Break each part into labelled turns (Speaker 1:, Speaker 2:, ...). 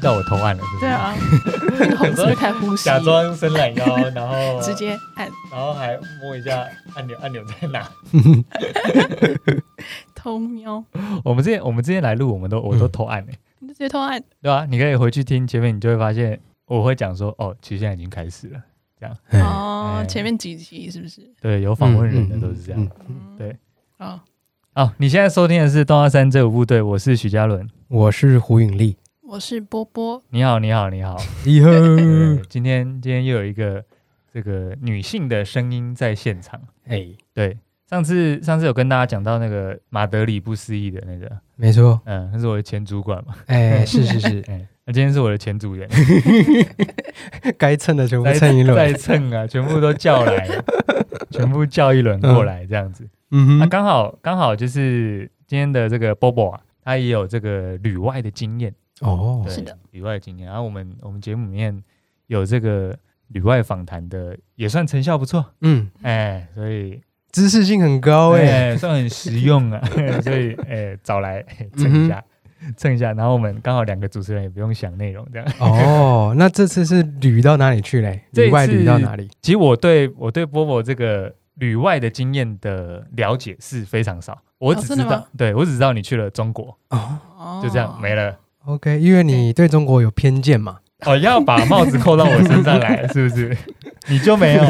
Speaker 1: 到我投案了，是不
Speaker 2: 对
Speaker 1: 是？
Speaker 2: 啊，那个红色太呼吸
Speaker 1: 假，装伸懒 腰，然后
Speaker 2: 直，接按
Speaker 1: 然后还摸一下按钮，按钮在哪？
Speaker 2: 偷瞄，
Speaker 1: 我们之前我们之前来录，我们都我都投案了，
Speaker 2: 你就直接偷按，
Speaker 1: 对吧、你可以回去听前面，你就会发现我会讲说，哦，其实现在已经开始了。
Speaker 3: 哎
Speaker 2: 哦
Speaker 1: 哎，
Speaker 2: 前面几集是不是？
Speaker 1: 对，有访问人的都是这样。
Speaker 3: 嗯嗯嗯
Speaker 2: 嗯
Speaker 1: 对，
Speaker 2: 哦，
Speaker 1: 好、你现在收听的是《动画三这五部队》，我是许嘉伦。
Speaker 3: 我是胡永丽，
Speaker 2: 我是波波，
Speaker 1: 你好，你好，你 好。
Speaker 3: 以后
Speaker 1: 对今天今天又有一个这个女性的声音在现场。
Speaker 3: 哎，
Speaker 1: 对，上次上次有跟大家讲到那个马德里不思议的那个，
Speaker 3: 没错，
Speaker 1: 嗯，那是我的前主管嘛，
Speaker 3: 哎，是是是，
Speaker 1: 哎，那今天是我的前组员，
Speaker 3: 该蹭的全部
Speaker 1: 再
Speaker 3: 蹭一
Speaker 1: 再
Speaker 3: 轮，
Speaker 1: 蹭啊，全部都叫 来，全部叫一轮过来这样子。
Speaker 3: 嗯
Speaker 1: 那
Speaker 3: 哼，
Speaker 1: 刚好刚好就是今天的这个 Bobo 啊，他也有这个旅外的经验，
Speaker 3: 哦
Speaker 1: 对，
Speaker 2: 是的，
Speaker 1: 旅外的经验。啊然后我们我们节目里面有这个旅外访谈的，也算成效不错，
Speaker 3: 嗯，
Speaker 1: 哎，所以
Speaker 3: 知识性很高哎，
Speaker 1: 对，算很实用 啊，所以哎，找来哎蹭一下，
Speaker 3: 嗯
Speaker 1: 蹭一下，然后我们刚好两个主持人也不用想内容，这样。
Speaker 3: 哦，那这次是旅到哪里去嘞？
Speaker 1: 这一
Speaker 3: 旅外
Speaker 1: 次
Speaker 3: 旅到哪里？
Speaker 1: 其实我对我对波波这个旅外的经验的了解是非常少，我
Speaker 2: 哦
Speaker 1: 只
Speaker 2: 真
Speaker 1: 知
Speaker 2: 的
Speaker 1: 道，
Speaker 2: 吗
Speaker 1: 对我只知道你去了中国，
Speaker 3: 哦
Speaker 2: 哦，
Speaker 1: 就这样、没了。
Speaker 3: ，OK，因为你对中国有偏见嘛，
Speaker 1: 哦，要把帽子扣到我身上来，是不 是？你就没有？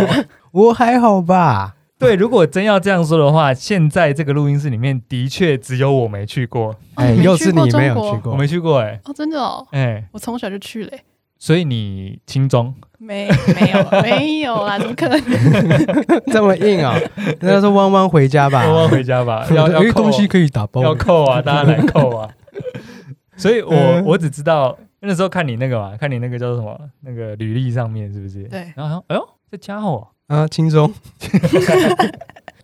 Speaker 3: 我还好吧，
Speaker 1: 对，如果真要这样说的话，现在这个录音室里面的确只有我没去过，
Speaker 3: 哎，
Speaker 2: 你没
Speaker 3: 又
Speaker 2: 去
Speaker 3: 是
Speaker 2: 过
Speaker 3: 你
Speaker 2: 中
Speaker 3: 没有
Speaker 2: 国
Speaker 3: 去
Speaker 1: 我
Speaker 3: 过，
Speaker 1: 没去过、欸，
Speaker 2: 哦，真的哦，
Speaker 1: 哎、
Speaker 2: 我从小就去嘞，
Speaker 1: 所以你轻中，
Speaker 2: 没没有没有啊，怎么 可能？
Speaker 3: 这么硬啊，那说弯弯回家吧，
Speaker 2: 啊
Speaker 1: 慢慢回家 吧，要
Speaker 3: 哎
Speaker 1: 要扣
Speaker 3: 东西可以打包，
Speaker 1: 要扣啊，大家来扣 啊。所以我
Speaker 3: 嗯
Speaker 1: 我只知道那时候看你那个嘛，看你那个叫做什么那个履历上面是不是？
Speaker 2: 对，
Speaker 1: 然后想哎呦，这家 伙
Speaker 3: 啊，轻松。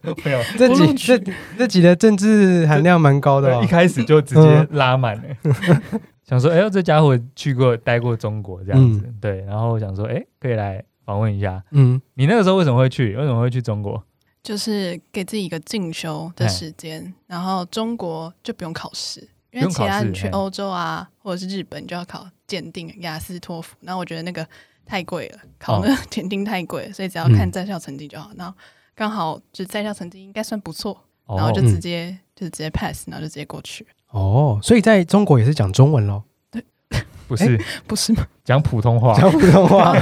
Speaker 1: 没有，
Speaker 3: 这
Speaker 2: 不录
Speaker 3: 集
Speaker 2: 取
Speaker 3: 这这集的政治含量蛮高的哦
Speaker 1: 一。开始就直
Speaker 3: 嗯
Speaker 1: 接拉满了， 想说哎呦，这家伙去过待过中国这样子，对，然后想说哎，可以来访问一下。
Speaker 3: 嗯，
Speaker 1: 你那个时候为什么会去？为什么会去中国？
Speaker 2: 就是给自己一个进修的时间，然后中国就不用考试，因为
Speaker 1: 不用
Speaker 2: 其
Speaker 1: 考
Speaker 2: 他
Speaker 1: 试
Speaker 2: 你去
Speaker 1: 嘿
Speaker 2: 欧洲啊或者是日本就要考鉴定、雅思、托福，然后我觉得那个太贵了，
Speaker 1: 哦
Speaker 2: 考那个 鉴定太贵了，所以只要看
Speaker 3: 嗯
Speaker 2: 在校成绩就好。然后刚好就在校成绩应该算不错，
Speaker 1: 哦
Speaker 2: 然后就
Speaker 3: 嗯
Speaker 2: 直接、就是直接 pass，然后就直接过去，
Speaker 3: 哦，所以在中国也是讲中文喽，
Speaker 1: 不是
Speaker 2: 不是吗？
Speaker 1: 讲普通话，
Speaker 3: 哎讲普通话
Speaker 2: 哦。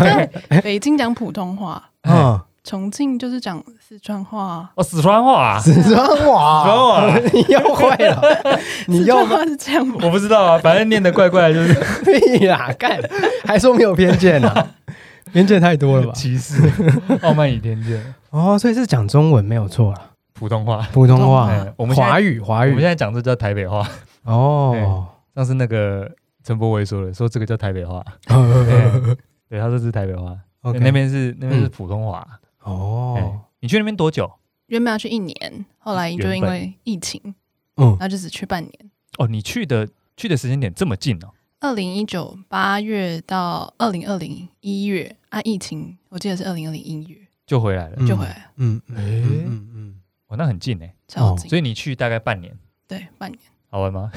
Speaker 2: 对，北京讲普通话，
Speaker 3: 嗯，
Speaker 2: 重庆就是讲四川话，
Speaker 1: 哦，四川话啊，
Speaker 3: 四川话，
Speaker 1: 四川
Speaker 3: 你又会了， 你
Speaker 2: 四
Speaker 3: 又
Speaker 2: 川话是这样吗？
Speaker 1: 我不知道啊，反正念的怪怪的，就是
Speaker 3: 屁啦，干，还说没有偏见啊？ 偏见太多了吧？
Speaker 1: 歧视、傲慢与偏见、
Speaker 3: 哦，所以是讲中文没有错啦，
Speaker 1: 普通话。
Speaker 3: 普通
Speaker 2: 普通
Speaker 3: 话
Speaker 1: 哎，我们现在
Speaker 3: 华语，华
Speaker 1: 我们现
Speaker 3: 语。
Speaker 1: 在讲这叫台北话。
Speaker 3: 哦，
Speaker 1: 上次那个陈柏伟说了，说这个叫台北话，
Speaker 3: 呃
Speaker 1: 对，他说这是台北话，
Speaker 3: OK
Speaker 1: 哎
Speaker 3: 嗯
Speaker 1: 那边是那边是普通话。
Speaker 3: 哦
Speaker 1: 哎，你去那边多久？
Speaker 2: 原本要去一年，后来就因
Speaker 1: 原本
Speaker 2: 为疫情，
Speaker 3: 嗯
Speaker 2: 然，后就只去半年。
Speaker 1: 哦，你去的去的时间点这么近哦，
Speaker 2: 二零一九八月到二零二零一月啊，疫情我记得是二零二零一月
Speaker 1: 就回来了，
Speaker 2: 就回来了，
Speaker 3: 嗯嗯
Speaker 1: 哎
Speaker 3: 嗯嗯嗯，
Speaker 1: 哦，那很近哎，
Speaker 2: 超近，
Speaker 1: 所以你去大概半年，
Speaker 2: 对半年，
Speaker 1: 好玩吗？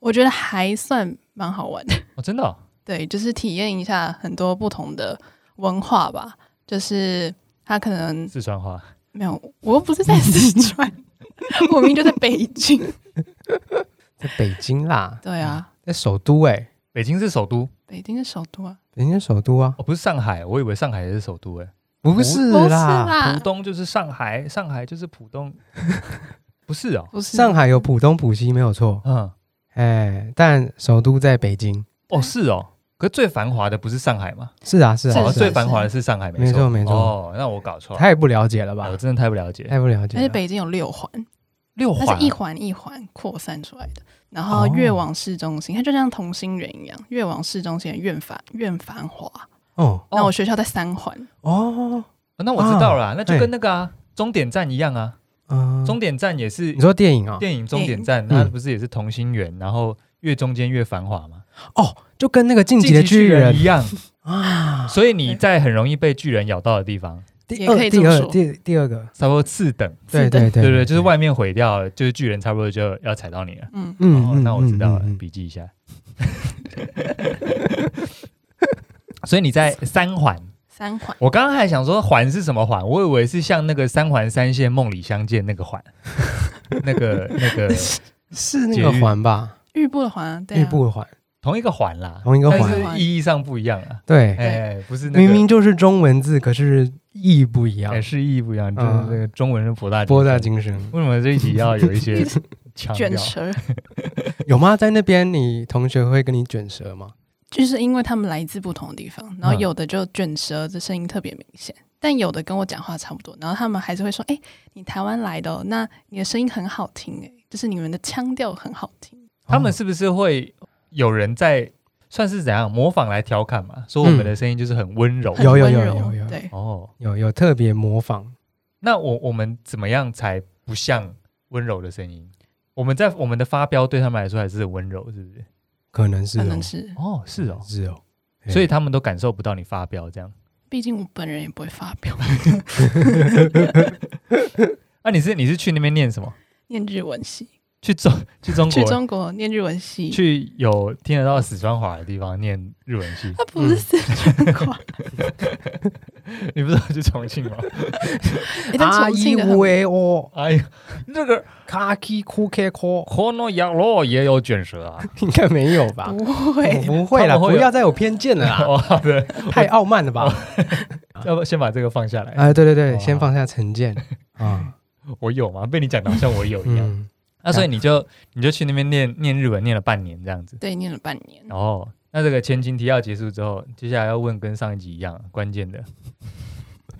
Speaker 2: 我觉得还算蛮好玩的。
Speaker 1: 哦，真的哦，
Speaker 2: 对，就是体验一下很多不同的文化吧。就是他可 能
Speaker 1: 四川话，
Speaker 2: 没有，我又不是在四川， 我明明就在北京。
Speaker 3: 在北京啦，
Speaker 2: 对啊，
Speaker 3: 在首都哎，
Speaker 1: 北京是首都
Speaker 2: 北京是首都啊，
Speaker 3: 北京是首都啊，
Speaker 1: 哦，不是上海，我以为上海也是首都哎，
Speaker 3: 不是
Speaker 2: 不是
Speaker 3: 啦，
Speaker 2: 啦
Speaker 1: 浦，东就是上海，上海就是浦东， 不是哦，
Speaker 2: 不是
Speaker 3: 上海有浦东、浦西没有错，
Speaker 1: 嗯，
Speaker 3: 哎，但首都在北京。
Speaker 1: 哦是哦，可是最繁华的不是上海吗？
Speaker 3: 是啊，是
Speaker 2: 是
Speaker 3: 啊，
Speaker 1: 哦，
Speaker 3: 是啊
Speaker 1: 最繁华的是上海，
Speaker 3: 没
Speaker 1: 错
Speaker 3: 错没错
Speaker 1: 哦，那我搞错了，
Speaker 3: 太不了解了
Speaker 1: 哎
Speaker 3: 吧
Speaker 1: 我？真的太不了解。
Speaker 3: 太不了解
Speaker 2: 而且
Speaker 3: 了。
Speaker 2: 北京有六环，
Speaker 1: 六
Speaker 2: 它
Speaker 3: 啊
Speaker 1: 环
Speaker 2: 是一环一环扩散出来的。然后
Speaker 3: 哦
Speaker 2: 越往市中心，它就像同心圆一样，越往市中心越繁越繁华。
Speaker 3: 哦
Speaker 2: 那我学校在三环，
Speaker 3: 哦，
Speaker 1: 哦那我知道了啊，那就
Speaker 3: 嘿
Speaker 1: 跟那个啊终点站一样啊，
Speaker 3: 嗯，
Speaker 1: 终点站也是
Speaker 3: 你说电影啊？
Speaker 1: 电影终点站，
Speaker 3: 电
Speaker 1: 它
Speaker 3: 影
Speaker 1: 不是也是同心圆，然后越中间越繁华吗？
Speaker 3: 哦，就跟那个《进击的巨
Speaker 1: 进
Speaker 3: 人
Speaker 1: 一》样，
Speaker 3: 啊，
Speaker 1: 所以你在很容易被巨人咬到的地方，
Speaker 3: 第
Speaker 2: 也
Speaker 3: 二
Speaker 2: 可以这
Speaker 3: 第
Speaker 2: 么
Speaker 3: 二
Speaker 2: 说
Speaker 3: 第第二个，
Speaker 1: 差不多次等，
Speaker 3: 对
Speaker 2: 是的
Speaker 3: 对
Speaker 1: 对
Speaker 3: 对
Speaker 1: 对，就是外面毁掉了，就是巨人差不多就要踩到你了。
Speaker 2: 嗯，
Speaker 1: 哦，那我知道了
Speaker 3: 嗯嗯，
Speaker 1: 笔记一下。 所以你在三环，
Speaker 2: 三环
Speaker 1: 我刚刚还想说环是什么环，我以为是像那个三环三线梦里相见那个 环，那个那个
Speaker 3: 是
Speaker 1: 捷
Speaker 3: 那个
Speaker 1: 运
Speaker 3: 环吧？
Speaker 2: 玉部的环啊，对
Speaker 3: 玉
Speaker 2: 啊，
Speaker 3: 部环，
Speaker 1: 同一个环啦，
Speaker 3: 同一个
Speaker 1: 但
Speaker 3: 环，
Speaker 1: 哎是意义上不一样啊。
Speaker 3: 对，
Speaker 1: 哎，不是那个
Speaker 3: 明明就是中文字，可是意义不一样
Speaker 1: 哎，是意义不一样，就是
Speaker 3: 嗯
Speaker 1: 那个中文是博大
Speaker 3: 博大
Speaker 1: 精
Speaker 3: 精深
Speaker 1: 深。为什么这一集要有一 些强调
Speaker 3: 啊
Speaker 2: 卷？舌，
Speaker 3: 有吗？在那边，你同学会跟你卷舌吗？
Speaker 2: 就是因为他们来自不同的地方，然后
Speaker 1: 嗯
Speaker 2: 有的就卷舌的声音特别明显，但有的跟我讲话差不多，然后他们还是会说：“哎、你台湾来的、哦，那你的声音很好听、诶，哎，就是你们的腔调很好听。
Speaker 1: 他们是不是会有人在算是怎样模仿来调侃嘛？说我们的声音就是很温柔。
Speaker 2: 很
Speaker 3: 嗯有有
Speaker 2: 温
Speaker 3: 有
Speaker 2: 柔
Speaker 3: 有有
Speaker 2: 对，
Speaker 1: 哦，
Speaker 3: 有有特别模仿，
Speaker 1: 那我我们怎么样才不像温柔的声音？我们在我们的发飙对他们来说还是很温柔，是不是？
Speaker 3: 可能是
Speaker 2: 可
Speaker 3: 哦
Speaker 2: 能是，
Speaker 1: 哦，是哦，
Speaker 3: 是哦，
Speaker 1: 所以他们都感受不到你发飙这样。
Speaker 2: 毕竟我本人也不会发表
Speaker 1: 啊，你是你是去那边念什么？
Speaker 2: 念日文系，
Speaker 1: 去中 去中
Speaker 2: 去
Speaker 1: 国
Speaker 2: 中国念日文系，
Speaker 1: 去有听得到四川话的地方念日文系？
Speaker 2: 他不是四川话，
Speaker 1: 你不是要去重庆 吗？
Speaker 2: 诶但重庆
Speaker 1: 啊
Speaker 2: 的很
Speaker 3: A O
Speaker 1: 哎呀，那个
Speaker 3: Kaki Kuke Ko，
Speaker 1: 可能亚罗也有卷舌啊。
Speaker 3: 哦应该没有吧？
Speaker 2: 不
Speaker 3: 我
Speaker 2: 会，
Speaker 3: 不会啦，
Speaker 1: 他们会
Speaker 3: 不
Speaker 1: 有
Speaker 3: 要再有哦偏见了啦，
Speaker 1: 哦，好的，
Speaker 3: 太傲慢了吧？
Speaker 1: 要不先把这个放下来。
Speaker 3: 哎，对对对，
Speaker 1: 哇
Speaker 3: 先放下成 见啊，
Speaker 1: 我有吗？被你讲的好像我有一样。
Speaker 3: 嗯，
Speaker 1: 那所以你就你就去那边念念日文，念了半年这样子。
Speaker 2: 对，念了半年，
Speaker 1: 哦，那这个前情提要结束之后，接下来要问跟上一集一样关键 的，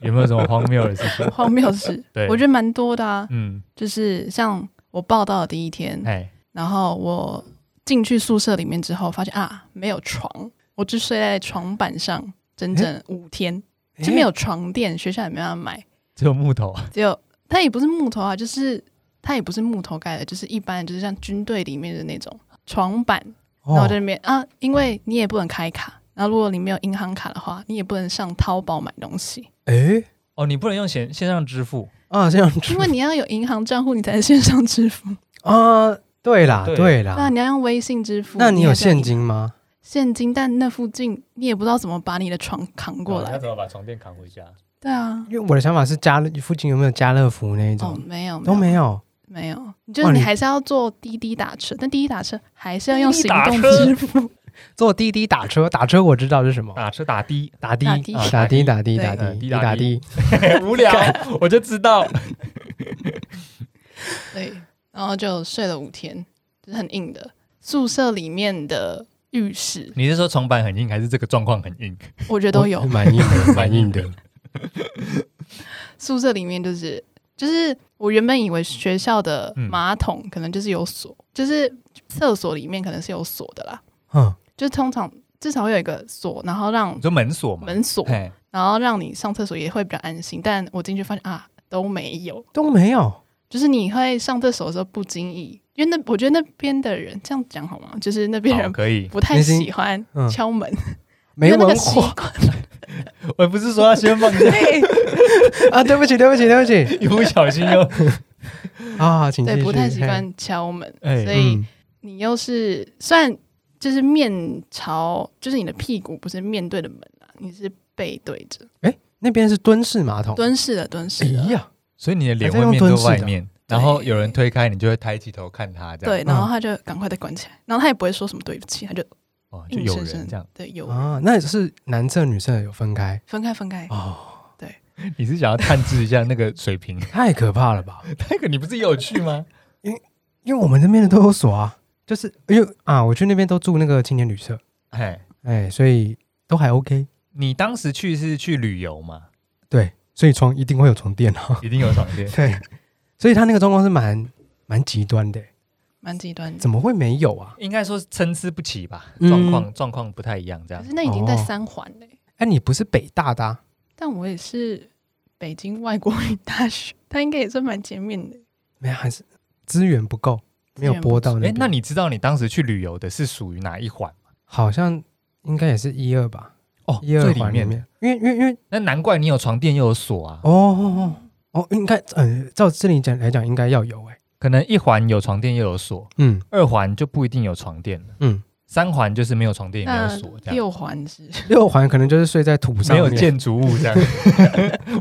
Speaker 1: 有没有什么荒谬的事情？
Speaker 2: 荒谬事，
Speaker 1: 对
Speaker 2: 我觉得蛮多的啊，
Speaker 1: 嗯，
Speaker 2: 就是像我报道的第一天，
Speaker 1: 哎，
Speaker 2: 然后我进去宿舍里面之后，发现啊，没有床，我就睡在床板上整
Speaker 1: 哎
Speaker 2: 整五天，就没
Speaker 3: 哎
Speaker 2: 有床垫，学校也没办法买，
Speaker 1: 只有木头。
Speaker 2: 只有它也不是木头啊，就是它也不是木头盖的，就是一般就是像军队里面的那种床板，然后
Speaker 3: 哦
Speaker 2: 我在那边、啊，因为你也不能开卡，然后如果你没有银行卡的话，你也不能上淘宝买东西，
Speaker 3: 哎
Speaker 1: 哦，你不能用线线上支付，
Speaker 3: 啊，这样
Speaker 2: 因为你要有银行账户，你才能线上支付，
Speaker 3: 啊，对啦
Speaker 1: 对
Speaker 3: 对
Speaker 2: 那
Speaker 3: 啦，
Speaker 2: 你要用微信支付，
Speaker 3: 啊那你有
Speaker 2: 还是要
Speaker 3: 现金吗？
Speaker 2: 现金，但那附近你也不知道怎么把你的床扛过来。
Speaker 1: 哦怎么把床垫扛回家？
Speaker 2: 对啊，
Speaker 3: 因为我的想法是家乐附近有没有家乐福那一
Speaker 2: 哦，
Speaker 3: 种，
Speaker 2: 没有，
Speaker 3: 都没
Speaker 2: 有，
Speaker 3: 有。
Speaker 2: 没有，就是
Speaker 3: 哇
Speaker 2: 你
Speaker 3: 你
Speaker 2: 还是要坐滴滴打车，但滴滴打车还是要用
Speaker 1: 滴滴
Speaker 2: 行
Speaker 1: 打
Speaker 2: 动
Speaker 1: 车
Speaker 2: 支付。
Speaker 3: 坐滴滴打车，打车我知道是什 么，
Speaker 1: 打车打 的，
Speaker 3: 打的
Speaker 2: 打的
Speaker 3: 啊打的打的
Speaker 2: 对
Speaker 3: 打的
Speaker 1: 嗯
Speaker 3: 滴
Speaker 1: 滴
Speaker 3: 打
Speaker 1: 打
Speaker 3: 的
Speaker 1: 的，无 聊，我就知道。
Speaker 2: 对，然后就睡了五天，就是很硬的宿舍里面的浴室，
Speaker 1: 你是说床板很硬，还是这个状况很硬？
Speaker 2: 我觉得都有。
Speaker 3: 蛮硬的， 蛮硬的。
Speaker 2: 宿舍里面就是就是我原本以为学校的
Speaker 1: 嗯
Speaker 2: 马桶可能就是有锁，就是厕所里面可能是有锁的啦，
Speaker 3: 嗯，
Speaker 2: 就是通常至少会有一个锁，然后让
Speaker 1: 你说门锁嘛？
Speaker 2: 门锁。
Speaker 1: 嘿
Speaker 2: 然后让你上厕所也会比较安心。但我进去发现啊，都没有，
Speaker 3: 都没有。
Speaker 2: 就是你会上厕所的时候不经意，因为那我觉得那边的人这样讲好吗？就是那边
Speaker 1: 好，
Speaker 2: 人
Speaker 1: 可以。
Speaker 2: 不太喜欢
Speaker 3: 嗯
Speaker 2: 敲门，
Speaker 3: 没
Speaker 2: 因为那
Speaker 3: 文
Speaker 2: 个习
Speaker 3: 化
Speaker 2: 惯。
Speaker 1: 我不是说要先放下，
Speaker 3: 啊！对不起，对不起，对不 起
Speaker 1: 一不小心又
Speaker 3: 啊！请继
Speaker 2: 对，
Speaker 3: 续。
Speaker 2: 不太习
Speaker 3: 嘿。
Speaker 2: 惯敲门，
Speaker 1: 哎
Speaker 2: 所以
Speaker 3: 嗯
Speaker 2: 你又是虽然就是面朝，就是你的屁股不是面对的门啊，你是背对着
Speaker 3: 那边是蹲式马
Speaker 1: 哦
Speaker 3: 桶。
Speaker 2: 蹲式的蹲
Speaker 3: 哎
Speaker 2: 式的，
Speaker 3: 呀，
Speaker 1: 所以你的脸会面对外面，
Speaker 2: 对
Speaker 1: 然后有人推开，你就会抬起头看他这样。嗯
Speaker 2: 对，然后他就赶快再关起来，然后他也不会说什么对不起，他就
Speaker 1: 哦，就
Speaker 2: 硬
Speaker 1: 有
Speaker 2: 生生
Speaker 1: 人这样。哦
Speaker 2: 对有
Speaker 3: 啊，那是男厕女厕有分开
Speaker 2: 分开分开，
Speaker 3: 哦，
Speaker 1: 你是想要探知一下那个水平？
Speaker 3: 太可怕了吧？
Speaker 1: 那个你不是也有去吗？
Speaker 3: 因为我们那边的都有锁啊，就是因为啊，我去那边都住那个青年旅社，
Speaker 1: 哎，
Speaker 3: 哎，所以都还 OK。
Speaker 1: 你当时去是去旅游嘛？
Speaker 3: 对，所以床一定会有床垫啊。。
Speaker 1: 一定有床垫
Speaker 3: 对，所以他那个状况是蛮蛮极端的，
Speaker 2: 蛮极端的。
Speaker 3: 怎么会没有啊？
Speaker 1: 应该说是参差不齐吧，
Speaker 3: 嗯
Speaker 1: 状况状况不太一样，这样
Speaker 2: 可是那已经在
Speaker 3: 哦
Speaker 2: 三环嘞、
Speaker 3: 哎，你不是北大的、啊，
Speaker 2: 但我也是北京外国语大学， 他应该也算蛮前面的。
Speaker 3: 没有还是资源不够，没有
Speaker 2: 资源不
Speaker 3: 播到那
Speaker 1: 哎、
Speaker 3: 边。啊
Speaker 1: 那你知道你当时去旅游的是属于哪一环吗？
Speaker 3: 好像应该也是一二吧？
Speaker 1: 哦，
Speaker 3: 耶
Speaker 1: 最
Speaker 3: 和
Speaker 1: 里
Speaker 3: 华
Speaker 1: 面
Speaker 3: 面
Speaker 1: 的，，
Speaker 3: 因为因为因为
Speaker 1: 那难怪你有床垫又有锁啊，
Speaker 3: 哦哦哦哦，应该呃，照这里讲来讲，应该要有哎、
Speaker 1: 可能一环有床垫又有锁，
Speaker 3: 嗯
Speaker 1: 二环就不一定有床垫了，
Speaker 3: 嗯，
Speaker 1: 三环就是没有床垫也没有
Speaker 2: 那
Speaker 1: 锁，这样
Speaker 2: 嗯六环是
Speaker 3: 六环可能就是睡在土上
Speaker 1: 没有
Speaker 3: 面，
Speaker 1: 建筑物这样，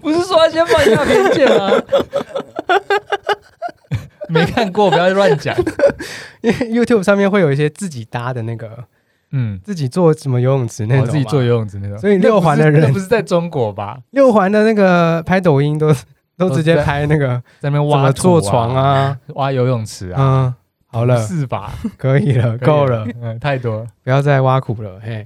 Speaker 1: 不是说要先放下偏见
Speaker 2: 啊
Speaker 1: 吗？ 没看过，不要乱讲。
Speaker 3: 因为 YouTube 上面会有一些自己搭的那个，
Speaker 1: 嗯，
Speaker 3: 自己做什么游泳池那种
Speaker 1: 我
Speaker 3: 嘛，
Speaker 1: 哦自己做游泳池那种，
Speaker 3: 所以六环的
Speaker 1: 那不是
Speaker 3: 人
Speaker 1: 那不是在中国吧？
Speaker 3: 六环的那个拍抖音都都直接拍那个
Speaker 1: 在那边
Speaker 3: 怎么
Speaker 1: 挖
Speaker 3: 做
Speaker 1: 土
Speaker 3: 床，啊，
Speaker 1: 挖游泳池啊，
Speaker 3: 嗯，好了，
Speaker 1: 是 吧？
Speaker 3: 可以了，
Speaker 1: 可以
Speaker 3: 够了，，
Speaker 1: 嗯，太多了。
Speaker 3: 不要再挖苦了，嘿，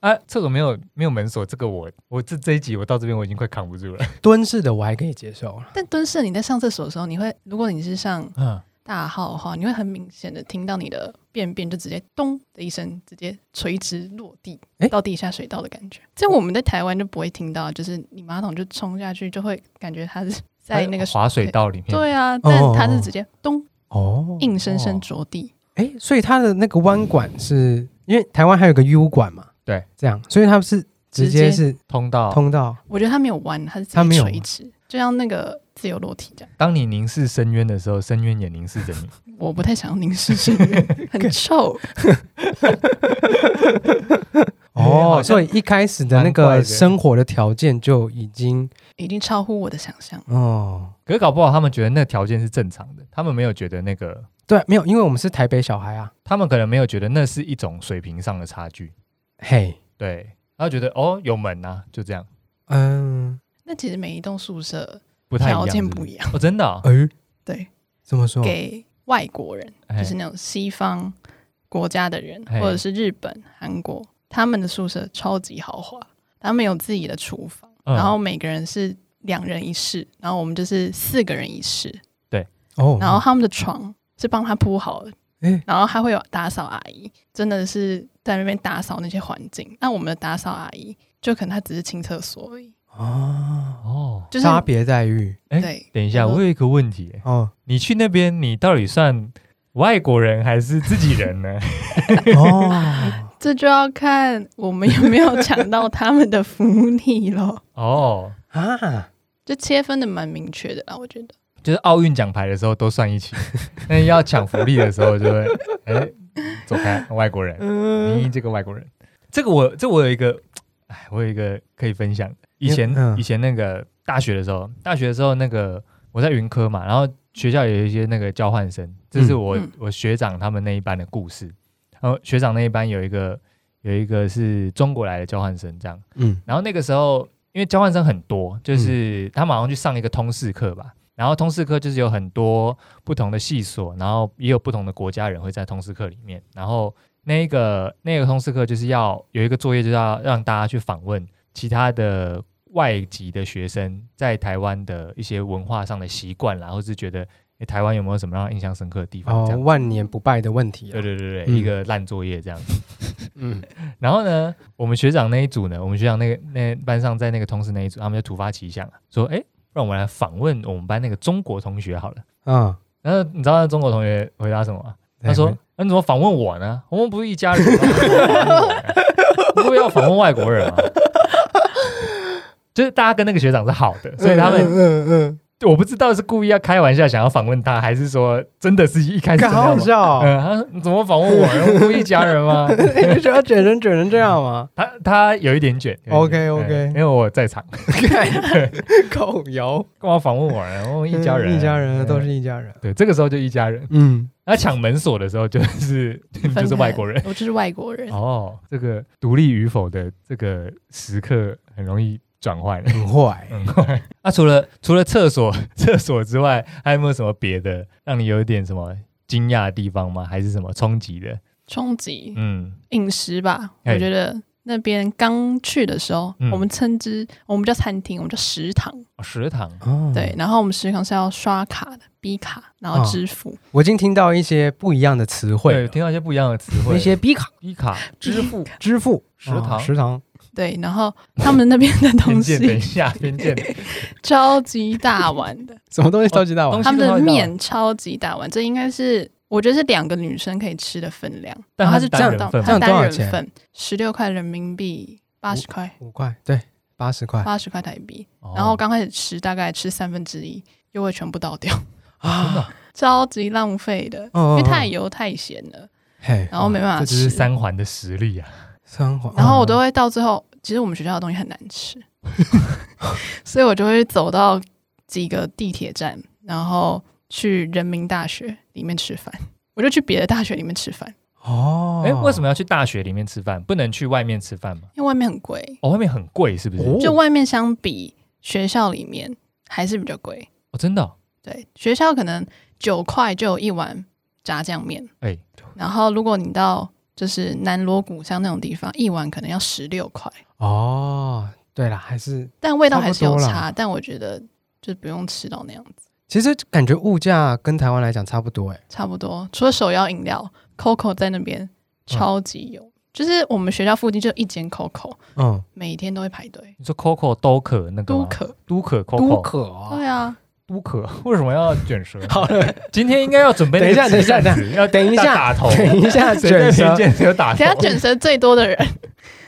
Speaker 1: 啊，厕所没有没有门锁，这个我我这这一集我到这边我已经快扛不住了。
Speaker 3: 蹲式的我还可以接受了，
Speaker 2: 但蹲式你在上厕所的时候，你会如果你是上
Speaker 1: 嗯，
Speaker 2: 大号的话，你会很明显的听到你的便便就直接咚的一声，直接垂直落地
Speaker 3: 诶，
Speaker 2: 到地下水道的感觉。这我们在台湾就不会听到，就是你马桶就冲下去，就会感觉它是在那个水。
Speaker 1: 哎滑水道里面，
Speaker 2: 对啊，但
Speaker 3: 哦哦哦哦
Speaker 2: 它是直接咚
Speaker 3: 哦，
Speaker 2: 硬生生着地。
Speaker 3: 哎，所以它的那个弯管是因为台湾还有个 U 管嘛，
Speaker 1: 对，
Speaker 3: 这样，所以它是直接是
Speaker 1: 通道。
Speaker 3: 通道，
Speaker 2: 我觉得它没有弯，它是直
Speaker 3: 它没
Speaker 2: 接
Speaker 3: 有
Speaker 2: 垂直，就像那个自由落体这样。
Speaker 1: 当你凝视深渊的时候，深渊也凝视着你。
Speaker 2: 我不太想凝视深渊，很臭。
Speaker 1: 哎
Speaker 3: 哦
Speaker 1: 好，像
Speaker 3: 所以一开始的那
Speaker 1: 蛮怪
Speaker 3: 个
Speaker 1: 的
Speaker 3: 生活的条件就已经
Speaker 2: 已经超乎我的想象。
Speaker 3: 哦，
Speaker 1: 可是搞不好他们觉得那条件是正常的，他们没有觉得那个，
Speaker 3: 对，没有，因为我们是台北小孩啊，
Speaker 1: 他们可能没有觉得那是一种水平上的差距。
Speaker 3: 嘿，
Speaker 1: 对，他觉得哦有门呐、就这样，
Speaker 3: 嗯，
Speaker 2: 那其实每一栋宿舍
Speaker 1: 不太一样
Speaker 2: 条件
Speaker 1: 是不
Speaker 2: 不
Speaker 1: 是
Speaker 2: 一样，
Speaker 1: 哦，真的哦、
Speaker 3: 哎，
Speaker 2: 对，
Speaker 3: 怎么说？
Speaker 2: 给外国人，
Speaker 1: 哎
Speaker 2: 就是那种西方国家的人，
Speaker 1: 嘿
Speaker 2: 或者是日本、韩国，他们的宿舍超级豪华，他们有自己的厨房，
Speaker 1: 嗯
Speaker 2: 然后每个人是两人一室，然后我们就是四个人一室，
Speaker 3: 哦，
Speaker 2: 然后他们的床是帮他铺好的，
Speaker 3: 哎
Speaker 2: 然后还会有打扫阿姨，真的是在那边打扫那些环境。那我们的打扫阿姨就可能她只是清厕所而已，
Speaker 3: 哦，
Speaker 1: 哦，
Speaker 2: 就是
Speaker 3: 差别待遇
Speaker 1: 哎
Speaker 2: 对。
Speaker 1: 等一下，
Speaker 2: 我
Speaker 1: 我有一个问题耶，
Speaker 3: 哦
Speaker 1: 你去那边你到底算外国人还是自己人呢？
Speaker 3: 哦，
Speaker 2: 这就要看我们有没有抢到他们的福利咯。
Speaker 1: 哦，
Speaker 3: 啊，
Speaker 2: 就切分的蛮明确的啦，我觉得。
Speaker 1: 就是奥运奖牌的时候都算一起，那要抢福利的时候就会，哎、走开，外国人，你
Speaker 3: 嗯，
Speaker 1: 这个外国人，这个我这我有一个，哎，我有一个可以分享。以前、
Speaker 3: 嗯
Speaker 1: 以前那个大学的时候，大学的时候那个我在云科嘛，然后学校有一些那个交换生，这是我、
Speaker 2: 嗯
Speaker 1: 我学长他们那一班的故事。然后学长那一班有一个有一个是中国来的交换生，这样。
Speaker 3: 嗯，
Speaker 1: 然后那个时候，因为交换生很多，就是他们好像去上一个通识课吧。然后通识课就是有很多不同的系所，然后也有不同的国家人会在通识课里面。然后那个那个通识课就是要有一个作业，就是要让大家去访问其他的外籍的学生在台湾的一些文化上的习惯啦，或是觉得诶台湾有没有什么让他印象深刻的地方
Speaker 3: 哦
Speaker 1: 这样。，
Speaker 3: 万年不败的问题
Speaker 1: 对
Speaker 3: 啊，
Speaker 1: 对对对，
Speaker 3: 嗯
Speaker 1: 一个烂作业这样。
Speaker 3: 嗯，
Speaker 1: 然后呢，我们学长那一组呢，我们学长那个那班上在那个同事那一组，他们就突发奇想啊，说，哎，让我们来访问我们班那个中国同学好了。
Speaker 3: 啊，
Speaker 1: 然后你知道那中国同学回答什么吗？他说：“
Speaker 3: 嗯
Speaker 1: 那、你怎么访问我呢？我们不是一家人吗，你怎么访问我呢你不是要访问外国人吗？”就是大家跟那个学长是好的，所以他们
Speaker 3: 嗯嗯，
Speaker 1: 我不知道是故意要开玩笑想要访问他，还是说真的是一开始真的
Speaker 3: 看好
Speaker 1: 要
Speaker 3: 好
Speaker 1: 访
Speaker 3: 笑哦，
Speaker 1: 嗯，他说你怎么访问我呢？我们不是一家人吗？？
Speaker 3: 哎你说要卷成卷成这样吗
Speaker 1: 他他有一点卷。有一点卷
Speaker 3: OK，OK
Speaker 1: 嗯因为我在场，
Speaker 3: 狗油，
Speaker 1: 干嘛访问我呢？我们一家人，
Speaker 3: 一家人啊
Speaker 1: 嗯
Speaker 3: 都是一家人，
Speaker 1: 对。这个时候就一家人，
Speaker 3: 嗯，
Speaker 1: 那抢门锁的时候就是
Speaker 2: 分
Speaker 1: 就是
Speaker 2: 开
Speaker 1: 外国人。
Speaker 2: 我就是外国人。
Speaker 1: 哦，这个独立与否的这个时刻很容易转 换。
Speaker 3: 很坏，
Speaker 1: 嗯，那、除了除了厕所 厕所之外，还有没有什么别的让你有一点什么惊讶的地方吗？还是什么冲击的？
Speaker 2: 冲击
Speaker 1: 嗯，
Speaker 2: 饮食吧，
Speaker 1: 哎
Speaker 2: 我觉得那边刚去的时候
Speaker 1: 嗯，
Speaker 2: 我们称之我们叫餐厅，我们叫食堂。
Speaker 1: 哦食堂
Speaker 3: 哦，
Speaker 2: 对，，然后我们食堂是要刷卡的，B 卡，然
Speaker 1: 啊
Speaker 2: 后支付。
Speaker 3: 我已经听到一些不一样的词汇
Speaker 1: 对
Speaker 3: 了，
Speaker 1: 听到一些不一样的词汇，
Speaker 3: 那些 B 卡、
Speaker 1: 一卡
Speaker 3: 支 付、支付、
Speaker 1: 食堂
Speaker 3: 哦食堂，
Speaker 2: 对，然后他们那边的
Speaker 1: 偏
Speaker 2: 东
Speaker 1: 见，等一
Speaker 2: 西
Speaker 1: 下偏 见，
Speaker 2: 超级大碗的，
Speaker 3: 什么东西超级大
Speaker 1: 东
Speaker 3: 碗
Speaker 1: 西？
Speaker 2: 他们
Speaker 1: 都
Speaker 2: 的
Speaker 1: 超级大碗
Speaker 2: 面超级大碗，这应该是我觉得是两个女生可以吃的分量，
Speaker 1: 但
Speaker 2: 然后
Speaker 1: 它
Speaker 2: 它
Speaker 3: 哦
Speaker 1: 是
Speaker 2: 是
Speaker 1: 单人
Speaker 2: 到
Speaker 1: 份
Speaker 2: 它
Speaker 3: 吗这样多
Speaker 2: 单
Speaker 3: 少
Speaker 2: 人
Speaker 3: 钱
Speaker 2: 份十六块人民币八十块，
Speaker 3: 五块，对，八十块
Speaker 2: 八十块台币。
Speaker 1: 哦
Speaker 2: 然后刚开始吃，大概吃三分之一，又会全部倒掉，
Speaker 1: 真的
Speaker 3: 啊，
Speaker 1: 哦
Speaker 2: 超级浪费的，
Speaker 3: 哦
Speaker 2: 因为
Speaker 3: 哦
Speaker 2: 太油太咸了，
Speaker 3: 嘿，
Speaker 2: 然后没办法
Speaker 1: 嗯哦这就是
Speaker 2: 吃。
Speaker 1: 三环的实力啊！
Speaker 3: 生活，
Speaker 2: 然后我都
Speaker 3: 嗯
Speaker 2: 会到最后，其实我们学校的东西很难吃， 所以我就会走到几个地铁站，然后去人民大学里面吃饭，我就去别的大学里面吃饭，
Speaker 3: 哦，
Speaker 1: 哎，为什
Speaker 3: 么？
Speaker 1: 么要去大学里面吃饭？不能去外面吃饭吗？
Speaker 2: 因为外面很贵，
Speaker 1: 哦，外面很贵是不是？
Speaker 3: 哦
Speaker 1: 哦，
Speaker 2: 就外面相比学校里面还是比较贵。
Speaker 1: 真的哦，
Speaker 2: 对，学校可能九块就有一碗炸酱面，
Speaker 1: 哎，
Speaker 2: 然后如果你到就是南锣鼓巷那种地方，一碗可能要十六块，
Speaker 3: 哦，对了，还是
Speaker 2: 但味道还是有
Speaker 3: 差不多啦
Speaker 2: 差，但我觉得就不用吃到那样子，
Speaker 3: 其实感觉物价跟台湾来讲差不多，哎，
Speaker 2: 差不多。除了手摇饮料，Coco 在那边超级油，就是我们学校附近就一间 Coco，
Speaker 3: 嗯，
Speaker 2: 每天都会排队。
Speaker 1: 你说 Coco 都可那个
Speaker 2: 都
Speaker 1: 吗
Speaker 2: 可，
Speaker 1: 都可
Speaker 3: 都
Speaker 1: Coco
Speaker 3: 可哦。
Speaker 2: 对啊，
Speaker 1: 都可， 为什么要卷舌？好了，今天应该要准备那个
Speaker 3: 等一下
Speaker 1: 纸扇
Speaker 3: 等一下
Speaker 1: 子要
Speaker 3: 等一下
Speaker 1: 打头，
Speaker 3: 等 一下
Speaker 1: 谁在
Speaker 3: 卷
Speaker 1: 听，
Speaker 3: 舌
Speaker 1: 见有打头
Speaker 2: 等下卷舌最多的人，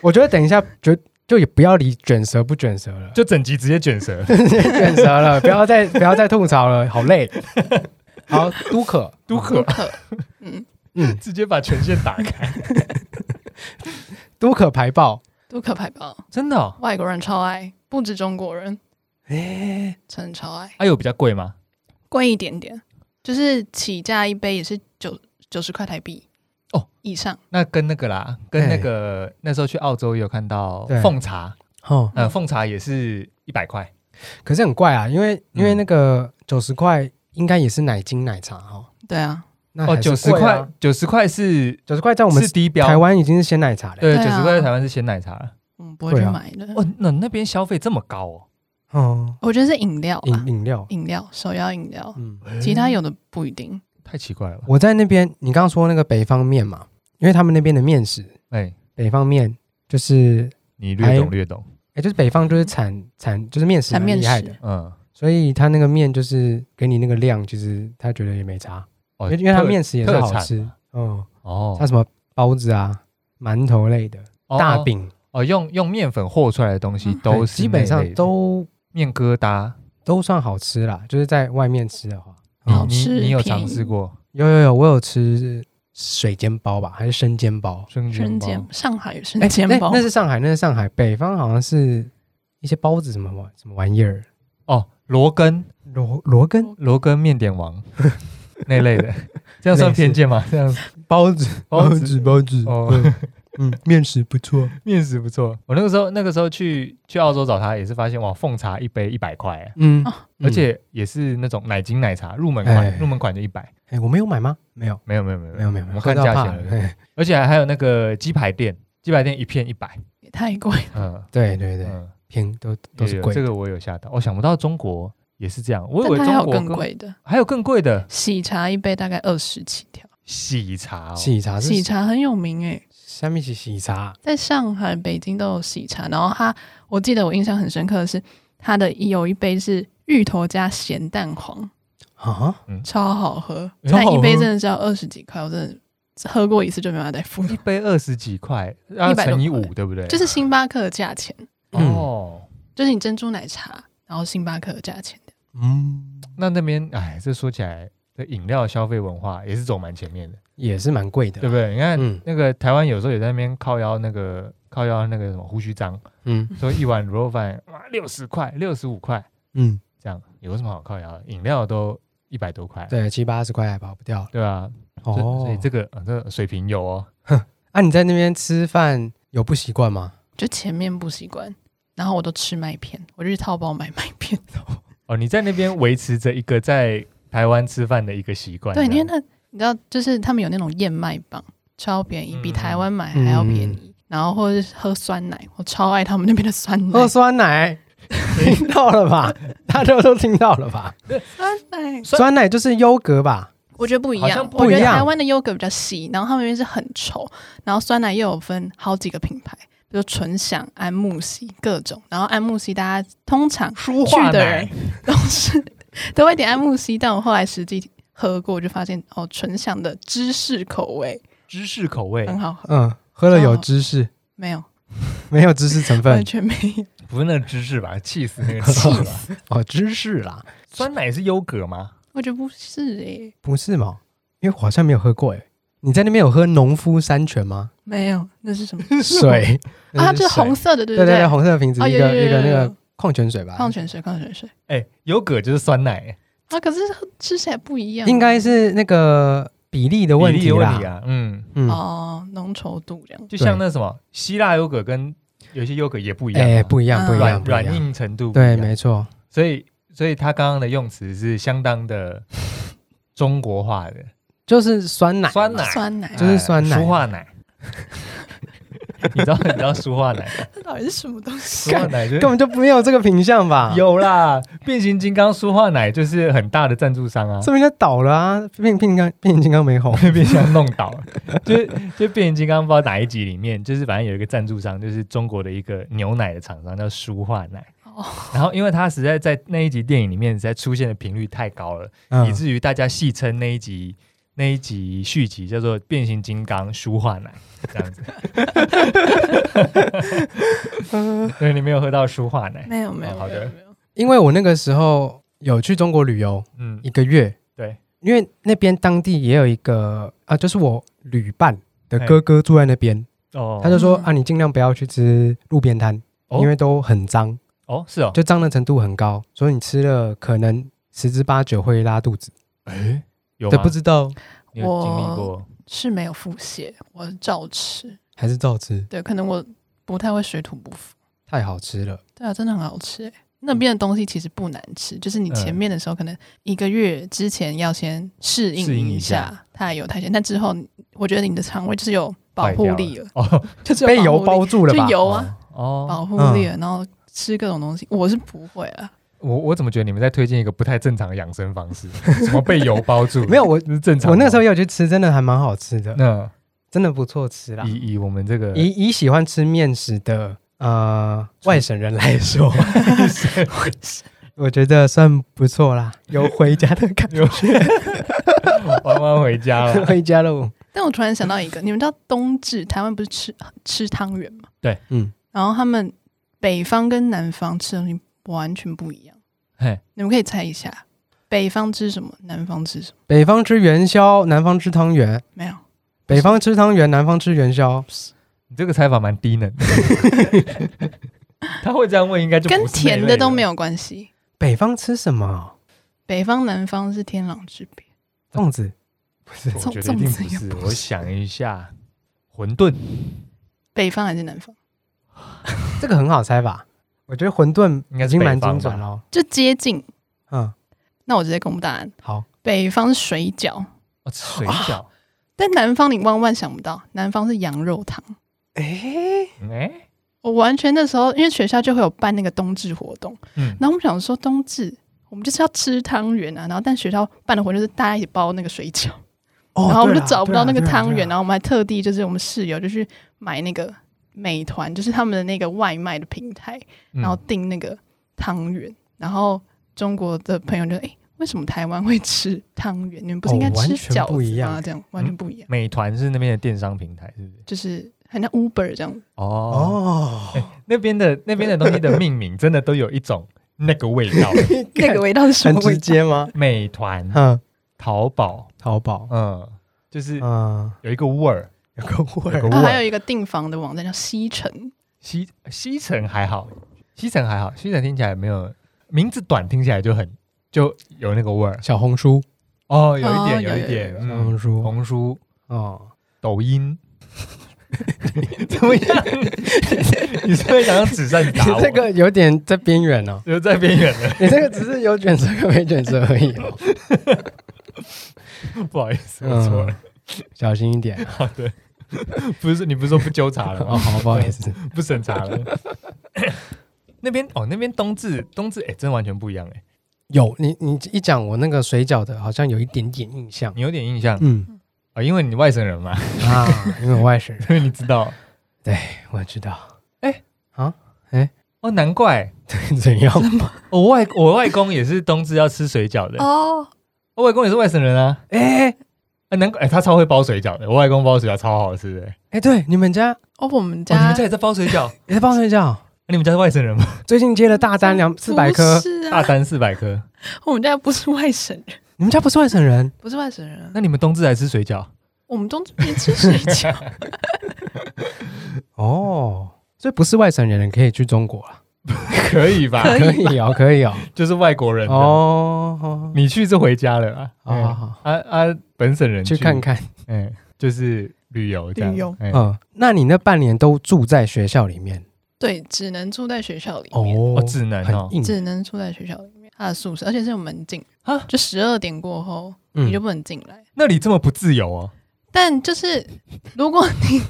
Speaker 3: 我觉得等一下就就也不要理卷舌不卷舌 了，
Speaker 1: 就整集直接卷 舌。
Speaker 3: 卷舌了，不要再不要再吐槽了，好累。好，都可，
Speaker 1: 都可
Speaker 2: 可，嗯，
Speaker 3: 嗯，
Speaker 1: 直接把权限打开，
Speaker 3: 都可排爆，
Speaker 2: 都可排爆，
Speaker 1: 真的、哦？
Speaker 2: 外国人超爱，不止中国人，
Speaker 3: 哎，
Speaker 2: 真的超爱，
Speaker 1: 啊，有比较贵吗？
Speaker 2: 贵一点点，就是起价一杯也是九九十块台币
Speaker 1: 哦
Speaker 2: 以上，
Speaker 1: 那跟那个啦，跟那个那时候去澳洲也有看到
Speaker 3: 哎对
Speaker 1: 凤茶，
Speaker 3: 哦，
Speaker 1: 呃，凤茶也是一百块，
Speaker 3: 可是很怪啊，因为因为那个九十块应该也是奶精奶茶哦，
Speaker 2: 对啊，
Speaker 3: 那
Speaker 1: 哦，
Speaker 3: 还是
Speaker 1: 九十
Speaker 3: 贵啊
Speaker 1: 块，，九十块是
Speaker 3: 九十块在我们
Speaker 1: 是低标，
Speaker 3: 台湾已经是鲜奶茶了，
Speaker 1: 对，九
Speaker 2: 对啊
Speaker 1: 十块在台湾是鲜奶茶了。
Speaker 2: 我嗯们不会去
Speaker 3: 对啊
Speaker 2: 买的。
Speaker 1: 哦，那那边消费这么高哦？
Speaker 3: 哦，
Speaker 2: 我觉得是饮料
Speaker 3: 饮
Speaker 2: 啊，
Speaker 3: 饮料，
Speaker 2: 饮料，手摇饮料，
Speaker 3: 嗯，
Speaker 2: 其他有的不一定。
Speaker 1: 太奇怪了吧？
Speaker 3: 我在那边，你刚刚说那个北方面嘛，因为他们那边的面食，
Speaker 1: 哎，
Speaker 3: 北方面就是，
Speaker 1: 你
Speaker 3: 哎
Speaker 1: 略懂略懂，
Speaker 3: 哎，就是北方就是产产就是面食
Speaker 2: 产
Speaker 3: 蛮
Speaker 2: 面
Speaker 3: 厉害
Speaker 2: 食
Speaker 3: 的，
Speaker 1: 嗯，
Speaker 3: 所以他那个面就是给你那个量，其实他觉得也没差，因
Speaker 1: 哦，
Speaker 3: 为因为他
Speaker 1: 特
Speaker 3: 面食也是
Speaker 1: 特
Speaker 3: 好
Speaker 1: 产
Speaker 3: 吃，哦，
Speaker 1: 哦
Speaker 3: 像什么包子啊、馒头类的、
Speaker 1: 哦
Speaker 3: 大饼，
Speaker 1: 哦，用用面粉和出来的东西
Speaker 2: 嗯
Speaker 1: 都
Speaker 3: 对
Speaker 1: 是
Speaker 3: 基本
Speaker 1: 那
Speaker 3: 上
Speaker 1: 类的
Speaker 3: 都
Speaker 1: 面疙瘩，
Speaker 3: 都算好吃啦，就是在外面吃的话，嗯
Speaker 1: 你
Speaker 2: 好
Speaker 1: 你
Speaker 2: 吃
Speaker 1: 你有
Speaker 2: 便
Speaker 1: 尝试
Speaker 2: 宜
Speaker 1: 过
Speaker 3: 有有有，我有吃水煎包吧，还是生煎包？
Speaker 1: 生煎
Speaker 2: 生
Speaker 1: 包？
Speaker 2: 煎上海有生
Speaker 3: 哎，
Speaker 2: 煎包
Speaker 3: 那那，是上海，那是上海，北方好像是一些包子什么玩什么玩意儿，
Speaker 1: 哦，罗根
Speaker 3: 罗罗根
Speaker 1: 罗根面点 王那类的，这样算
Speaker 3: 类似
Speaker 1: 偏见吗？这样
Speaker 3: 包子
Speaker 1: 包子
Speaker 3: 包子
Speaker 1: 哦
Speaker 3: 嗯嗯，面食不错，
Speaker 1: 面食不错。我那个时候那个时候去去澳洲找他，也是发现哇，奉茶一杯一百块欸，
Speaker 3: 嗯
Speaker 2: 哦，
Speaker 1: 而且也是那种奶精奶茶入门
Speaker 3: 哎
Speaker 1: 款，入门款就一百。
Speaker 3: 哎，我没有买吗？没有，
Speaker 1: 没有没有没有
Speaker 3: 没有没有，
Speaker 1: 我
Speaker 3: 没
Speaker 1: 们
Speaker 3: 有
Speaker 1: 看
Speaker 3: 喝到
Speaker 1: 价
Speaker 3: 怕
Speaker 1: 钱
Speaker 3: 了
Speaker 1: 而已，
Speaker 3: 嘿
Speaker 1: 而且还有那个鸡排店，鸡排店一片一百，
Speaker 2: 也太贵了。
Speaker 1: 嗯
Speaker 3: 对对对，
Speaker 1: 嗯，
Speaker 3: 偏都都
Speaker 1: 也
Speaker 3: 是
Speaker 1: 有
Speaker 3: 贵
Speaker 1: 这，个我有吓到，我哦想不到中国也是这样，我以
Speaker 2: 但
Speaker 1: 为
Speaker 2: 它还
Speaker 1: 中
Speaker 2: 有
Speaker 1: 国
Speaker 2: 更，贵的，
Speaker 1: 还有更贵的
Speaker 2: 喜茶一杯大概二十起跳。
Speaker 1: 喜茶哦，
Speaker 3: 喜茶
Speaker 2: 喜
Speaker 3: 啊是
Speaker 2: 茶很有名诶、
Speaker 3: 下面是喜茶，
Speaker 2: 在上海、北京都有喜茶。然后它，我记得我印象很深刻的是，它的有一杯是芋头加咸蛋黄，
Speaker 3: 啊，
Speaker 2: 超好喝。
Speaker 1: 超好
Speaker 2: 但
Speaker 1: 喝
Speaker 2: 一杯真的是要二十几块，我真的喝过一次就没办法再付了
Speaker 1: 一，杯二十几块，然后
Speaker 2: 100
Speaker 1: 乘以
Speaker 2: 多
Speaker 1: 五
Speaker 2: 块，
Speaker 1: 对不对？
Speaker 2: 就是星巴克的价钱，
Speaker 3: 嗯
Speaker 1: 哦，
Speaker 2: 就是你珍珠奶茶，然后星巴克的价钱。
Speaker 3: 嗯，
Speaker 1: 那那边哎，这说起来，这饮料消费文化也是走蛮前面的，
Speaker 3: 也是蛮贵的
Speaker 1: 对
Speaker 3: 啦，
Speaker 1: 不对？你看、
Speaker 3: 嗯
Speaker 1: 那个台湾有时候也在那边靠腰那个靠腰那个什么胡须章，
Speaker 3: 嗯
Speaker 1: 说一碗卤肉饭哇六十块、六十五块
Speaker 3: 嗯，
Speaker 1: 这样，有什么好靠腰的？饮料都一百多块，
Speaker 3: 对，七八十块还跑不掉了，哦
Speaker 1: 对啊，所以所以这个、啊、这个水平有哦，
Speaker 3: 啊，你在那边吃饭有不习惯吗？
Speaker 2: 就前面不习惯，然后我都吃麦片，我就去淘宝买麦 片。
Speaker 1: 哦，你在那边维持着一个在台湾吃饭的一个习惯，
Speaker 2: 对，
Speaker 1: 这
Speaker 2: 因为
Speaker 1: 样
Speaker 2: 那你知道，就是他们有那种燕麦棒，超便宜，
Speaker 1: 嗯
Speaker 2: 比台湾买还要便宜。然后或者是喝酸奶，我超爱他们那边的酸
Speaker 1: 嗯
Speaker 2: 奶。
Speaker 3: 喝 酸奶，听到了吧？大家都听到了吧？
Speaker 2: 酸奶，
Speaker 1: 酸
Speaker 3: 酸奶就是优格吧？
Speaker 2: 我觉得不一
Speaker 1: 好像
Speaker 2: 样，
Speaker 1: 不
Speaker 2: 我觉
Speaker 3: 一
Speaker 2: 得
Speaker 3: 样
Speaker 2: 台湾的优格比较细，然后他们那边是很稠，然后酸奶又有分好几个品牌，比如纯享、安慕希各种。然后安慕希大家通常
Speaker 1: 舒
Speaker 2: 去
Speaker 1: 化
Speaker 2: 的
Speaker 1: 奶
Speaker 2: 人都是 都会点安慕希，但我后来实际喝过，我就发现哦，纯享的芝士口味
Speaker 1: 芝士口味嗯
Speaker 2: 很好喝，
Speaker 1: 哦
Speaker 3: 嗯，喝了有芝士，
Speaker 2: 没有
Speaker 3: 没有知识成
Speaker 2: 完
Speaker 3: 分
Speaker 2: 全没有。
Speaker 1: 不是那个芝士吧？气死 那个气吧？
Speaker 3: 哦，知识啦，
Speaker 1: 酸奶是优格吗？
Speaker 2: 我觉得不是诶、
Speaker 3: 不是吗？因为我好像没有喝过诶。你在那边有喝农夫山泉 吗？
Speaker 2: 没有，那是什么
Speaker 3: 水
Speaker 2: 啊？它
Speaker 3: 那
Speaker 2: 就是
Speaker 3: 水
Speaker 2: 红色的，对
Speaker 3: 对
Speaker 2: 不
Speaker 3: 对对，红色的瓶子，
Speaker 2: 哦
Speaker 3: 一
Speaker 2: 有
Speaker 3: 个
Speaker 2: 有有
Speaker 3: 一个那
Speaker 2: 有
Speaker 3: 个
Speaker 2: 有
Speaker 3: 矿泉水吧，
Speaker 2: 矿泉水，矿泉水
Speaker 1: 哎，优格就是酸奶，
Speaker 2: 啊，可是喝吃起来不一样，
Speaker 3: 应该是那个比例的问
Speaker 1: 比例
Speaker 3: 题
Speaker 1: 有问
Speaker 3: 啦。
Speaker 1: 题啊。嗯，
Speaker 3: 嗯，
Speaker 2: 哦，浓稠度这样。
Speaker 1: 就像那什么希腊优格跟有些优格也不一样啊，
Speaker 3: 哎，不一
Speaker 2: 嗯
Speaker 3: 样，不一样，
Speaker 1: 软
Speaker 3: 不一
Speaker 1: 软
Speaker 3: 样。
Speaker 1: 硬程度不一
Speaker 3: 对，
Speaker 1: 样
Speaker 3: 没错，
Speaker 1: 所以所以他刚刚的用词是相当的中国化的
Speaker 3: 就是酸奶，
Speaker 1: 酸奶，
Speaker 2: 酸奶
Speaker 3: 就，是酸奶
Speaker 1: 舒化 奶。你知道你知道舒化奶吗？
Speaker 2: 这到底是什么东西
Speaker 1: 舒？化奶就是
Speaker 3: 根本就没有这个品相吧？，
Speaker 1: 有啦，变形金刚舒化奶就是很大的赞助商 啊，
Speaker 3: 说明就倒了啊！变变形金刚变形金刚没红，
Speaker 1: 被变形金刚弄倒了。就是就变形金刚不知道哪一集里面，就是反正有一个赞助商，就是中国的一个牛奶的厂商叫舒化奶。
Speaker 2: 哦
Speaker 1: 然后因为它实在在那一集电影里面实在出现的频率太高了，以
Speaker 3: 嗯，
Speaker 1: 至于大家戏称那一集那一集续集叫做《变形金刚舒化奶》这样 子。所以你没有喝到舒化奶，
Speaker 2: 没有没有
Speaker 1: 哦好
Speaker 2: 没
Speaker 1: 的
Speaker 2: 有没有，
Speaker 3: 因为我那个时候有去中国旅游
Speaker 1: 嗯
Speaker 3: 一，个月，
Speaker 1: 对，
Speaker 3: 因为那边当地也有一个啊，就是我旅伴的哥哥住在那边，
Speaker 1: 哦，
Speaker 3: 他就说
Speaker 2: 嗯
Speaker 3: 啊，你尽量不要去吃路边摊，
Speaker 1: 哦
Speaker 3: 因为都很脏，
Speaker 1: 哦是哦，
Speaker 3: 就脏的程度很高，所以你吃了可能十之八九会拉肚子。
Speaker 1: 哎，有
Speaker 3: 对，
Speaker 1: 吗
Speaker 3: 不？知道
Speaker 1: 你有经历过？
Speaker 2: 是没有腹泻，我照吃。
Speaker 3: 还是照吃，
Speaker 2: 对，可能我不太会水土不服。
Speaker 3: 太好吃了。
Speaker 2: 对啊，真的很好吃欸。那边的东西其实不难吃，就是你前
Speaker 1: 嗯
Speaker 2: 面的时候可能一个月之前要先适
Speaker 1: 适应
Speaker 2: 应
Speaker 1: 一
Speaker 2: 一
Speaker 1: 下
Speaker 2: 下它有太咸，但之后我觉得你的肠胃就是有保
Speaker 1: 坏
Speaker 2: 护
Speaker 1: 掉
Speaker 2: 力
Speaker 1: 了
Speaker 2: 了，
Speaker 1: 哦，
Speaker 2: 就是有
Speaker 3: 被
Speaker 2: 保
Speaker 3: 油
Speaker 2: 护
Speaker 3: 包
Speaker 2: 力
Speaker 3: 住了吧？
Speaker 2: 就油啊，
Speaker 1: 哦，
Speaker 2: 保护力了，然后吃各种东西，我是不会啊。
Speaker 1: 我我怎么觉得你们在推荐一个不太正常的养生方式？ 什么被油包住？
Speaker 3: 没有我
Speaker 1: 这是正常的。
Speaker 3: 我那时候也有去吃，真的还蛮好吃的，
Speaker 1: 那
Speaker 3: 真的不错吃啦。
Speaker 1: 嗯以以我们这个
Speaker 3: 以以喜欢吃面食的呃外省人来说，我觉得算不错啦，有回家的 感
Speaker 1: 有弯弯回家
Speaker 3: 觉，
Speaker 1: 了，
Speaker 3: 回家喽。
Speaker 2: 但我突然想到一个， 你们知道冬至台湾不是吃吃汤圆吗？
Speaker 3: 嗯，
Speaker 2: 然后他们北方跟南方吃的东西完全不一样，
Speaker 1: 嘿，
Speaker 2: 你们可以猜一下，北方吃什么，南方吃什么？
Speaker 3: 北方吃元宵，南方吃汤圆；
Speaker 2: 没有，
Speaker 3: 北方吃汤圆，南方吃元宵。
Speaker 1: 你这个猜法蛮低能的。他会这样问，应该就
Speaker 2: 跟甜的
Speaker 1: 的
Speaker 2: 都没
Speaker 1: 有。
Speaker 2: 有关系。
Speaker 3: 北方吃什么？
Speaker 2: 北方南方是天壤之别，
Speaker 3: 粽子。
Speaker 1: 我
Speaker 2: 粽
Speaker 1: 觉得一定
Speaker 2: 粽子
Speaker 1: 不
Speaker 2: 也
Speaker 1: 是。
Speaker 2: 不
Speaker 1: 我
Speaker 2: 是
Speaker 1: 想一下，馄饨
Speaker 2: 北方还是南方？
Speaker 3: 这个很好猜吧？我觉得馄饨
Speaker 1: 应该是
Speaker 3: 已经
Speaker 1: 北
Speaker 3: 蛮
Speaker 1: 方
Speaker 3: 精准
Speaker 1: 吧
Speaker 3: 了哦。
Speaker 2: 就接近。
Speaker 3: 嗯，
Speaker 2: 那我直接公布答案，
Speaker 3: 好，
Speaker 2: 北方是水饺，
Speaker 1: 哦，水
Speaker 2: 啊
Speaker 1: 饺，
Speaker 2: 但南方你万万想不到，南方是羊肉汤。
Speaker 3: 哎，
Speaker 1: 嗯哎，
Speaker 2: 我完全那时候，因为学校就会有办那个冬至活动，
Speaker 1: 嗯，
Speaker 2: 然后我们想说冬至，我们就是要吃汤圆啊，然后但学校办的活动就是大家一起包那个水饺，
Speaker 3: 哦
Speaker 2: 然后我们
Speaker 3: 对
Speaker 2: 就
Speaker 3: 啦
Speaker 2: 找不
Speaker 3: 对
Speaker 2: 到
Speaker 3: 啦
Speaker 2: 那个
Speaker 3: 对啦
Speaker 2: 汤
Speaker 3: 对
Speaker 2: 圆，
Speaker 3: 啦
Speaker 2: 然后我们还特地就是我们室友就去买那个美团，就是他们的那个外卖的平台，
Speaker 1: 嗯
Speaker 2: 然后订那个汤圆，然后中国的朋友就哎、诶为什么台湾会吃汤圆？你们不是应该
Speaker 3: 哦完
Speaker 2: 吃
Speaker 3: 全
Speaker 2: 饺
Speaker 3: 不一
Speaker 2: 子
Speaker 3: 样
Speaker 2: 吗？这样完全不一样，
Speaker 1: 美团是那边的电商平台，是不是？
Speaker 2: 就是很像 Uber 这样。
Speaker 1: 哦，
Speaker 3: 哦，
Speaker 1: 那边的那边的东西的命名真的都有一种那个味道。
Speaker 2: 那个味道是什
Speaker 3: 很
Speaker 2: 么味
Speaker 3: 直
Speaker 2: 道？
Speaker 3: 接吗？
Speaker 1: 美团、
Speaker 3: 嗯，
Speaker 1: 淘宝，
Speaker 3: 淘宝，
Speaker 1: 嗯，就是
Speaker 3: 嗯，
Speaker 1: 有一个味儿。
Speaker 3: 有个味
Speaker 1: 有个
Speaker 3: 儿
Speaker 1: 味。
Speaker 2: 啊，还有一个订房的网站叫西城，
Speaker 1: 西西城还好，西城还好，西城听起来没有名字短，听起来就很就有那个味儿。
Speaker 3: 小红书，
Speaker 1: 哦，有一
Speaker 2: 哦
Speaker 1: 点，有一
Speaker 2: 有
Speaker 1: 点，
Speaker 3: 小红
Speaker 1: 嗯，
Speaker 3: 书，
Speaker 1: 红书、
Speaker 3: 哦，
Speaker 1: 抖音， 怎么 样？你是不是想用纸扇
Speaker 3: 你
Speaker 1: 打 我？
Speaker 3: 这个有点在边缘哦，
Speaker 1: 留在边缘 了，
Speaker 3: 你这个只是有卷舌跟没卷舌而已 哦，
Speaker 1: 不好意思，我错了。
Speaker 3: 嗯小心一点啊
Speaker 1: 好的， 不是你不是说不纠察了
Speaker 3: 哦，
Speaker 1: 吗？
Speaker 3: 好，不好意 思，
Speaker 1: 不审查了。那边哦，那边冬至，冬至哎，真完全不一样哎，
Speaker 3: 有你你一讲我那个水饺的，好像有一点点印象，
Speaker 1: 你有点印象
Speaker 3: 嗯
Speaker 1: 啊，因为你外省人嘛，
Speaker 3: 啊，因为我外省人，
Speaker 1: 所以你知道
Speaker 3: 我知道，
Speaker 1: 哦，难怪哦
Speaker 3: 怎样？
Speaker 1: 我外我外公也是冬至要吃水饺的，
Speaker 2: 哦，
Speaker 1: 我外公也是外省人啊，
Speaker 3: 哎
Speaker 1: 啊，难怪哎，他超会包水饺的，我外公包水饺超好吃的。
Speaker 3: 哎，对，你们家
Speaker 2: 哦，我
Speaker 1: 哦，
Speaker 2: 们
Speaker 1: 你
Speaker 2: 家
Speaker 1: 们家也在包水 饺？啊
Speaker 3: 你在帮睡觉？
Speaker 1: 你们家是外省人吗？
Speaker 3: 最近接了大单两四百颗
Speaker 2: 哎不，是
Speaker 1: 大
Speaker 2: 啊，
Speaker 1: 单四百颗，
Speaker 2: 我们家不是外省人，
Speaker 3: 你们家不是外省人？
Speaker 2: 不是外省人啊，
Speaker 1: 那你们冬至还吃水饺？
Speaker 2: 我们冬至没吃水饺，
Speaker 3: 哦，所以不是外省人可以去中国了，
Speaker 1: 可以吧
Speaker 2: 可以
Speaker 3: 可以哦，可以哦，
Speaker 1: 就是外国人哦，
Speaker 3: 哦，好
Speaker 1: 你去是回家了啦。
Speaker 3: 好
Speaker 1: 嗯
Speaker 3: 好好，
Speaker 1: 啊啊，本省人
Speaker 3: 去看，看。
Speaker 1: 嗯，就是旅游这样，
Speaker 2: 旅游
Speaker 1: 嗯
Speaker 3: 嗯，那你那半年都住在学校里面
Speaker 2: 对，只能住在学校里面，
Speaker 1: 哦，
Speaker 3: 哦
Speaker 1: 只能
Speaker 3: 很
Speaker 1: 哦，
Speaker 3: 硬，
Speaker 2: 只能住在学校里面，他的宿舍，而且是有门禁
Speaker 1: 啊，
Speaker 2: 就十二点过后你就
Speaker 3: 嗯，
Speaker 2: 不能进来。
Speaker 1: 那里这么不自由哦，
Speaker 2: 但就是，如果你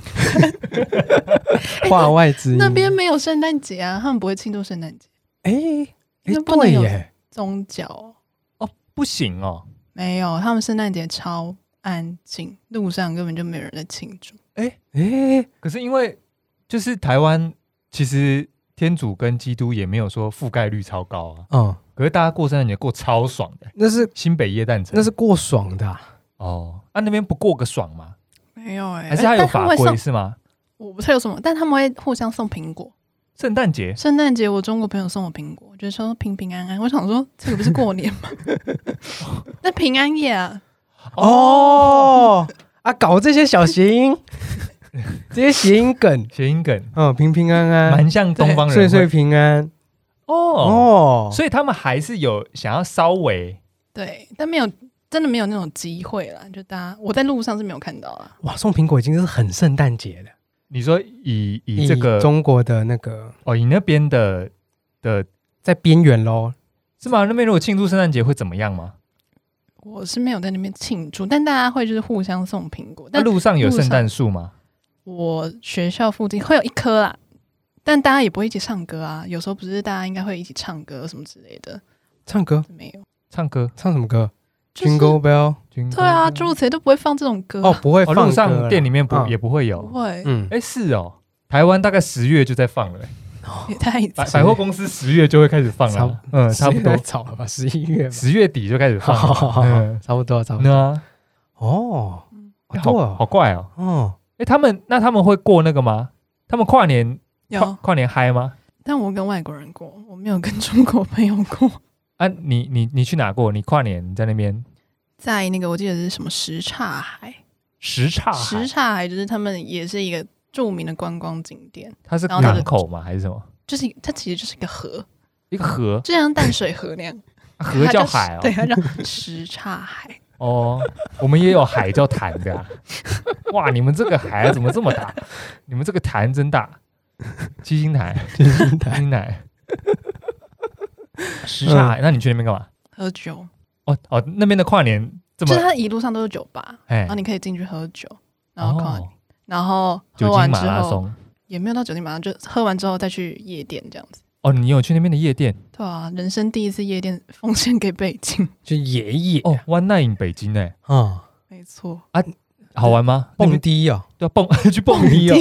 Speaker 3: 话外之音
Speaker 2: 哎那边没有圣诞节啊， 他们不会庆祝圣诞节，
Speaker 3: 哎哎
Speaker 2: 那不能
Speaker 3: 对
Speaker 2: 有
Speaker 3: 耶，
Speaker 2: 宗教
Speaker 1: 不行哦，
Speaker 2: 没有，他们圣诞节超安静，路上根本就没有人在庆祝。
Speaker 3: 哎
Speaker 1: 可是因为就是台湾其实天主跟基督也没有说覆盖率超高啊，
Speaker 3: 嗯，
Speaker 1: 可是大家过圣诞节过超爽的，
Speaker 3: 那是
Speaker 1: 新北耶诞城
Speaker 3: 那是过爽的啊，
Speaker 1: 哦，啊那边不过个爽吗？
Speaker 2: 没有哎、
Speaker 1: 还是他有
Speaker 2: 但他
Speaker 1: 法
Speaker 2: 们会
Speaker 1: 规
Speaker 2: 送，
Speaker 1: 是吗？
Speaker 2: 我不知道有什么，但他们会互相送苹果。
Speaker 1: 圣诞节
Speaker 2: 圣诞节我中国朋友送我苹果，就是说平平安安。我想说这个不是过年 吗？那平安夜啊，
Speaker 3: 哦啊，搞这些小谐音， 这些谐音梗，
Speaker 1: 谐音梗
Speaker 3: 嗯，平平安安，
Speaker 1: 蛮像东方人
Speaker 3: 岁
Speaker 1: 会
Speaker 3: 岁平安
Speaker 1: 哦
Speaker 3: 哦，
Speaker 1: 所以他们还是有想要稍微
Speaker 2: 对，但没有真的没有那种机会啦，就大家我在路上是没有看到啦。
Speaker 3: 哇，送苹果已经是很圣诞节了，
Speaker 1: 你说以以这个
Speaker 3: 中国的那个
Speaker 1: 哦，以那边的的
Speaker 3: 在边缘喽，
Speaker 1: 是吗？那边如果庆祝圣诞节会怎么样吗？
Speaker 2: 我是没有在那边庆祝，但大家会就是互相送苹果。
Speaker 1: 那
Speaker 2: 但
Speaker 1: 啊路上有
Speaker 2: 路上
Speaker 1: 圣诞树吗？
Speaker 2: 我学校附近会有一棵啦，但大家也不会一起唱歌啊。有时候不是大家应该会一起唱歌什么之类的，
Speaker 3: 唱歌
Speaker 2: 没有。
Speaker 1: 唱歌，
Speaker 3: 唱什么歌
Speaker 2: 就是
Speaker 3: ？Jingle Bell
Speaker 2: 对啊，诸如此类都不会放这种歌啊、
Speaker 3: 哦，不会
Speaker 1: 哦，
Speaker 3: 放
Speaker 1: 路
Speaker 3: 歌
Speaker 1: 上
Speaker 3: 啦
Speaker 1: 店里面不
Speaker 3: 嗯
Speaker 1: 也不会
Speaker 2: 不
Speaker 1: 有。
Speaker 2: 会，
Speaker 3: 嗯，
Speaker 1: 哎，是哦，台湾大概十月就在放了，
Speaker 2: 也太
Speaker 1: 百
Speaker 3: 是
Speaker 1: 百货公司十月就会开始放
Speaker 3: 差不
Speaker 1: 了，嗯，差不多
Speaker 3: 早了吧，十一月吧，
Speaker 1: 十月底就开始放
Speaker 3: 好好好
Speaker 1: 了。嗯，
Speaker 3: 差不多，差不多。
Speaker 1: 那
Speaker 3: 哦，
Speaker 1: 哎
Speaker 3: 对
Speaker 1: 好好
Speaker 3: 哦，
Speaker 1: 怪哦。
Speaker 3: 哦，
Speaker 1: 哎，他们那他们会过那个吗？他们跨年跨
Speaker 2: 有。
Speaker 1: 跨年嗨吗？
Speaker 2: 但我跟外国人过，我没有跟中国朋友过。
Speaker 1: 啊，你你你去哪过？你跨年你在那边
Speaker 2: 在那个我记得是什么什刹海，
Speaker 1: 什刹
Speaker 2: 什
Speaker 1: 海？
Speaker 2: 刹海就是他们也是一个著名的观光景点，
Speaker 1: 它是
Speaker 2: 然后它的
Speaker 1: 港口吗？还是什么？
Speaker 2: 就是它其实就是一个河，
Speaker 1: 一个河，
Speaker 2: 就像淡水河那 样。
Speaker 1: 河
Speaker 2: 它
Speaker 1: 叫海哦。
Speaker 2: 对，它叫什刹海。
Speaker 1: 哦，我们也有海叫潭的、啊。哇，你们这个海怎么这么大？你们这个潭真大。七星潭，
Speaker 3: 金星
Speaker 1: 七
Speaker 3: 台，
Speaker 1: 星潭，什刹海。那你去那边干嘛？
Speaker 2: 喝酒，
Speaker 1: 哦哦，那边的跨年这
Speaker 2: 就
Speaker 1: 么
Speaker 2: 是它一路上都是酒吧，
Speaker 1: 哎
Speaker 2: 然后你可以进去喝酒，然后看，
Speaker 1: 哦，
Speaker 2: 然后
Speaker 1: 酒精
Speaker 2: 喝完
Speaker 1: 马
Speaker 2: 之
Speaker 1: 拉
Speaker 2: 后
Speaker 1: 松。
Speaker 2: 也没有到酒精马上就喝完之后再去夜店这样子。
Speaker 1: 哦，你有去那边的夜店
Speaker 2: 对啊，人生第一次夜店奉献给北京，
Speaker 3: 就爷爷
Speaker 1: 哦，One Night in 北京哎，
Speaker 3: 啊，
Speaker 2: 没错。
Speaker 1: 好玩吗？那
Speaker 3: 蹦
Speaker 1: 边
Speaker 3: 迪哦，
Speaker 1: 要蹦 去蹦迪哦，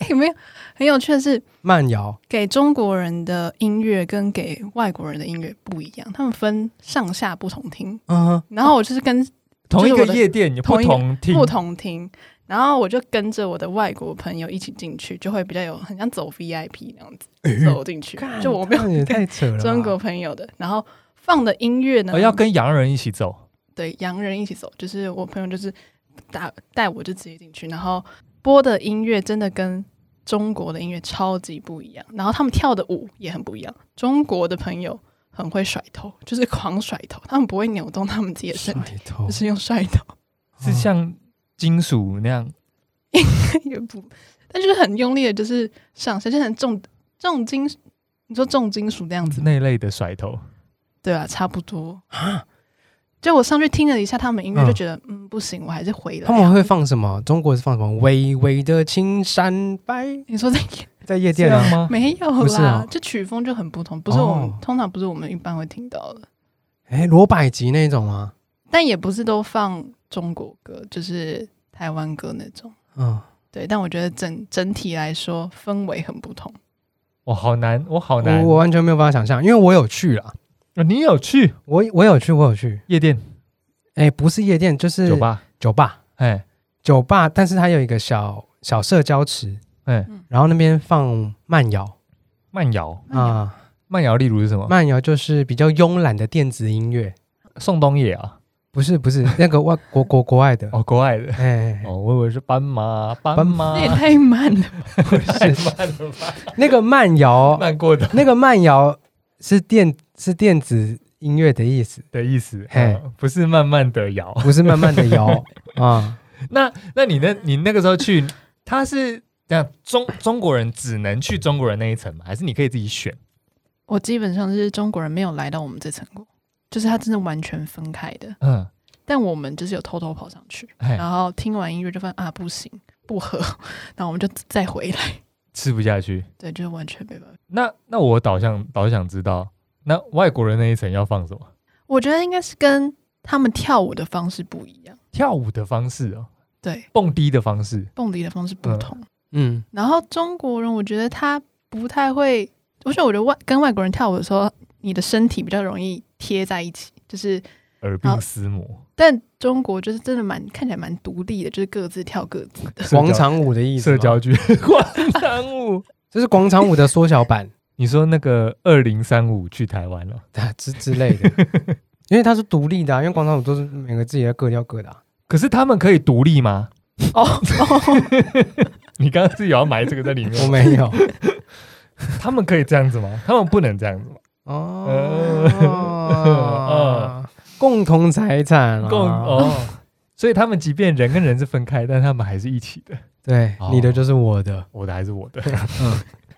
Speaker 2: 哎，没有很有趣的是，
Speaker 3: 慢摇，
Speaker 2: 给中国人的音乐跟给外国人的音乐不一样，他们分上下不同厅。
Speaker 3: 嗯，
Speaker 2: 然后我就是
Speaker 1: 哦
Speaker 2: 跟
Speaker 1: 同一
Speaker 2: 就
Speaker 1: 个
Speaker 2: 是我的
Speaker 1: 夜店有不
Speaker 2: 同一个
Speaker 1: 同厅，
Speaker 2: 不同厅，然后我就跟着我的外国朋友一起进去，就会比较有很像走 VIP 那样子
Speaker 1: 嗯
Speaker 2: 走进去。就我没有
Speaker 3: 看哎也太扯了吧，
Speaker 2: 中国朋友的，然后放的音乐呢，
Speaker 1: 哦要跟洋人一起走。
Speaker 2: 对洋人一起走，就是我朋友就是打带我就直接进去，然后播的音乐真的跟中国的音乐超级不一样，然后他们跳的舞也很不一样。中国的朋友很会甩头，就是狂甩头，他们不会扭动他们自己的身体，
Speaker 3: 甩头
Speaker 2: 就，是用甩头，
Speaker 1: 是像金属那样
Speaker 2: 也不，但就是很用力的，就是上身，就是很重重金，你说重金属那样子吗，
Speaker 1: 那类的甩头，
Speaker 2: 对啊，差不多就我上去听了一下他们音乐，
Speaker 3: 啊嗯
Speaker 2: 就觉得嗯不行，我还是回来。啊
Speaker 3: 他们会放什么？中国是放什么？微微的青山白，
Speaker 2: 你说这
Speaker 3: 在夜
Speaker 1: 这
Speaker 3: 店
Speaker 1: 样
Speaker 3: 啊，
Speaker 1: 吗？
Speaker 2: 没有
Speaker 3: 不是
Speaker 2: 啦
Speaker 3: 哦，
Speaker 2: 这曲风就很不同，不是我们、
Speaker 3: 哦
Speaker 2: 通常不是我们一般会听到的，
Speaker 3: 哎，罗百吉那种啊吗？
Speaker 2: 但也不是都放中国歌，就是台湾歌那种。
Speaker 3: 嗯，
Speaker 2: 对，但我觉得整整体来说氛围很不同。
Speaker 1: 我好难，我好难
Speaker 3: 我。我完全没有办法想象，因为我有去啦，
Speaker 1: 呃你有去
Speaker 3: 我我有去，我有去，
Speaker 1: 夜店
Speaker 3: 哎，不是夜店，就是
Speaker 1: 酒吧？
Speaker 3: 酒吧，
Speaker 1: 哎
Speaker 3: 酒吧，但是它有一个小小社交池，
Speaker 1: 嗯，
Speaker 3: 然后那边放慢摇
Speaker 1: 慢摇，
Speaker 3: 啊，
Speaker 1: 慢摇例如是什么？
Speaker 3: 慢摇就是比较慵懒的电子音乐，
Speaker 1: 宋冬野啊，
Speaker 3: 不是不是那个外国国国外的，
Speaker 1: 哦，国外的。
Speaker 3: 哎，
Speaker 1: 哦，我以为是斑马，斑
Speaker 3: 斑
Speaker 1: 马
Speaker 2: 那也太慢了吧，
Speaker 1: 太慢了吧，
Speaker 3: 那个慢 摇，
Speaker 1: 慢过的
Speaker 3: 那个慢摇是电是电子音乐的意思，
Speaker 1: 的意思，
Speaker 3: 嘿
Speaker 1: 嗯不是慢慢的摇。
Speaker 3: 不是慢慢的 摇啊，
Speaker 1: 那那你那你那个时候去，他是这样中中国人只能去中国人那一层吗？还是你可以自己选？
Speaker 2: 我基本上是中国人没有来到我们这层过，就是他真的完全分开的。
Speaker 1: 嗯，
Speaker 2: 但我们就是有偷偷跑上去，
Speaker 1: 哎，
Speaker 2: 然后听完音乐就发现啊不行不合， 然后我们就再回来，
Speaker 1: 吃不下去。
Speaker 2: 对，就是完全没办法。
Speaker 1: 那那我倒想倒想知道，那外国人那一层要放什么？
Speaker 2: 我觉得应该是跟他们跳舞的方式不一样，
Speaker 1: 跳舞的方式哦，
Speaker 2: 对，
Speaker 1: 蹦迪的方式，
Speaker 2: 蹦迪的方式不
Speaker 1: 嗯
Speaker 2: 同。
Speaker 3: 嗯，
Speaker 2: 然后中国人，我觉得他不太会，而且我觉得外跟外国人跳舞的时候，你的身体比较容易贴在一起，就是
Speaker 1: 耳鬓厮磨，
Speaker 2: 但中国就是真的蛮看起来蛮独立的，就是各自跳各自的。
Speaker 1: 社交
Speaker 3: 广场嗯舞的意思吗，
Speaker 1: 社交距离 广场舞。
Speaker 3: 这是广场舞的缩小版
Speaker 1: 你说那个二零三五去台湾了，
Speaker 3: 啊之之类 的，因为它是独立的啊，因为广场舞都是每个自己的各跳各的啊，
Speaker 1: 可是他们可以独立吗？
Speaker 2: 哦，哦
Speaker 1: 你刚刚自己要埋这个在里面，
Speaker 3: 我没有
Speaker 1: 他们可以这样子吗？他们不能这样子吗？
Speaker 3: 哦，共同财产啊，
Speaker 1: 共哦，所以他们即便人跟人是分开，但他们还是一起的，
Speaker 3: 对
Speaker 1: 哦，
Speaker 3: 你的就是我的，
Speaker 1: 我的还是我的。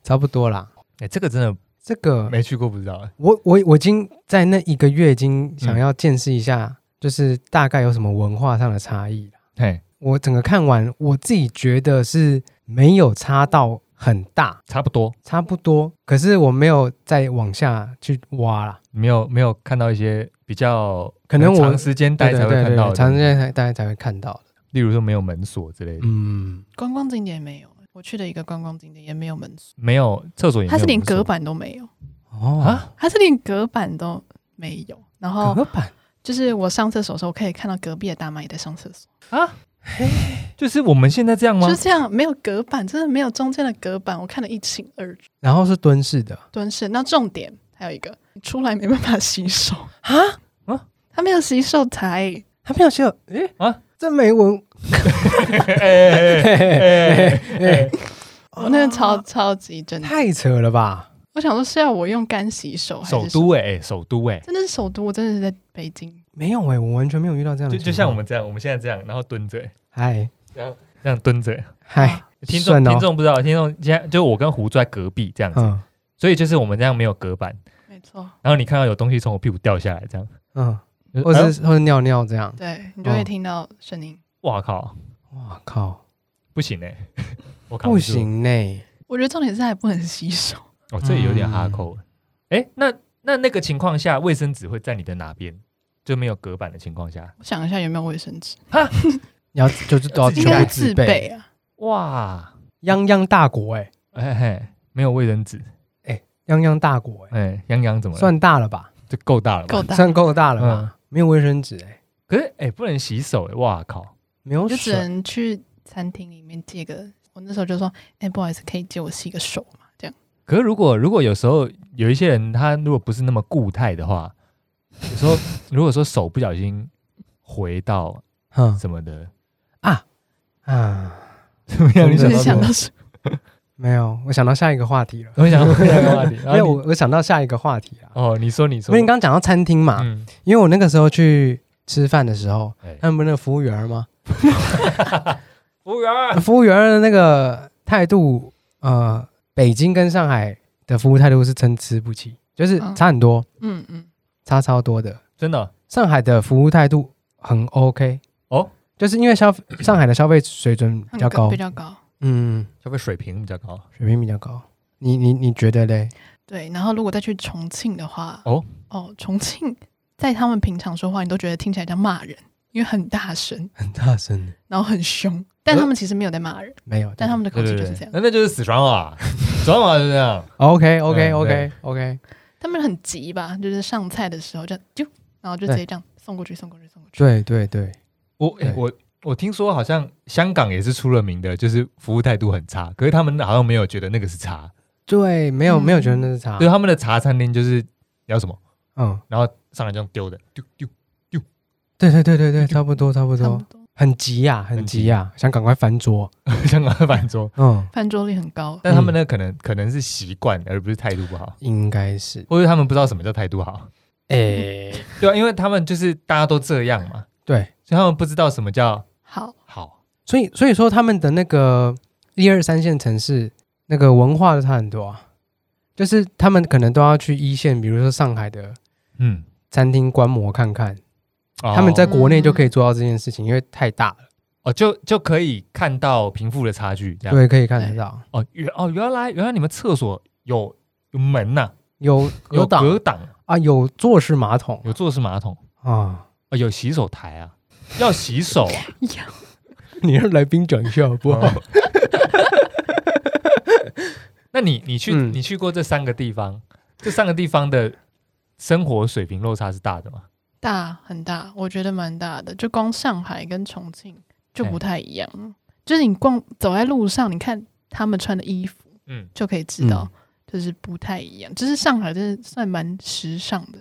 Speaker 3: 差不多啦。
Speaker 1: 哎，这个真的
Speaker 3: 这个
Speaker 1: 没去过不知道。哎
Speaker 3: 我我我已经在那一个月已经想要见识一下，就是大概有什么文化上的差异啦
Speaker 1: 嘿，
Speaker 3: 我整个看完，我自己觉得是没有差到很大，
Speaker 1: 差不多，
Speaker 3: 差不多。可是我没有再往下去挖啦，
Speaker 1: 没有没有看到一些比较
Speaker 3: 可能我
Speaker 1: 长时间待才会看到的东西，
Speaker 3: 长时间才大家才会看到的。
Speaker 1: 例如说没有门锁之类的，
Speaker 3: 嗯，
Speaker 2: 观光景点也没有，我去的一个观光景点也没有门锁，
Speaker 1: 没有厕所也没有
Speaker 2: 它是连
Speaker 1: 门锁
Speaker 2: 隔板都没有，
Speaker 3: 哦，
Speaker 1: 啊，
Speaker 2: 它是连隔板都没有。然后
Speaker 3: 隔板
Speaker 2: 就是我上厕所的时候，我可以看到隔壁的大妈也在上厕所，
Speaker 1: 就是我们现在这样吗
Speaker 2: 就？这样没有隔板，真的没有中间的隔板，我看得一清二楚。
Speaker 3: 然后是蹲式的，
Speaker 2: 蹲式，那重点还有一个，你出来没办法洗手 啊
Speaker 1: 啊
Speaker 2: 啊，他没有洗手台，
Speaker 3: 他没有写，诶
Speaker 1: 啊
Speaker 3: 啊，这没文，
Speaker 1: 哎哎哎哎哎哎
Speaker 2: 我那个超超级震撼。
Speaker 3: 太扯了吧？
Speaker 2: 我想说是要我用干洗手还是
Speaker 1: 首
Speaker 2: 什么
Speaker 1: 都哎哎，首都哎，
Speaker 2: 真的是首都，我真的是在北京。
Speaker 3: 没有诶，我完全没有遇到这样的
Speaker 1: 就
Speaker 3: 情
Speaker 1: 就
Speaker 3: 况，
Speaker 1: 像我们这样，我们现在这样，然后蹲着，哎
Speaker 3: 嗨嗯
Speaker 1: 这样蹲着。哎
Speaker 3: 嗨，
Speaker 1: 听众
Speaker 3: 顺哦
Speaker 1: 听众不知道，听众现在就我跟胡坐在隔壁这样子，
Speaker 3: 嗯
Speaker 1: 所以就是我们这样没有隔板，
Speaker 2: 没错，
Speaker 1: 然后你看到有东西从我屁股掉下来，这样，
Speaker 3: 嗯，
Speaker 1: 就是
Speaker 3: 或
Speaker 1: 哎
Speaker 3: 者
Speaker 1: 呦
Speaker 3: 是或者尿尿这样，
Speaker 2: 对你就会
Speaker 3: 哦
Speaker 2: 听到声音。
Speaker 1: 哇靠，
Speaker 3: 哇靠，
Speaker 1: 不行哎，我扛
Speaker 3: 不
Speaker 1: 住，
Speaker 3: 行呢。
Speaker 2: 我觉得重点是还不能洗手，
Speaker 1: 哦，这也有点
Speaker 3: 嗯
Speaker 1: 哈扣了。哎，那那那个情况下，卫生纸会在你的哪边？就没有隔板的情况下，
Speaker 2: 我想一下有没有卫生纸，
Speaker 3: 你要就是都要
Speaker 1: 自己
Speaker 2: 应
Speaker 3: 全
Speaker 2: 该
Speaker 3: 部
Speaker 2: 是自备，啊。
Speaker 1: 哇，
Speaker 3: 泱泱大国哎，
Speaker 1: 哎嘿，没有卫生纸，
Speaker 3: 泱泱大国哎，
Speaker 1: 哎，洋洋怎么了？
Speaker 3: 算大了吧？
Speaker 1: 就够大了吧？
Speaker 2: 够大，
Speaker 3: 算够大了吧？没有卫生纸哎，
Speaker 1: 可是哎，不能洗手哎，哇靠，
Speaker 3: 没有
Speaker 2: 就只
Speaker 3: 水，
Speaker 2: 能去餐厅里面借个。我那时候就说，哎，不好意思，可以借我洗个手吗？这样
Speaker 1: 可是如果如果有时候有一些人他如果不是那么固态的话，有时候 如果说手不小心回到
Speaker 3: 嗯
Speaker 1: 什么的，
Speaker 3: 啊，
Speaker 1: 怎么样？你
Speaker 3: 真
Speaker 1: 想到
Speaker 2: 就是
Speaker 3: 的
Speaker 1: 什
Speaker 2: 想
Speaker 1: 么？
Speaker 2: 到是，
Speaker 3: 没有，我想到下一个话题了，
Speaker 1: 我想到这个话题，然
Speaker 3: 没有，
Speaker 1: 后你
Speaker 3: 我我想到下一个话题啊，
Speaker 1: 哦，你说你
Speaker 3: 因
Speaker 1: 说
Speaker 3: 为，你刚刚讲到餐厅嘛，
Speaker 1: 嗯，
Speaker 3: 因为我那个时候去吃饭的时候，
Speaker 1: 哎
Speaker 3: 他们不是那个服务员儿吗？
Speaker 1: 服务员儿，
Speaker 3: 服务员儿的那个态度，呃，北京跟上海的服务态度是参差不齐，就是
Speaker 2: 嗯
Speaker 3: 差很多，
Speaker 2: 嗯嗯，
Speaker 3: 差超多的。
Speaker 1: 真的
Speaker 3: 上海的服务态度很 OK
Speaker 1: 哦，
Speaker 3: 就是因为 消上海的消费水准比较
Speaker 2: 那个
Speaker 3: 高
Speaker 2: 比，较高。
Speaker 3: 嗯，
Speaker 1: 消费水平比较高，
Speaker 3: 水平比较高。你你你觉得嘞？
Speaker 2: 对，然后如果再去重庆的话，
Speaker 1: 哦
Speaker 2: 哦，重庆在他们平常说话，你都觉得听起来像骂人，因为很大声，
Speaker 3: 很大声的，
Speaker 2: 然后很凶，但他们其实没有在骂人，
Speaker 3: 没有，
Speaker 2: 但他们的口
Speaker 1: 对
Speaker 2: 气
Speaker 1: 对
Speaker 2: 就是
Speaker 1: 对
Speaker 2: 这，样，
Speaker 1: 那那就是死爽啊，爽啊就这样，
Speaker 3: OK OK
Speaker 1: 嗯
Speaker 3: OK OK，
Speaker 2: 他们很急吧，就是上
Speaker 1: 哎
Speaker 2: 菜的时候就就，然后就直接这样送过去，送过去，送过去。
Speaker 3: 对对对，
Speaker 1: 我哎
Speaker 3: 对
Speaker 1: 我我听说好像香港也是出了名的，就是服务态度很差，可是他们好像没有觉得那个是茶，
Speaker 3: 对，没有没有
Speaker 2: 嗯
Speaker 3: 觉得那是茶
Speaker 1: 对，，他们的茶餐厅就是要什么，
Speaker 3: 嗯，
Speaker 1: 然后上来这样丢的，丢丢，
Speaker 3: 对对对对对，差不多差不
Speaker 2: 差不
Speaker 3: 多，
Speaker 2: 多，
Speaker 3: 很急呀，很急呀，想赶快翻桌，
Speaker 1: 香港的饭桌。
Speaker 3: 嗯，
Speaker 2: 饭桌率很高，
Speaker 1: 但他们呢，可能可能是习惯，而不是态度不好，
Speaker 3: 应该是，
Speaker 1: 或者他们不知道什么叫态度好，
Speaker 3: 诶，
Speaker 1: 对啊，因为他们就是大家都这样嘛，
Speaker 3: 哎对，
Speaker 1: 所以他们不知道什么叫
Speaker 2: 好，
Speaker 1: 好。
Speaker 3: 所以所以说他们的那个一二三线城市那个文化都差很多啊，就是他们可能都要去一线，比如说上海的
Speaker 1: 嗯，
Speaker 3: 餐厅观摩看看，
Speaker 1: 哦
Speaker 3: 他们在国内就可以做到这件事情，因为太大了，
Speaker 1: 哦，就就可以看到贫富的差距，这样。
Speaker 3: 对，可以看得到，
Speaker 1: 哦，原哦原来原来你们厕所有有门呐、
Speaker 3: 有有
Speaker 1: 隔
Speaker 3: 挡
Speaker 1: 挡，
Speaker 3: 啊，有坐式马桶
Speaker 1: 有坐式马桶，
Speaker 3: 啊。
Speaker 1: 哦，有洗手台啊，要洗手啊。
Speaker 3: 你让来宾讲一下好不
Speaker 2: 嗯
Speaker 3: 好？
Speaker 1: 那你你去、
Speaker 3: 嗯
Speaker 1: 你去过这三个地方，这三个地方的生活水平落差是大的吗？
Speaker 2: 大很大，我觉得蛮大的。就光上海跟重庆就
Speaker 1: 哎
Speaker 2: 不太一样，就是你逛走在路上，你看他们穿的衣服
Speaker 1: 嗯，
Speaker 2: 就可以知道，就是不太一样。就是上海真的算蛮时尚的。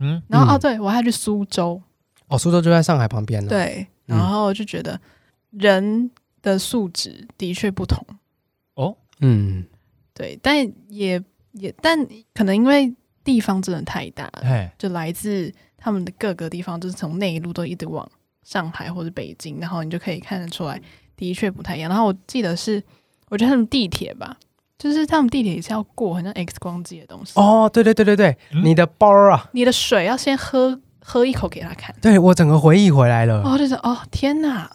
Speaker 1: 嗯，
Speaker 2: 然后、
Speaker 3: 嗯
Speaker 2: 哦，对我还去苏州，
Speaker 3: 哦，苏州就在上海旁边了。，
Speaker 2: 对，
Speaker 3: 嗯
Speaker 2: 然后就觉得人的素质的确不同，
Speaker 3: 嗯，
Speaker 2: 对，但也也但可能因为地方真的太大了，
Speaker 1: 哎，
Speaker 2: 就来自他们的各个地方，就是从内陆都一直往上海或者北京，然后你就可以看得出来，的确不太一样。然后我记得是，我觉得他们地铁吧，就是他们地铁也是要过很像 X 光机的东西，
Speaker 3: 哦，对对对对对，
Speaker 1: 嗯
Speaker 3: 你的包啊，
Speaker 2: 你的水要先喝喝一口给他看，
Speaker 3: 对我整个回忆回来
Speaker 1: 嗯
Speaker 3: 了。
Speaker 2: 哦，就是哦，天哪，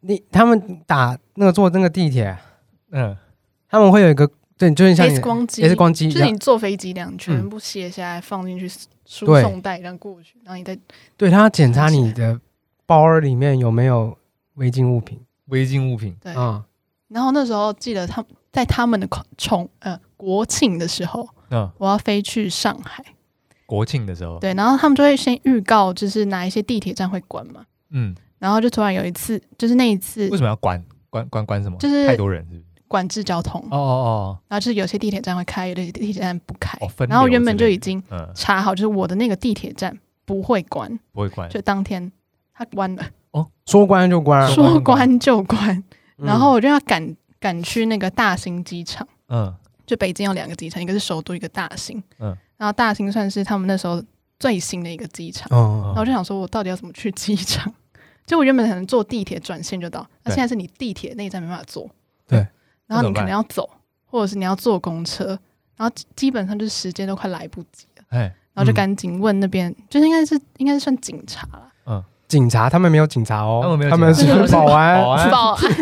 Speaker 3: 你他们打那个坐那个地铁，
Speaker 1: 嗯，
Speaker 3: 他们会有一个对，就是像
Speaker 2: X
Speaker 3: 你
Speaker 2: 光机
Speaker 3: X 光机一
Speaker 2: 就是
Speaker 3: 样，
Speaker 2: 你坐飞机这样全
Speaker 1: 嗯
Speaker 2: 部卸下来放进去输送带，这样过去，然后你再
Speaker 3: 对他要检查你的包里面有没有违禁物品
Speaker 1: 违禁物品，
Speaker 2: 对。
Speaker 3: 啊。
Speaker 2: 然后那时候记得他们在他们的狂重呃国庆的时候，
Speaker 1: 嗯，
Speaker 2: 我要飞去上海，
Speaker 1: 国庆的时候，
Speaker 2: 对，然后他们就会先预告，就是哪一些地铁站会关嘛。
Speaker 1: 嗯，
Speaker 2: 然后就突然有一次，就是那一次
Speaker 1: 为什么要管管管管什么？
Speaker 2: 就是
Speaker 1: 太多人是不是？
Speaker 2: 管制交通，
Speaker 1: 哦哦
Speaker 2: 然后就是有些地铁站会开，有些地铁站不开。
Speaker 1: 哦，哦分流之类的。
Speaker 2: 然后原本就已经
Speaker 1: 嗯
Speaker 2: 查好，就是我的那个地铁站不会关，
Speaker 1: 不会管，
Speaker 2: 就当天它关了，
Speaker 3: 说关就关啊，
Speaker 1: 说关
Speaker 2: 说关就关。
Speaker 3: 嗯
Speaker 2: 然后我就要赶赶去那个大兴机场，
Speaker 1: 嗯
Speaker 2: 就北京有两个机场，一个是首都，一个大兴。
Speaker 1: 嗯
Speaker 2: 然后大兴算是他们那时候最新的一个机场。
Speaker 3: 哦
Speaker 2: 然后我就想说，我到底要怎么去机场？ 就我原本可能坐地铁转线就到，那
Speaker 1: 对
Speaker 2: 现在是你地铁那一站没办法坐，
Speaker 3: 对，
Speaker 2: 然
Speaker 1: 那
Speaker 2: 后你
Speaker 1: 怎么
Speaker 2: 可
Speaker 1: 办
Speaker 2: 能要走，或者是你要坐公车，然后基本上就是时间都快来不及了，
Speaker 1: 哎，
Speaker 2: 然后就赶紧问那边，就是应该是应该是算警察啦，
Speaker 3: 警察他们没有警察哦，
Speaker 1: 他们没有
Speaker 3: 他们
Speaker 1: 警
Speaker 3: 是
Speaker 2: 察
Speaker 3: 保
Speaker 1: 保
Speaker 3: 安。
Speaker 1: 安
Speaker 2: 保安，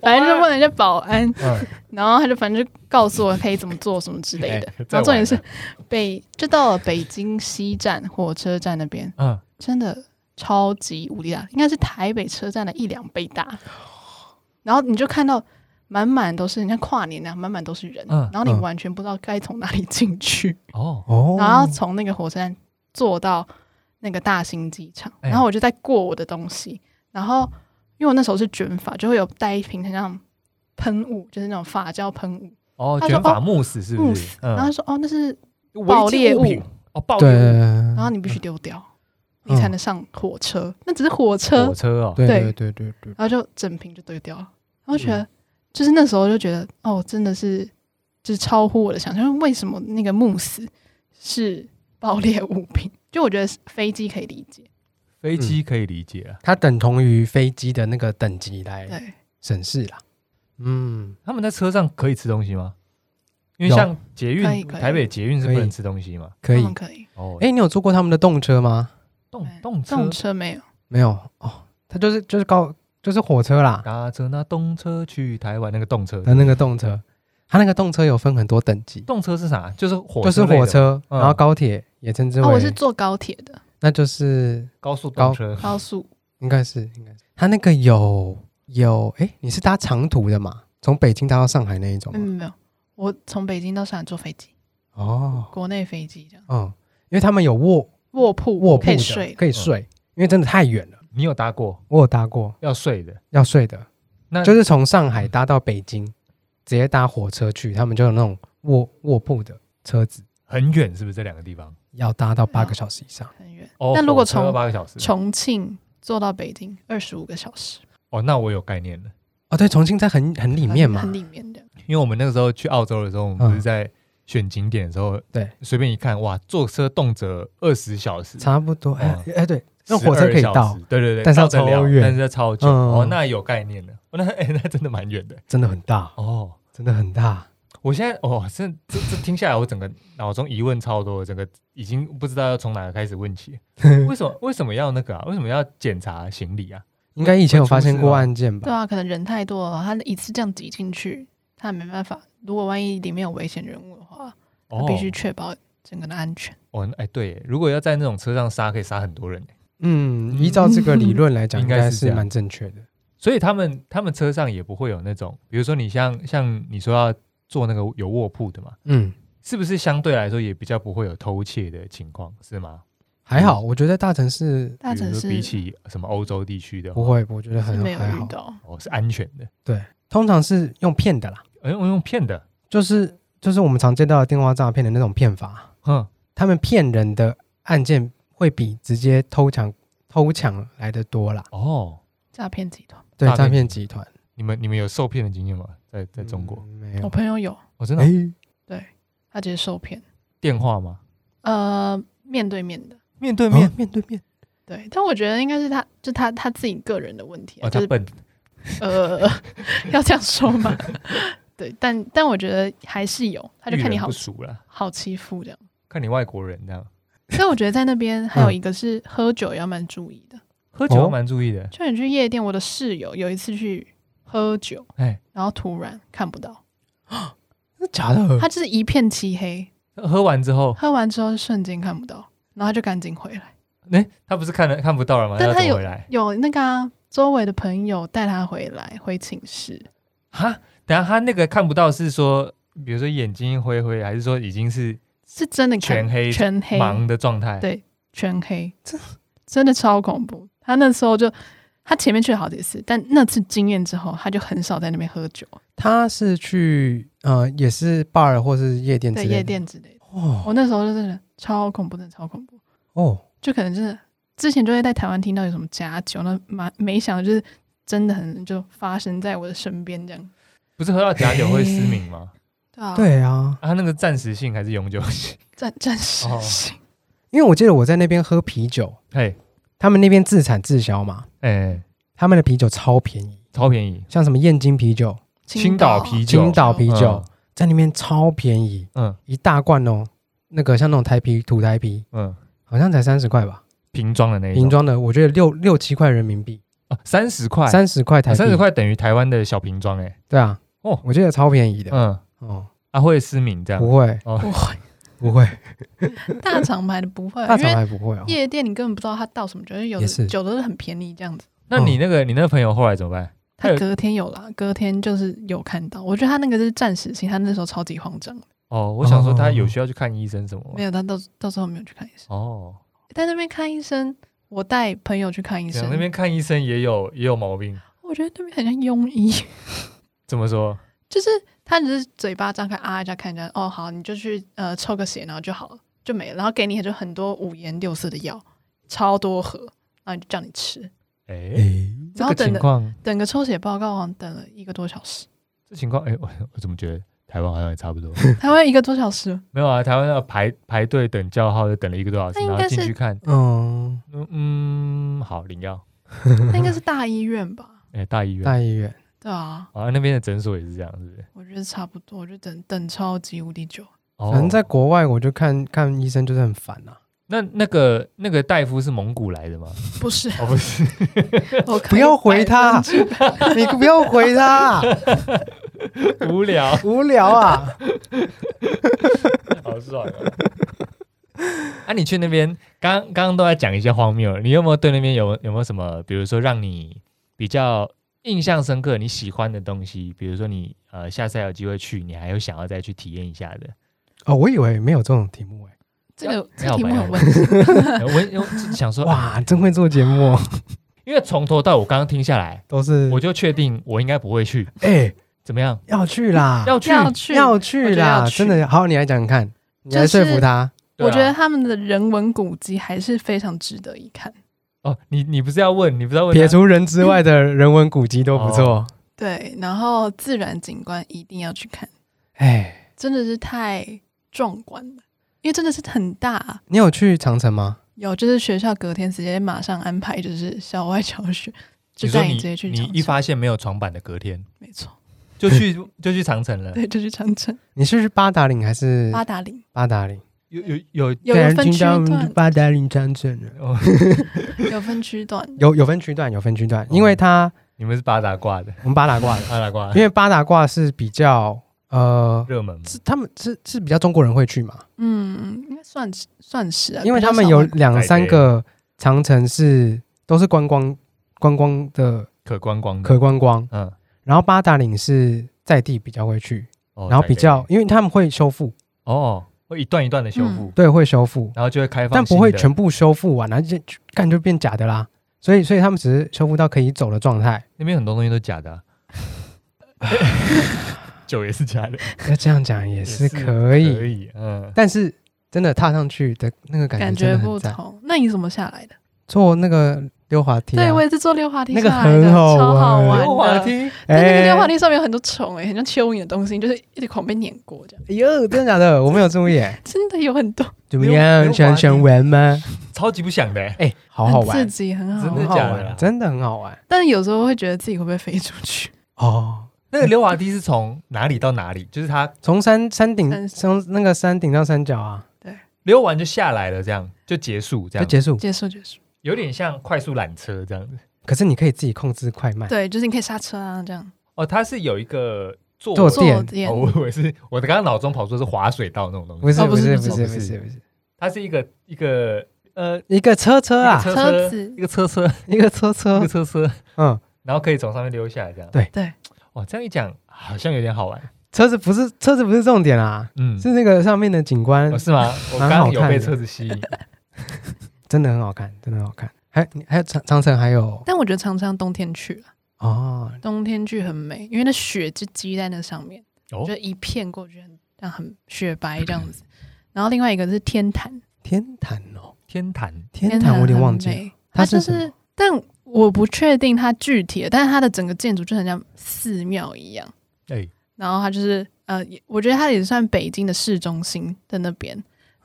Speaker 2: 反正就问人家保安，
Speaker 1: 嗯，
Speaker 2: 然后他就反正就告诉我可以怎么做什么之类的
Speaker 1: 哎。
Speaker 2: 然后重点
Speaker 1: 再
Speaker 2: 是北就到了北京西站火车站那边，
Speaker 1: 嗯，
Speaker 2: 真的超级无敌大，应该是台北车站的一两倍大。然后你就看到满满都是，你看跨年那样，满满都是人，
Speaker 1: 嗯
Speaker 2: 然后你
Speaker 3: 嗯
Speaker 2: 完全不知道该从哪里进去，
Speaker 1: 哦，
Speaker 3: 哦，
Speaker 2: 然后从那个火车站坐到那个大兴机场，
Speaker 1: 哎
Speaker 2: 然后我就在过我的东西，然后因为我那时候是卷发，就会有带一瓶很像喷雾，就是那种发胶喷雾，
Speaker 1: 哦，
Speaker 2: 他说
Speaker 1: 卷发
Speaker 2: 哦
Speaker 1: 慕斯是
Speaker 2: 慕
Speaker 1: 不
Speaker 2: 斯
Speaker 1: 是？
Speaker 2: 然后
Speaker 1: 嗯
Speaker 2: 他，说哦那是，
Speaker 1: 爆
Speaker 2: 裂物
Speaker 1: 哦，爆
Speaker 3: 对，
Speaker 1: 裂物，
Speaker 3: 然
Speaker 2: 然后你必须丢掉，
Speaker 3: 嗯
Speaker 2: 你才能上火车，那只是火车，
Speaker 1: 火车哦，
Speaker 3: 对对
Speaker 2: 对
Speaker 3: 对对对，
Speaker 2: 然后就整瓶就丢掉了。然后觉得、就是那时候就觉得哦，真的是就是超乎我的想象，因为为什么那个慕斯是爆裂物品？就我觉得飞机可以理解，
Speaker 1: 飞
Speaker 2: 嗯
Speaker 1: 机可以理解啊。
Speaker 3: 它等同于飞机的那个等级来
Speaker 2: 对，
Speaker 3: 审视啦。嗯，
Speaker 1: 他们在车上可以吃东西吗？因为
Speaker 3: 有
Speaker 1: 像捷
Speaker 2: 可以
Speaker 1: 运，
Speaker 2: 可以
Speaker 1: 台北捷运是不
Speaker 3: 可以
Speaker 1: 能吃东西嘛。
Speaker 3: 可以
Speaker 2: 他。们可以。
Speaker 1: 哦，
Speaker 3: 哎，你有坐过他们的动车吗？
Speaker 1: 动
Speaker 2: 哎
Speaker 1: 动车，
Speaker 2: 动车没有，
Speaker 3: 没有哦，它就是就是高就是火车啦
Speaker 1: 搭着那动车去台湾那个动车，
Speaker 3: 的那个动车，它那个动车有分很多等级，
Speaker 1: 动车是啥？就是火
Speaker 3: 就是
Speaker 1: 车类的
Speaker 3: 火车，
Speaker 1: 嗯
Speaker 3: 然后高铁也称之
Speaker 2: 啊，我是
Speaker 3: 为，
Speaker 2: 坐高铁的，
Speaker 3: 那就是
Speaker 1: 高速动
Speaker 3: 高
Speaker 1: 车，
Speaker 2: 高速
Speaker 3: 应该是应该是它那个有有哎，你是搭长途的嘛？从北京搭到上海那一种
Speaker 2: 没有嗯
Speaker 3: 吗？
Speaker 2: 没有没有，我从北京到上海坐飞机，
Speaker 3: 哦，
Speaker 2: 国内飞机这样，
Speaker 3: 嗯，因为他们有卧
Speaker 2: 卧铺
Speaker 3: 卧铺
Speaker 2: 可以
Speaker 3: 的，
Speaker 2: 睡，
Speaker 3: 可以睡，因为真的太远了。
Speaker 1: 你有搭过
Speaker 3: 我有搭过
Speaker 1: 要睡的？
Speaker 3: 要睡的，
Speaker 1: 那
Speaker 3: 就是从上海搭到北京，直接搭火车去，他们就有那种卧卧铺的车子，
Speaker 1: 很远是不是？这两个地方
Speaker 3: 要搭到
Speaker 2: 嗯
Speaker 3: 八个小时以上。
Speaker 2: 很远。
Speaker 1: 哦，
Speaker 2: 但如果
Speaker 1: 火车
Speaker 2: 从
Speaker 1: 要八个小时，
Speaker 2: 重庆坐到北京二十五个小时，
Speaker 1: 哦，那我有概念了，
Speaker 3: 哦，对，重庆在很很里
Speaker 2: 很
Speaker 3: 面嘛
Speaker 2: 很，里面的。
Speaker 1: 因为我们那个时候去澳洲的时候，我们
Speaker 3: 嗯
Speaker 1: 不是在选景点的时候，
Speaker 3: 对，
Speaker 1: 随便一看，哇，坐车动辄二十小时，
Speaker 3: 差不多。哎
Speaker 1: 哦
Speaker 3: 哎，对，那火车可
Speaker 1: 12
Speaker 3: 以
Speaker 1: 小时
Speaker 3: 到，
Speaker 1: 对对对，
Speaker 3: 但是要
Speaker 1: 到得了
Speaker 3: 超远
Speaker 1: 但是要超久，
Speaker 3: 嗯
Speaker 1: 哦，那有概念的，哦那 哎，那真的蛮远的，
Speaker 3: 真的很大，
Speaker 1: 哦。
Speaker 3: 真的很大。
Speaker 1: 我现在哦，这这这听下来，我整个脑中疑问超多，整个已经不知道要从哪个开始问 起。为什么为什么要那个啊？为什么要检查行李啊？
Speaker 3: 应该以前有发生
Speaker 1: 会出事
Speaker 3: 过
Speaker 1: 吗
Speaker 3: 案件
Speaker 2: 对
Speaker 3: 吧？
Speaker 2: 啊，可能人太多了，他一次这样挤进去，他没办法。如果万一里面有危险人物的话，他
Speaker 1: 哦，
Speaker 2: 必须确保整个的安全。
Speaker 1: 哦，哎对耶，如果要在那种车上杀，可以杀很多人耶。
Speaker 3: 嗯，
Speaker 1: 嗯
Speaker 3: 依照这个理论 来讲，
Speaker 1: 应
Speaker 3: 应
Speaker 1: 该
Speaker 3: 该
Speaker 1: 是这
Speaker 3: 是
Speaker 1: 样
Speaker 3: 蛮正确的。
Speaker 1: 所以他们他们车上也不会有那种，比如说你像像你说要坐那个有卧铺的嘛，
Speaker 3: 嗯，
Speaker 1: 是不是相对来说也比较不会有偷窃的情况，是吗？
Speaker 3: 还
Speaker 1: 嗯
Speaker 3: 好，我觉得大城市
Speaker 2: 大
Speaker 1: 比
Speaker 2: 城
Speaker 1: 如
Speaker 2: 市
Speaker 1: 说比起什么欧洲地区的话，
Speaker 3: 不会，我觉得
Speaker 2: 是
Speaker 3: 很
Speaker 2: 没有
Speaker 3: 还好
Speaker 2: 遇。到，
Speaker 1: 哦是安全的，
Speaker 3: 通常是用骗的啦，
Speaker 1: 哎、我用骗的，
Speaker 3: 就是就是我们常见到的电话诈骗的那种骗法，
Speaker 1: 哼，
Speaker 3: 他们骗人的案件会比直接偷抢偷抢来的多啦。
Speaker 1: 哦，
Speaker 2: 诈骗集团。
Speaker 3: 对
Speaker 1: 诈骗
Speaker 3: 诈骗集团，
Speaker 1: 你们你们有受骗的经验吗？在在中国，
Speaker 3: 嗯没
Speaker 2: 我
Speaker 3: 有？
Speaker 2: 朋友有，
Speaker 1: 我、真的、
Speaker 3: 哎，
Speaker 2: 他直接受骗，
Speaker 1: 电话吗？
Speaker 2: 呃，面对面的。
Speaker 1: 面哦对
Speaker 3: 面面对面，
Speaker 2: 对，但我觉得应该是他，就他他自己个人的问题、啊，
Speaker 1: 哦，
Speaker 2: 就
Speaker 1: 他
Speaker 2: 是
Speaker 1: 笨，
Speaker 2: 呃， 要这样说吗？ 对，但但我觉得还是有，他就
Speaker 1: 遇
Speaker 2: 看你
Speaker 1: 人
Speaker 2: 好
Speaker 1: 不熟了，
Speaker 2: 好欺负这样。
Speaker 1: 看你外国人这样，
Speaker 2: 所以我觉得在那边还有
Speaker 3: 嗯
Speaker 2: 一个是喝酒也要蛮注意的，
Speaker 1: 喝酒
Speaker 3: 哦
Speaker 1: 蛮注意的，
Speaker 2: 就你去夜店，我的室友有一次去喝酒，
Speaker 1: 哎、
Speaker 2: 然后突然看不到，
Speaker 3: 真的假
Speaker 1: 嗯
Speaker 3: 的？
Speaker 2: 他就是一片漆黑，
Speaker 1: 喝完之后，
Speaker 2: 喝完之后瞬间看不到，然后他就赶紧回来。
Speaker 1: 哎、他不是看了看不到了吗？
Speaker 2: 但
Speaker 1: 要
Speaker 2: 他
Speaker 1: 走
Speaker 2: 有
Speaker 1: 回来
Speaker 2: 有那个啊、周围的朋友带他回来回寝室，
Speaker 1: 哈，等下他那个看不到是说，比如说眼睛灰灰，还是说已经是
Speaker 2: 是真的看
Speaker 1: 全黑
Speaker 2: 全黑
Speaker 1: 盲的状态？
Speaker 2: 对全黑，真的超恐怖。他那时候就他前面去了好几次，但那次经验之后，他就很少在那边喝酒，
Speaker 3: 他是去呃，也是 bar 或是夜店之
Speaker 2: 在
Speaker 3: 类的。
Speaker 2: 夜店之类的。
Speaker 3: 哦
Speaker 2: 我那时候就真的超恐怖，真的超恐怖。
Speaker 3: 哦，
Speaker 2: 就可能真的之前就会在台湾听到有什么假酒，那蛮没想到就是真的很就发生在我的身边这样。
Speaker 1: 不是喝到假酒会失明吗？
Speaker 2: 对啊，
Speaker 3: 对啊，
Speaker 1: 啊，他那个暂时性还是永久性？
Speaker 2: 暂暂时
Speaker 1: 哦
Speaker 2: 性。
Speaker 3: 因为我记得我在那边喝啤酒，
Speaker 1: 嘿，
Speaker 3: 他们那边自产自销嘛，
Speaker 1: 哎、
Speaker 3: 他们的啤酒超便宜，
Speaker 1: 超便宜，
Speaker 3: 像什么燕京啤酒、
Speaker 1: 青岛啤酒
Speaker 3: 青岛啤
Speaker 1: 嗯
Speaker 3: 酒，在那边超便宜，
Speaker 1: 嗯
Speaker 3: 一大罐哦，那个像那种台啤、土台啤，
Speaker 1: 嗯，
Speaker 3: 好像才三十块吧，
Speaker 1: 瓶装的那一种
Speaker 3: 瓶装的，我觉得六六七块人民币，
Speaker 1: 哦，三十块，
Speaker 3: 啊三十块台币，
Speaker 1: 三十，块等于台湾的小瓶装，哎，
Speaker 3: 对啊，
Speaker 1: 哦
Speaker 3: 我记得超便宜的，
Speaker 1: 嗯，
Speaker 3: 哦，
Speaker 1: 啊会失明这样，
Speaker 3: 不会
Speaker 2: 不会，
Speaker 3: 不会，
Speaker 2: 大厂牌的不会，
Speaker 3: 大
Speaker 2: 呃因
Speaker 3: 厂
Speaker 2: 为
Speaker 3: 还不会哦，
Speaker 2: 夜店你根本不知道他倒什么酒，因为有
Speaker 3: 也是
Speaker 2: 的酒都是很便宜这样子。
Speaker 1: 那你那个、你那个朋友后来怎么
Speaker 3: 嗯
Speaker 1: 办？他
Speaker 2: 他
Speaker 1: 有
Speaker 2: 隔天有啦，隔天就是有看到。我觉得他那个是暂时性，他那时候超级慌张，
Speaker 1: 哦，我想说他
Speaker 3: 哦
Speaker 1: 有需要去看医生什么
Speaker 2: 没
Speaker 1: 吗？
Speaker 2: 有，他到到最后没有去看医生。
Speaker 1: 哦，
Speaker 2: 在那边看医生，我带朋友去看医
Speaker 1: 讲
Speaker 2: 生，
Speaker 1: 啊那边看医生也有也有毛病，
Speaker 2: 我觉得那边很像庸医。
Speaker 1: 怎么说？
Speaker 2: 就是他只是嘴巴张开啊一下看一下，哦好，你就去呃抽个血，然后就好了，就没了。然后给你就很多五颜六色的药，超多盒，然后就叫你吃。
Speaker 1: 哎、
Speaker 3: 诶，
Speaker 1: 这
Speaker 2: 然后
Speaker 1: 个
Speaker 2: 等
Speaker 1: 情
Speaker 2: 了
Speaker 1: 况，
Speaker 2: 等个抽血报告，好像等了一个多小时，
Speaker 1: 这情况，哎、我我怎么觉得台湾好像也差不多？
Speaker 2: 台湾一个多小时，
Speaker 1: 没有啊，台湾要排排队等叫号，就等了一个多小时，
Speaker 2: 那应
Speaker 1: 然
Speaker 2: 该
Speaker 1: 后进
Speaker 2: 是
Speaker 1: 去看，
Speaker 3: 嗯，
Speaker 1: 嗯嗯，好，领药，
Speaker 2: 那应该是大医院吧？
Speaker 1: 哎、大医院。
Speaker 3: 大医院，
Speaker 2: 对啊，
Speaker 1: 啊，那边的诊所也是这样，是不是？
Speaker 2: 我觉得差不多，我就等等超级无敌久。
Speaker 1: 哦
Speaker 3: 反正在国外我就看看医生就是很烦啊，
Speaker 1: 那那个那个大夫是蒙古来的吗？
Speaker 2: 不 是，
Speaker 1: 哦，不是，
Speaker 2: 我
Speaker 3: 不要回他， 你不要回他，
Speaker 1: 无聊，
Speaker 3: 无聊啊。
Speaker 1: 好爽啊！ 啊，你去那边，刚刚刚都在讲一些荒谬的，你有没有对那边有有没有什么，比如说让你比较印象深刻、你喜欢的东西？比如说你呃，下次还有机会去，你还有想要再去体验一下 的？
Speaker 3: 哦，我以为没有这种题目哎、
Speaker 2: 这个这
Speaker 1: 要
Speaker 2: 个题目
Speaker 1: 要
Speaker 2: 很温馨，
Speaker 1: 呃我我想说，
Speaker 3: 哇，真会做节目哦、
Speaker 1: 因因为从头到尾我刚刚听下来，
Speaker 3: 都是
Speaker 1: 我就确定我应该不会去。
Speaker 3: 哎
Speaker 1: 怎么样？
Speaker 3: 要 去啦，
Speaker 1: 要去？
Speaker 2: 要去，
Speaker 3: 要
Speaker 2: 我
Speaker 3: 去
Speaker 2: 觉得
Speaker 3: 啦，
Speaker 2: 要去
Speaker 3: 真的好，你来讲讲看，你来说服他。
Speaker 1: 对啊
Speaker 2: 我觉得他们的人文古迹还是非常值得一看。
Speaker 1: 哦，你你不是要问，你不是要问他
Speaker 3: 撇除人之外的人文古迹都不错。
Speaker 2: 对，然后自然景观一定要去看，
Speaker 3: 哎，
Speaker 2: 真的是太壮观了，因为真的是很大。啊
Speaker 3: 你有去长城吗？
Speaker 2: 有就是学校隔天直接马上安排就是校外教学，就
Speaker 1: 你说
Speaker 2: 带你
Speaker 1: 你
Speaker 2: 直接去
Speaker 1: 你
Speaker 2: 长
Speaker 1: 一
Speaker 2: 城，
Speaker 1: 发现没有床板的隔天
Speaker 2: 没错，
Speaker 1: 就去就去长城了。
Speaker 2: 对，就去长 城
Speaker 3: 你是去八达岭还是
Speaker 2: 八达岭，
Speaker 3: 八达岭？
Speaker 1: 有有有
Speaker 2: 有
Speaker 3: 对
Speaker 2: 有
Speaker 3: 啊
Speaker 2: 分
Speaker 3: 今
Speaker 2: 区
Speaker 3: 天我们
Speaker 2: 段
Speaker 3: 去，八达岭长城了
Speaker 1: 哦，
Speaker 2: 有分区段，
Speaker 3: 有有分区段，有分区段，
Speaker 1: 嗯
Speaker 3: 因为它
Speaker 1: 你们是八达挂的，
Speaker 3: 我们八达挂的，
Speaker 1: 八达挂
Speaker 3: 因为八达挂是比较呃，
Speaker 1: 热门吗
Speaker 3: 是他们是是比较中国人会去嘛，
Speaker 2: 嗯，应该算是算是啊，
Speaker 3: 因为
Speaker 2: 比较
Speaker 3: 他们
Speaker 2: 少
Speaker 3: 有
Speaker 2: 外国
Speaker 3: 两三个长城是都是观光观光的
Speaker 1: 可观光的，
Speaker 3: 可观光，
Speaker 1: 嗯，
Speaker 3: 然后八达岭是在地比较会去，
Speaker 1: 哦
Speaker 3: 然后
Speaker 1: 才
Speaker 3: 比
Speaker 1: 可以
Speaker 3: 较因为他们会修复，
Speaker 1: 哦，会一段一段的修复，
Speaker 3: 对，会修复，
Speaker 1: 然后就会开放，
Speaker 3: 嗯但不会全。部修复完，然后就就干就变假的啦。所以所以他们只是修复到可以走的状态，
Speaker 1: 那边很多东西都假的啊、 酒也是假的，
Speaker 3: 那这样讲也是
Speaker 1: 也
Speaker 3: 可
Speaker 1: 可
Speaker 3: 以，
Speaker 1: 以，嗯，
Speaker 3: 但是真的踏上去的那个感
Speaker 2: 感
Speaker 3: 觉真
Speaker 2: 觉
Speaker 3: 的
Speaker 2: 不
Speaker 3: 很赞。
Speaker 2: 同。那你怎么下来的？
Speaker 3: 坐那个溜滑梯、啊，
Speaker 2: 对，我也是坐溜滑梯
Speaker 3: 那
Speaker 2: 下
Speaker 3: 个
Speaker 2: 来的，
Speaker 3: 很好
Speaker 2: 超好
Speaker 3: 玩
Speaker 2: 玩的。
Speaker 1: 溜滑梯，
Speaker 2: 但那个溜
Speaker 3: 哎
Speaker 2: 滑梯上面有很多虫哎、很像蚯蚓的东西，你就是一直狂被碾过这样，
Speaker 3: 哎呦，真的假的？我没有注意耶，
Speaker 2: 真的有很多，
Speaker 3: 怎么
Speaker 1: 溜
Speaker 3: 样？
Speaker 1: 溜
Speaker 3: 想
Speaker 1: 滑梯
Speaker 3: 想玩吗？
Speaker 1: 超级不想的欸、
Speaker 3: 哎、好好
Speaker 2: 很
Speaker 3: 玩
Speaker 2: 刺，激，很好
Speaker 1: 真
Speaker 2: 玩。
Speaker 1: 的
Speaker 3: 好
Speaker 1: 假的
Speaker 3: 玩，啊
Speaker 1: 啦
Speaker 3: 真的很好玩
Speaker 2: 但有时候会觉得自己会不会飞出 去？
Speaker 3: 哦。
Speaker 1: 那个溜滑梯是从哪里到哪里？就是它
Speaker 3: 从山山顶，
Speaker 2: 但是
Speaker 3: 从那个山顶到山脚啊，
Speaker 1: 溜完就下来了，这样就结束，这
Speaker 3: 就
Speaker 1: 样
Speaker 3: 结束。
Speaker 2: 结束结束，
Speaker 1: 有点像快速缆车这样子。
Speaker 3: 可是你可以自己控制快慢，
Speaker 2: 对，就是你可以刹车啊，这样
Speaker 1: 哦，它是有一个坐
Speaker 3: 坐
Speaker 2: 坐
Speaker 3: 垫
Speaker 2: 垫
Speaker 1: 哦，我以为是我刚刚脑中跑出的是滑水道那种东
Speaker 3: 不
Speaker 1: 西，
Speaker 3: 是
Speaker 2: 哦
Speaker 3: 不
Speaker 2: 不
Speaker 3: 是
Speaker 2: 是不
Speaker 3: 不是
Speaker 1: 是
Speaker 3: 不
Speaker 1: 不
Speaker 3: 是
Speaker 1: 是
Speaker 3: 不是，
Speaker 1: 它是一个一个呃
Speaker 3: 一个车车啊，
Speaker 1: 一个
Speaker 2: 车
Speaker 1: 车
Speaker 2: 子
Speaker 1: 一个车车
Speaker 3: 一个车
Speaker 1: 一
Speaker 3: 车
Speaker 1: 个，车车，
Speaker 3: 嗯，
Speaker 1: 然后可以从上面溜下来这样。
Speaker 3: 对
Speaker 2: 对，
Speaker 1: 哇，这样一讲好像有点好玩，
Speaker 3: 车子不是车子不是重点啊，
Speaker 1: 嗯，
Speaker 3: 是那个上面的景观
Speaker 1: 哦是吗？我
Speaker 3: 蛮
Speaker 1: 刚
Speaker 3: 好
Speaker 1: 刚有
Speaker 3: 看
Speaker 1: 被
Speaker 3: 的
Speaker 1: 车子吸 引，
Speaker 3: 真的很好看，真的很好看。还你还有长长城还有
Speaker 2: 但我觉得常常冬天去了，
Speaker 3: 哦，
Speaker 2: 冬天去很美，因为那雪就积在那上面，
Speaker 1: 哦
Speaker 2: 就一片过去很这样很雪白这样子。然后另外一个是天坛，
Speaker 3: 天坛哦，
Speaker 1: 天坛
Speaker 3: 天坛
Speaker 2: 坛
Speaker 3: 我有点
Speaker 2: 很
Speaker 3: 忘记了
Speaker 2: 美，
Speaker 3: 它
Speaker 2: 它
Speaker 3: 是
Speaker 2: 就
Speaker 3: 什么
Speaker 2: 是，但我不确定它具体的，但是它的整个建筑就很像寺庙一样。
Speaker 1: 哎，
Speaker 2: 然后它就是呃，也我觉得它也算北京的市中心的那边，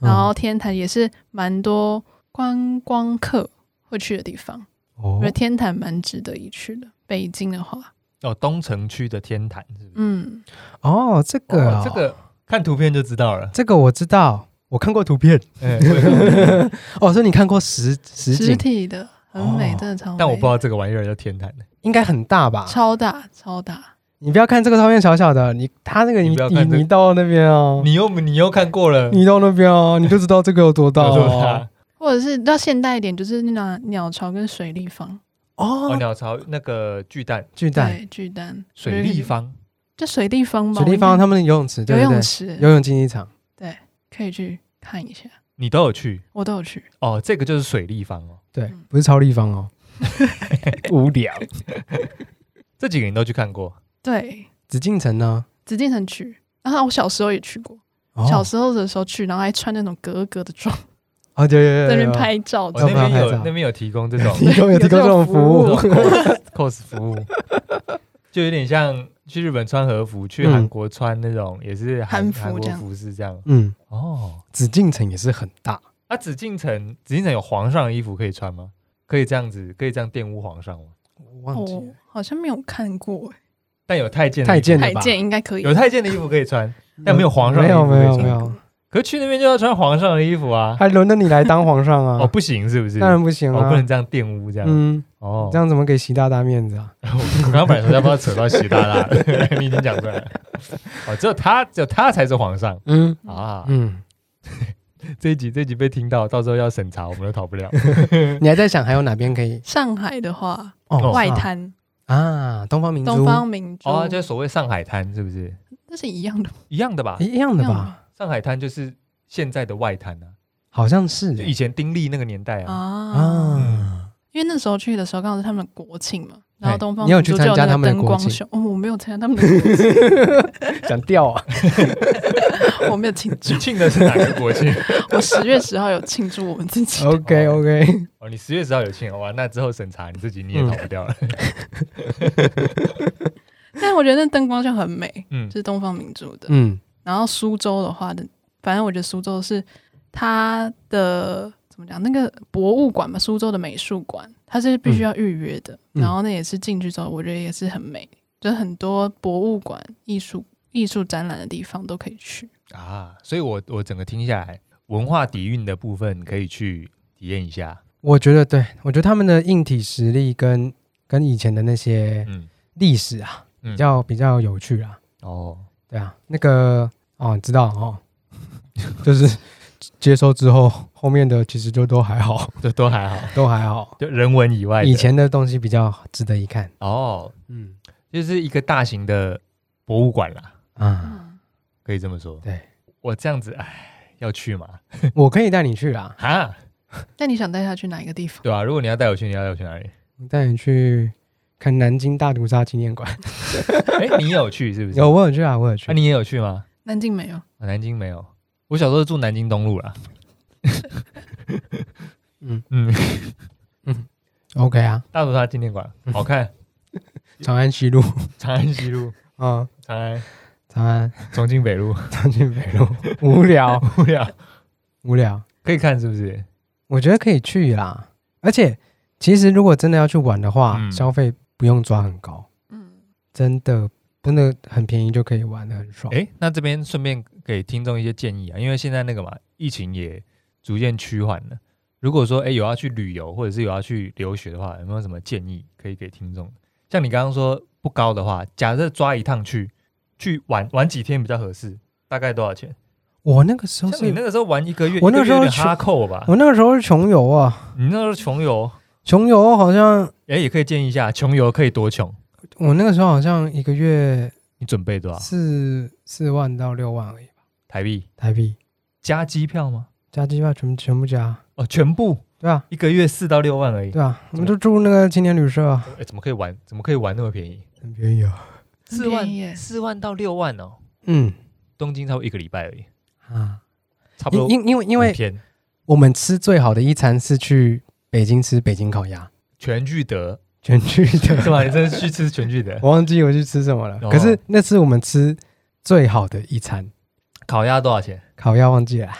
Speaker 3: 嗯
Speaker 2: 然后天坛也是蛮多观光客会去的地方，我觉得
Speaker 3: 哦，
Speaker 2: 天坛蛮值得一去的。北京的话，
Speaker 1: 哦，东城区的天坛是不是？
Speaker 2: 嗯，
Speaker 3: 哦，这个
Speaker 1: 哦
Speaker 3: 哦
Speaker 1: 这个看图片就知道 了。
Speaker 3: 这个我知道，我看过图片。
Speaker 1: 哎我也看过
Speaker 3: 哦，所以你看过实实
Speaker 2: 实
Speaker 3: 景，
Speaker 2: 体的很美，
Speaker 3: 哦
Speaker 2: 真的超美，
Speaker 1: 但我不知道这个玩意儿叫天坛。
Speaker 3: 应该很大吧？
Speaker 2: 超大超大，
Speaker 3: 你不要看这个照片小小的，你它那个
Speaker 1: 你
Speaker 3: 泥
Speaker 1: 不要
Speaker 3: 泥
Speaker 1: 看这
Speaker 3: 泥到那边哦，
Speaker 1: 你又你又看过了，
Speaker 3: 泥到那边哦，你就知道这个有多大
Speaker 1: 告诉我
Speaker 3: 哦
Speaker 1: 他。
Speaker 2: 或者是到现代一点，就是那鸟巢跟水立方，
Speaker 1: 哦，
Speaker 3: 哦，
Speaker 1: 鸟巢那个巨蛋
Speaker 3: 巨蛋、
Speaker 2: 对，巨蛋
Speaker 1: 水立，方，
Speaker 3: 嗯
Speaker 2: 就水立方吧，
Speaker 3: 水立
Speaker 2: 我
Speaker 3: 方
Speaker 2: 应
Speaker 3: 他们的游泳池，
Speaker 2: 该
Speaker 3: 对
Speaker 2: 游
Speaker 3: 不对
Speaker 2: 泳？池
Speaker 3: 游泳竞技场，
Speaker 2: 可以去看一下，
Speaker 1: 你都有去
Speaker 2: 我都有去。
Speaker 1: 哦，这个就是水立方哦，
Speaker 3: 对
Speaker 2: 嗯，
Speaker 3: 不是超立方哦。无聊。
Speaker 1: 这几个你都去看过，
Speaker 2: 对，
Speaker 3: 紫禁城呢？
Speaker 2: 紫禁城去，然后我小时候也去过，
Speaker 3: 哦
Speaker 2: 小时候的时候去，然后还穿那种格格的装，
Speaker 3: 哦，对对
Speaker 2: 在那
Speaker 3: 对对
Speaker 2: 边
Speaker 3: 对，
Speaker 2: 拍照
Speaker 1: 哦，那
Speaker 2: 照
Speaker 1: 边
Speaker 3: 拍照
Speaker 1: 有那边有提供这种
Speaker 3: 提供有提供这种服务
Speaker 1: 这，种 cos cos 服务，就有点像去日本穿和服，去
Speaker 3: 嗯
Speaker 1: 韩国穿那种也是韩
Speaker 2: 韩服
Speaker 1: 韩国
Speaker 2: 这样
Speaker 1: 服饰这样
Speaker 3: 嗯，
Speaker 1: 哦。
Speaker 3: 紫禁城也是很大，
Speaker 1: 啊，紫禁城，紫禁城有皇上的衣服可以穿吗？可以这样子，可以这样玷污皇上吗？
Speaker 3: 我忘记了
Speaker 2: 哦，好像没有看过欸，
Speaker 1: 但有太监的
Speaker 3: 太
Speaker 1: 衣服
Speaker 3: 监的
Speaker 2: 太
Speaker 3: 吧
Speaker 2: 监应该可以
Speaker 1: 有。太监的衣服可以穿，但没有皇上的
Speaker 3: 没
Speaker 1: 衣
Speaker 3: 有
Speaker 1: 服可
Speaker 3: 没
Speaker 1: 以
Speaker 3: 有
Speaker 1: 穿
Speaker 3: 没有，
Speaker 1: 可是去那边就要穿皇上的衣服啊！
Speaker 3: 还轮得你来当皇上 啊？
Speaker 1: 哦，不行，是不是？
Speaker 3: 当然不行
Speaker 1: 哦，
Speaker 3: 啊，
Speaker 1: 不能这样玷污这样。
Speaker 3: 嗯，
Speaker 1: 哦，
Speaker 3: 这样怎么给习大大面子啊？
Speaker 1: 我刚刚本来说要不要扯到习大大了，啊 你已经讲出来了。哦，只有他，只有他才是皇上
Speaker 3: 嗯
Speaker 1: 啊！
Speaker 3: 嗯，
Speaker 1: 这一集这一集被听到，到时候要审查，我们都逃不了。
Speaker 3: 嗯你还在想还有哪边可以
Speaker 2: 上海的话，
Speaker 1: 哦
Speaker 2: 外滩、
Speaker 3: 啊？东方明珠，
Speaker 2: 东方明珠，
Speaker 1: 哦，就是所谓上海滩，是不是
Speaker 2: 那是一样的，
Speaker 1: 一样的吧？
Speaker 3: 一样的
Speaker 2: 一样
Speaker 3: 吧？
Speaker 2: 吗
Speaker 1: 上海滩就是现在的外滩啊，
Speaker 3: 好像是
Speaker 1: 就以前丁力那个年代啊。
Speaker 2: 啊，
Speaker 3: 啊，哎
Speaker 2: 因为那时候去的时候刚好是他们的国庆嘛，然后
Speaker 1: 对
Speaker 2: 东方
Speaker 3: 你有
Speaker 2: 明珠就
Speaker 3: 去参加
Speaker 2: 那
Speaker 3: 他
Speaker 2: 个
Speaker 3: 们的
Speaker 2: 灯
Speaker 3: 国
Speaker 2: 光
Speaker 3: 庆
Speaker 2: 秀，哦，我没有参加他们的国庆，
Speaker 3: 想掉啊！
Speaker 2: 我没有庆祝
Speaker 1: 你，庆的是哪个国庆？
Speaker 2: 我十月十号有庆祝我们自己
Speaker 3: OK OK，
Speaker 1: 哦，你十月十号有庆，哇，那之后审查你自己你也逃不掉了。
Speaker 2: 但我觉得那灯光就很美，
Speaker 1: 嗯
Speaker 2: 就是东方明珠的。
Speaker 3: 嗯，
Speaker 2: 然后苏州的话的，反正我觉得苏州是它的怎么讲？那个博物馆嘛，苏州的美术馆，它是必须要预约的。
Speaker 3: 嗯
Speaker 2: 然后那也是进去之后，我觉得也是很美，就是很多博物馆、艺术、艺术展览的地方都可以去。
Speaker 1: 啊，所以我我整个听下来，文化底蕴的部分可以去体验一下。
Speaker 3: 我觉得对，我觉得他们的硬体实力跟跟以前的那些
Speaker 1: 嗯，
Speaker 3: 历史啊，
Speaker 1: 嗯
Speaker 3: 比较比较有趣啊。
Speaker 1: 哦，
Speaker 3: 对啊，那个哦，你知道哦， 就是接收之后，后面的其实就都还好，
Speaker 1: 这都还好，
Speaker 3: 都还好。
Speaker 1: 就人文以外的。
Speaker 3: 以前的东西比较值得一看。
Speaker 1: 哦，
Speaker 3: 嗯
Speaker 1: 就是一个大型的博物馆啦，
Speaker 3: 啊，
Speaker 2: 嗯，
Speaker 1: 可以这么说。
Speaker 3: 对，
Speaker 1: 我这样子，哎，要去嘛？
Speaker 3: 我可以带你去啊啦，
Speaker 1: 哈，
Speaker 2: 那你想带他去哪一个地方？
Speaker 1: 对啊，如果你要带我去，你要带我去 哪里？
Speaker 3: 我带你去看南京大屠杀纪念馆。
Speaker 1: 哎，你也有去是不是？
Speaker 3: 有，我有去啊，我有
Speaker 1: 那、
Speaker 3: 去。
Speaker 1: 你也有去吗？
Speaker 2: 南京没有，
Speaker 1: 啊南京没有，我小时候住南京东路啦。
Speaker 3: 嗯
Speaker 1: 嗯，
Speaker 3: OK 啊，
Speaker 1: 大屠杀纪念 馆好看，
Speaker 3: 长 安西路
Speaker 1: 长安西路、
Speaker 3: 啊，
Speaker 1: 长安
Speaker 3: 长安
Speaker 1: 重庆北路，
Speaker 3: 长庆北路， 无聊
Speaker 1: 无聊
Speaker 3: 无聊，
Speaker 1: 可以看是不是？
Speaker 3: 我觉得可以去啦。而且其实如果真的要去玩的话，
Speaker 1: 嗯
Speaker 3: 消费不用抓很高，
Speaker 2: 嗯，
Speaker 3: 真的真的很便宜就可以玩的很爽。
Speaker 1: 哎，那这边顺便给听众一些建议啊，因为现在那个嘛，疫情也逐渐趋缓了。如果说哎有要去旅游或者是有要去留学的话，有没有什么建议可以给听众？像你刚刚说不高的话，假设抓一趟去去玩玩几天比较合适，大概多少钱？
Speaker 3: 我那个时候
Speaker 1: 像你
Speaker 3: 是，
Speaker 1: 那个时候玩一个月，
Speaker 3: 我那
Speaker 1: 一个月有
Speaker 3: 时候
Speaker 1: 点哈扣吧，
Speaker 3: 我那个时候是穷游啊，
Speaker 1: 你那时候穷游，
Speaker 3: 穷游好像
Speaker 1: 哎，也可以建议一下，穷游可以多穷？
Speaker 3: 我那个时候好像一个月
Speaker 1: 你准备多少
Speaker 3: 四四万到六万而已吧，
Speaker 1: 台币？
Speaker 3: 台币
Speaker 1: 加机票吗？
Speaker 3: 加机票全部全部加，
Speaker 1: 哦，全部
Speaker 3: 对啊
Speaker 1: 一个月四到六万而已。
Speaker 3: 对啊，我们就住那个青年旅社啊，
Speaker 1: 哎，怎么可以玩？怎么可以玩那么便宜？
Speaker 3: 很便宜啊。
Speaker 2: 很
Speaker 1: 四
Speaker 2: 便宜耶
Speaker 1: 万，四万到六万哦，
Speaker 3: 嗯
Speaker 1: 东京差不多一个礼拜而已，
Speaker 3: 啊，
Speaker 1: 差不
Speaker 3: 因
Speaker 1: 多
Speaker 3: 因因为因为
Speaker 1: 五天
Speaker 3: 我们吃最好的一餐是去北京吃北京烤鸭，
Speaker 1: 全聚 德
Speaker 3: 全聚德。
Speaker 1: 是吧？你真的去吃全聚德
Speaker 3: 我忘记我去吃什么了。
Speaker 1: 哦
Speaker 3: 可是那是我们吃最好的一餐，
Speaker 1: 烤鸭多少钱？
Speaker 3: 烤鸭忘记了，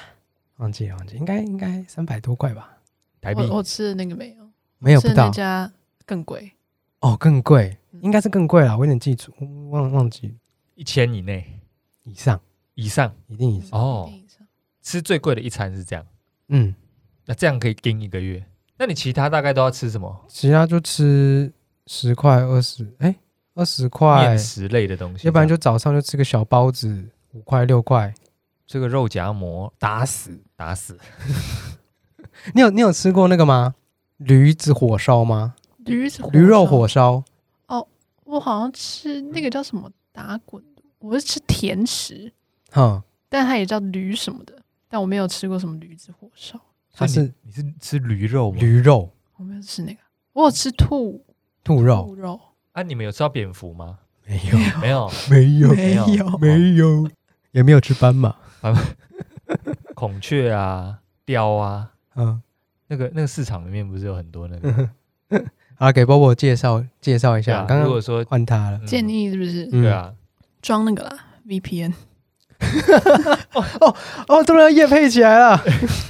Speaker 3: 忘记了，忘记，应该应该三百多块吧，
Speaker 1: 台币
Speaker 2: 我我吃的那个没有，
Speaker 3: 没有
Speaker 2: 吃
Speaker 3: 不
Speaker 2: 的那
Speaker 3: 到
Speaker 2: 家更贵，
Speaker 3: 哦，更贵，
Speaker 2: 嗯
Speaker 3: 应该是更贵了，我有点记住，忘忘记
Speaker 1: 一千以内
Speaker 3: 以上
Speaker 1: 以上，
Speaker 3: 一定以上，
Speaker 1: 哦
Speaker 2: 一定以上
Speaker 1: 吃最贵的一餐是这样，
Speaker 3: 嗯，
Speaker 1: 那这样可以盯一个月。那你其他大概都要吃什么？
Speaker 3: 其他就吃十块二十，哎，二十块
Speaker 1: 面，食类的东西，
Speaker 3: 要不然就早上就吃个小包子，五块六块，
Speaker 1: 这个肉夹馍打死打死，
Speaker 3: 你有你有吃过那个吗？驴子火烧吗？
Speaker 2: 驴子火
Speaker 3: 驴肉
Speaker 2: 烧
Speaker 3: 火烧，
Speaker 2: 我好像吃那
Speaker 1: 嗯
Speaker 2: 个叫什么打滚，我是吃甜食，
Speaker 3: 哈，
Speaker 2: 但它也叫驴什么的，但我没有吃过什么驴子火烧，
Speaker 3: 它
Speaker 1: 所以
Speaker 3: 是
Speaker 1: 你你是吃驴肉吗？
Speaker 3: 驴肉、
Speaker 2: 我没有吃那个，我有吃兔
Speaker 3: 兔肉，
Speaker 2: 兔肉，
Speaker 1: 啊，你们有吃到蝙蝠 吗？
Speaker 3: 没有。
Speaker 1: 没有，
Speaker 3: 没有，
Speaker 1: 没有
Speaker 3: 没有，也没有吃斑马。
Speaker 1: 孔雀啊，雕啊，
Speaker 3: 嗯，
Speaker 1: 那个那个市场里面不是有很多那个？
Speaker 3: 好，给波波介绍介绍一
Speaker 1: 对
Speaker 3: 下，
Speaker 1: 啊
Speaker 3: 刚
Speaker 1: 如果
Speaker 3: 刚
Speaker 1: 说
Speaker 3: 换他了。
Speaker 1: 嗯
Speaker 2: 建议是不是
Speaker 3: 嗯
Speaker 1: 对，啊，
Speaker 2: 装那个啦 VPN？
Speaker 3: 哦，突然夜配起来 了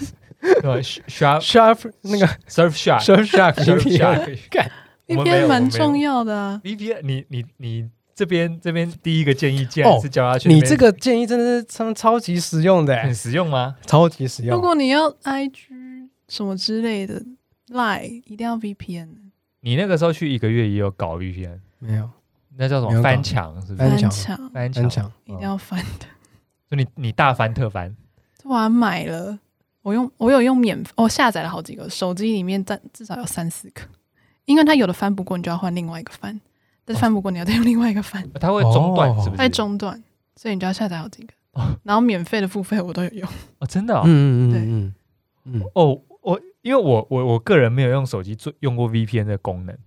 Speaker 1: 对，Sharp
Speaker 3: ，Sharp 那个
Speaker 1: Surf Shark
Speaker 3: Sharp Shark
Speaker 1: Surf
Speaker 3: VPN
Speaker 1: Shark，
Speaker 3: 干
Speaker 1: 我们没有
Speaker 2: VPN 蛮重。
Speaker 1: 我们没有
Speaker 2: 要的啊，
Speaker 1: VPN，你你你这边这边第一个建议，竟
Speaker 3: 哦
Speaker 1: 然是叫他去那
Speaker 3: 你
Speaker 1: 边，
Speaker 3: 这个建议真的是超超级实用的，欸
Speaker 1: 很实用吗？
Speaker 3: 嗯超级实
Speaker 2: 如
Speaker 3: 用。
Speaker 2: 果你要 IG 什么之类的 Line，一定要 VPN，
Speaker 1: 你那个时候去一个月也有搞 VPN，
Speaker 3: 没有
Speaker 1: 那叫什
Speaker 3: 没
Speaker 1: 么
Speaker 3: 有搞
Speaker 1: 翻墙是不是嗯
Speaker 3: 翻？
Speaker 2: 翻
Speaker 3: 墙
Speaker 2: 墙
Speaker 1: 翻
Speaker 3: 很
Speaker 1: 墙，
Speaker 3: 强，
Speaker 2: 一定要翻的，
Speaker 1: 就你你大翻特翻，
Speaker 2: 这我还买了。我用我有用免，我下载了好几个，手机里面占至少有三四个，因为它有的翻不过，你就要换另外一个翻，但
Speaker 1: 哦
Speaker 2: 是翻不过你要再用另外一个翻，
Speaker 1: 呃它会中断
Speaker 3: 哦
Speaker 1: 是不
Speaker 2: 它会
Speaker 1: 是？
Speaker 2: 中断，所以你就要下载好几个
Speaker 1: 哦。
Speaker 2: 然后免费的付费我都有用，
Speaker 1: 哦，真的哦
Speaker 3: 嗯嗯嗯嗯嗯嗯，
Speaker 1: 哦，我因为我我我个人没有用手机做用过 VPN 的功能，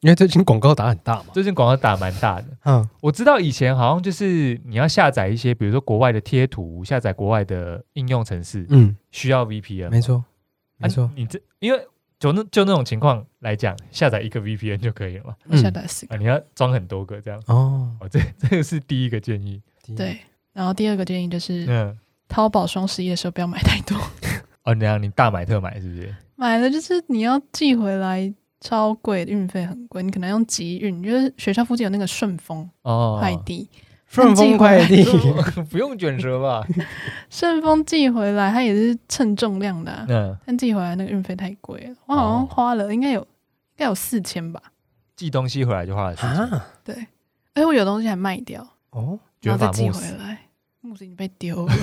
Speaker 3: 因为最近广告打很大嘛。
Speaker 1: 最近广告打蛮大的。
Speaker 3: 嗯，
Speaker 1: 我知道以前好像就是你要下载一些，比如说国外的贴图，下载国外的应用程式，
Speaker 3: 嗯，
Speaker 1: 需要 VPN 嘛。
Speaker 3: 没错，
Speaker 1: 啊
Speaker 3: 没错。
Speaker 1: 你这因为就那就那种情况来讲，下载一个 VPN 就可以了嘛。
Speaker 2: 我下载四个。
Speaker 1: 啊，你要装很多个这样。
Speaker 3: 哦，
Speaker 1: 哦，这这个是第一个建议。
Speaker 2: 对，然后第二个建议就是，
Speaker 1: 嗯，
Speaker 2: 淘宝双十一的时候不要买太多，
Speaker 1: 哦，那样你大买特买是不是？
Speaker 2: 买了就是你要寄回来超贵，运费很贵，你可能用集运，就是学校附近有那个顺丰
Speaker 1: 哦，
Speaker 2: 快递，
Speaker 3: 顺丰快递，
Speaker 1: 不用 卷舌吧？
Speaker 2: 顺丰寄回来它也是称重量的啊、
Speaker 1: 嗯，
Speaker 2: 但寄回来那个运费太贵了，我好像
Speaker 1: 哦
Speaker 2: 花了应该有应该有四千吧，
Speaker 1: 寄东西回来就花了钱，
Speaker 3: 啊，
Speaker 2: 对，哎，我有东西还卖掉，
Speaker 3: 哦，
Speaker 1: 卷
Speaker 2: 然后
Speaker 1: 发
Speaker 2: 再寄
Speaker 1: 慕
Speaker 2: 回
Speaker 1: 斯。
Speaker 2: 来，木子已经被丢了。